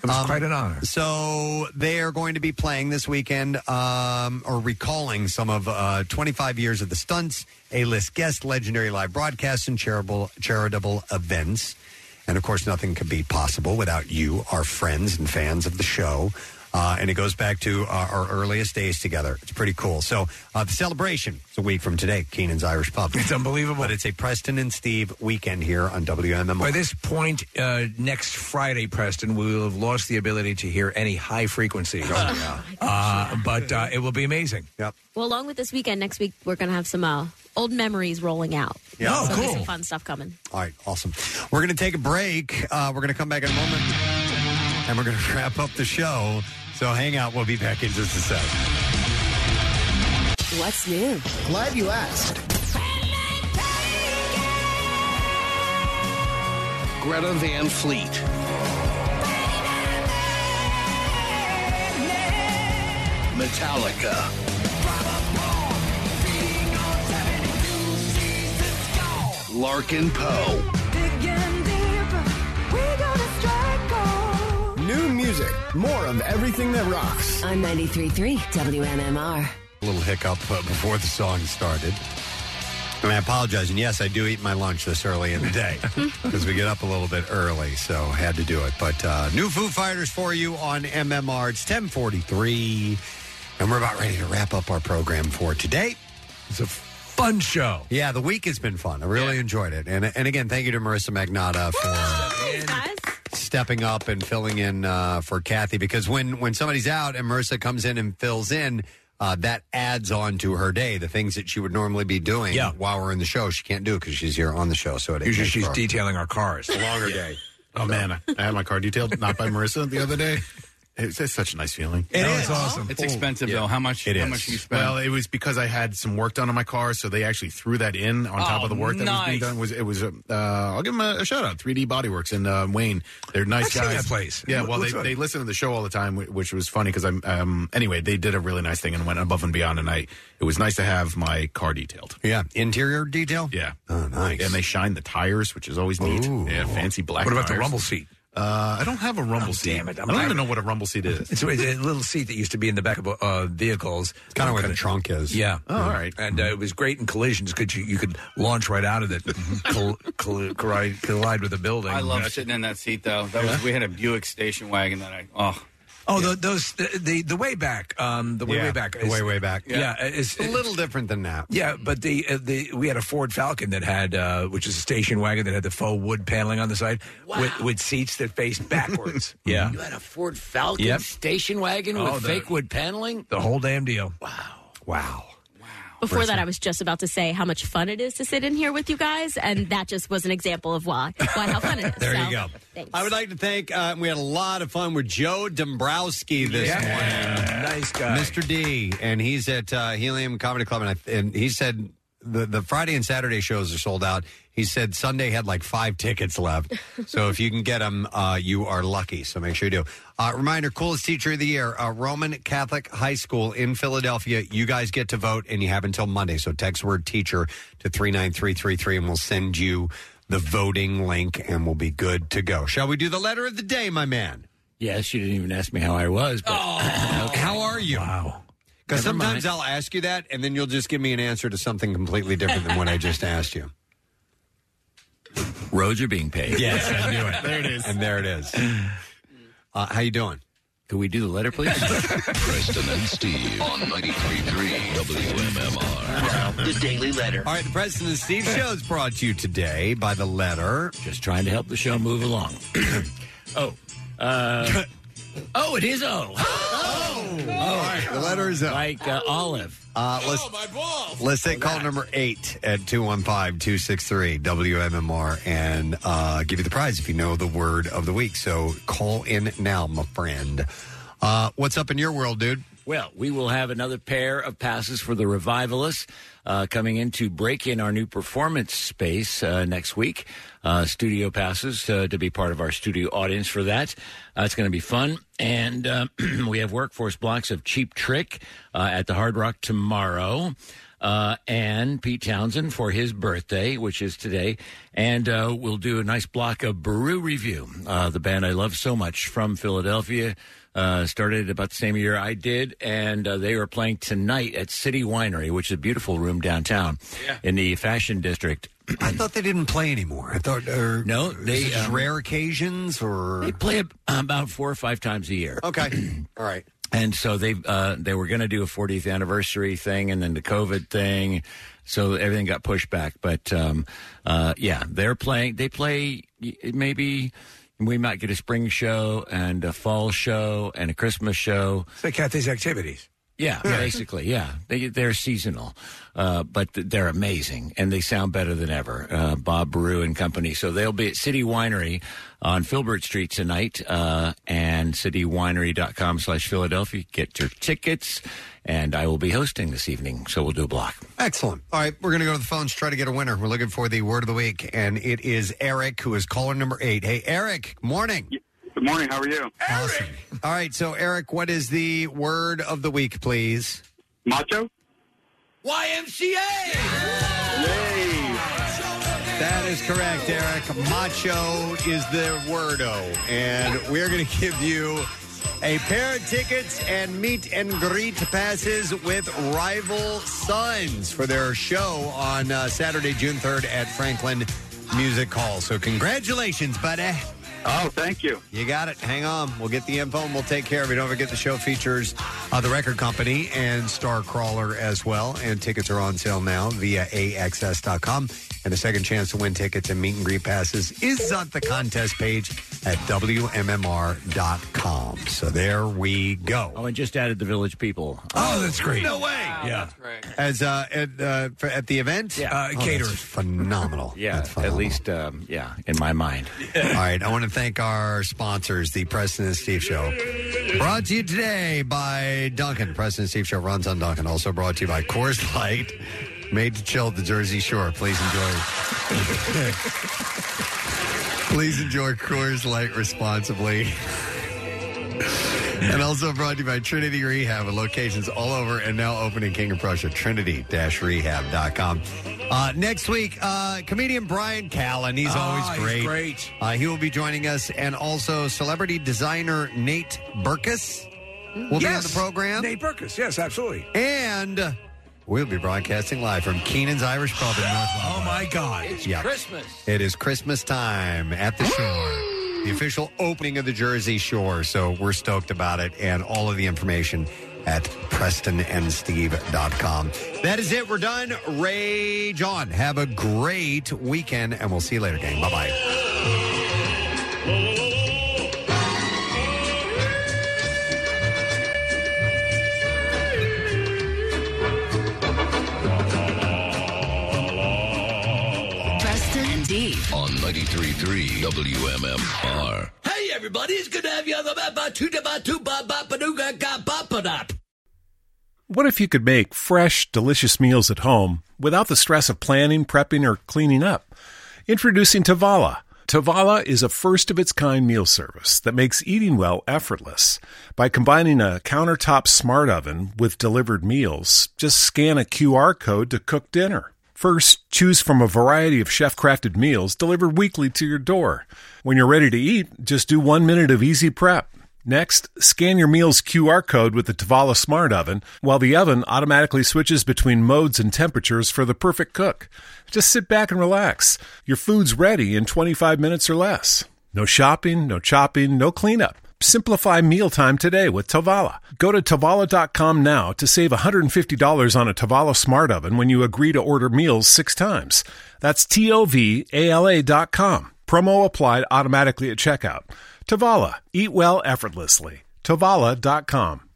It was Um, quite an honor. So they are going to be playing this weekend, um, or recalling some of uh, 25 years of the stunts, A-list guests, legendary live broadcasts, and charitable charitable events. And of course, nothing could be possible without you, our friends and fans of the show. Uh, and it goes back to uh, our earliest days together. It's pretty cool. So uh, the celebration is a week from today, Keenan's Irish Pub. It's unbelievable. But it's a Preston and Steve weekend here on WMMR. By this point uh, next Friday, Preston, we will have lost the ability to hear any high frequency. uh, but uh, it will be amazing. Yep. Well, along with this weekend, next week we're going to have some uh, old memories rolling out. Yeah. Oh, so there's cool. Some fun stuff coming. All right, awesome. We're going to take a break. Uh, we're going to come back in a moment, and we're going to wrap up the show. So hang out. We'll be back in just a sec. What's new? Glad you asked. Greta Van Fleet. Metallica. Larkin Poe. New music, more of everything that rocks. On 93.3 WMMR. A little hiccup uh, before the song started. And I apologize. And yes, I do eat my lunch this early in the day because we get up a little bit early, so had to do it. But uh, new Foo Fighters for you on MMR. It's ten forty three, and we're about ready to wrap up our program for today. It's a fun show. Yeah, the week has been fun. I really enjoyed it. And and again, thank you to Marissa Magnata for stepping up and filling in uh, for Kathy because when when somebody's out and Marissa comes in and fills in, uh, that adds on to her day. The things that she would normally be doing Yeah. while we're in the show, she can't do because she's here on the show. So it Usually she's for her. detailing our cars. A longer day. Oh man, I I had my car detailed not by Marissa the other day. It's, it's Oh, such a nice feeling. It No, is. it's awesome. It's expensive, though. How much- It how is. much you spend? Well, it was because I had some work done on my car, so they actually threw that in on top Oh, of the work that was being nice. done. It was it was? Uh, I'll give them a, a shout out. 3D Bodyworks in uh, Wayne. They're nice I've seen guys. that place. Yeah. It Well, they, looks good. they listen to the show all the time, wh- which was funny because I'm. Um, anyway, they did a really nice thing and went above and beyond, and I. It was nice to have my car detailed. Yeah, interior detail. Yeah. Oh, nice. And they shine the tires, which is always neat. Yeah, fancy black. What about the tires. rumble seat? Uh, I don't have a rumble seat. Damn it! I'm I do not even know what a rumble seat is. It's a, it's a little seat that used to be in the back of uh, vehicles. It's kind of where the trunk is. Yeah. Oh, all right. And uh, it was great in collisions because you, you could launch right out of it, col- col- collide, collide with a building. I love sitting in that seat though. That was we had a Buick station wagon that I oh Oh, tho- those the, the the way back, um, the way Yeah, way back, the way, way back. Yeah, Yeah. it's, A little different than that. Yeah, but the uh, the we had a Ford Falcon that had, uh, which is a station wagon that had the faux wood paneling on the side with, with seats that faced backwards. yeah, You had a Ford Falcon Yep. station wagon Oh, with the- fake wood paneling. the whole damn deal. Wow. Before that, I was just about to say how much fun it is to sit in here with you guys, and that just was an example of why why how fun it is. There So, you go. thanks. I would like to thank. Uh, we had a lot of fun with Joe Dombrowski this morning. Nice guy, Mr. D, and he's at uh, Helium Comedy Club, and, I, and he said the the Friday and Saturday shows are sold out. He said Sunday had like five tickets left, so if you can get them, uh, you are lucky. So make sure you do. Uh, reminder: coolest teacher of the year, uh, Roman Catholic High School in Philadelphia. You guys get to vote, and you have until Monday. So text word teacher to three nine three three three, and we'll send you the voting link, and we'll be good to go. Shall we do the letter of the day, my man? Oh, Yes, you didn't even ask me how I was. But How are you? Wow. Because Never sometimes I'll ask you that, and then you'll just give me an answer to something completely different than what I just asked you. roads are being paved. Yes, I knew it. There it is. And there it is. Uh, how you doing? Could we do the letter, please? Preston and Steve on 93.3 WMMR. The Daily Letter. All right, the President and Steve show is brought to you today by the letter. Just trying to help the show move along. oh, Uh, oh, it is O. Oh, all right. The letter is O. Like uh, olive. Uh, let's, Let's take call number eight at 215 263 WMMR and uh, give you the prize if you know the word of the week. So call in now, my friend. Uh, what's up in your world, dude? Well, we will have another pair of passes for the Revivalists uh, coming in to break in our new performance space uh, next week. Uh, studio passes uh, to be part of our studio audience for that. Uh, it's going to be fun. And uh, we have workforce blocks of Cheap Trick uh, at the Hard Rock tomorrow. Uh, and Pete Townsend for his birthday, which is today. And uh, we'll do a nice block of Baru Review, uh, the band I love so much from Philadelphia uh, started about the same year I did, and uh, they are playing tonight at City Winery, which is a beautiful room downtown in the Fashion District. I thought they didn't play anymore. I thought or no, they this um, rare occasions or they play ab- about four or five times a year. Okay, all right. And so they uh, they were going to do a 40th anniversary thing, and then the COVID thing, so everything got pushed back. But um, uh, yeah, they're playing. They play y- maybe. We might get a spring show and a fall show and a Christmas show. So Kathy's activities. Yeah, basically, yeah. They, they're seasonal, uh, but th- they're amazing, and they sound better than ever. Uh, Bob Brew and company. So they'll be at City Winery on Filbert Street tonight, uh, and citywinery.com slash Philadelphia. Get your tickets, and I will be hosting this evening, so we'll do a block. Excellent. All right, we're going to go to the phones, try to get a winner. We're looking for the word of the week, and it is Eric, who is caller number eight. Hey, Eric, morning. Good morning. How are you? Awesome. All right, so Eric, what is the word of the week, please? Macho. YMCA! That is correct, Eric. Macho is the wordo. And we're going to give you a pair of tickets and meet and greet passes with Rival Sons for their show on uh, Saturday, June 3rd at Franklin Music Hall. So, congratulations, buddy. Oh, thank you. You got it. Hang on. We'll get the info and we'll take care of it. Don't forget the show features uh, The Record Company and Star Crawler as well. And tickets are on sale now via AXS.com. And a second chance to win tickets and meet and greet passes is on the contest page at WMMR.com. So there we go. Oh, and just added the Village People. Oh, that's great. No way. yeah. As uh, at, uh, for, at the event? Yeah. Uh, that's caterers. phenomenal. Yeah, at least, um, yeah, in my mind. All right. I want to thank our sponsors, the Preston and Steve Show. Brought to you today by Duncan. Preston and Steve Show runs on Duncan. Also brought to you by Coors Light. Made to chill at the Jersey Shore. Please enjoy. Please enjoy Coors Light responsibly. and also brought to you by Trinity Rehab with locations all over and now open in King of Prussia, trinity-rehab.com. Uh, next week, uh, comedian Brian Callen. He's Ah, always he's great. great. Uh, he will be joining us, and also celebrity designer Nate Burkus will be on the program. Nate Burkus. Yes, absolutely. And we'll be broadcasting live from Keenan's Irish Pub in North Oh my God! It's Christmas. It is Christmas time at the shore. the official opening of the Jersey Shore. So we're stoked about it and all of the information at PrestonandSteve.com. That is it. We're done. Rage on. Have a great weekend and we'll see you later, gang. Bye bye. Preston and Steve. On 93.3 WMMR. Hey, everybody, it's good to have you on the map. Ba- two- da- ba- two- ba- ba- ba- doo- ga- ga- ba- ba- dop. What if you could make fresh, delicious meals at home without the stress of planning, prepping, or cleaning up? Introducing Tavala. Tavala is a first of its kind meal service that makes eating well effortless. By combining a countertop smart oven with delivered meals, just scan a QR code to cook dinner. First, choose from a variety of chef crafted meals delivered weekly to your door. When you're ready to eat, just do one minute of easy prep. Next, scan your meal's QR code with the Tavala Smart Oven, while the oven automatically switches between modes and temperatures for the perfect cook. Just sit back and relax. Your food's ready in 25 minutes or less. No shopping, no chopping, no cleanup. Simplify mealtime today with Tavala. Go to Tavala.com now to save $150 on a Tavala Smart Oven when you agree to order meals six times. That's T O V A L A.com. Promo applied automatically at checkout. Tavala. Eat well effortlessly. Tavala.com.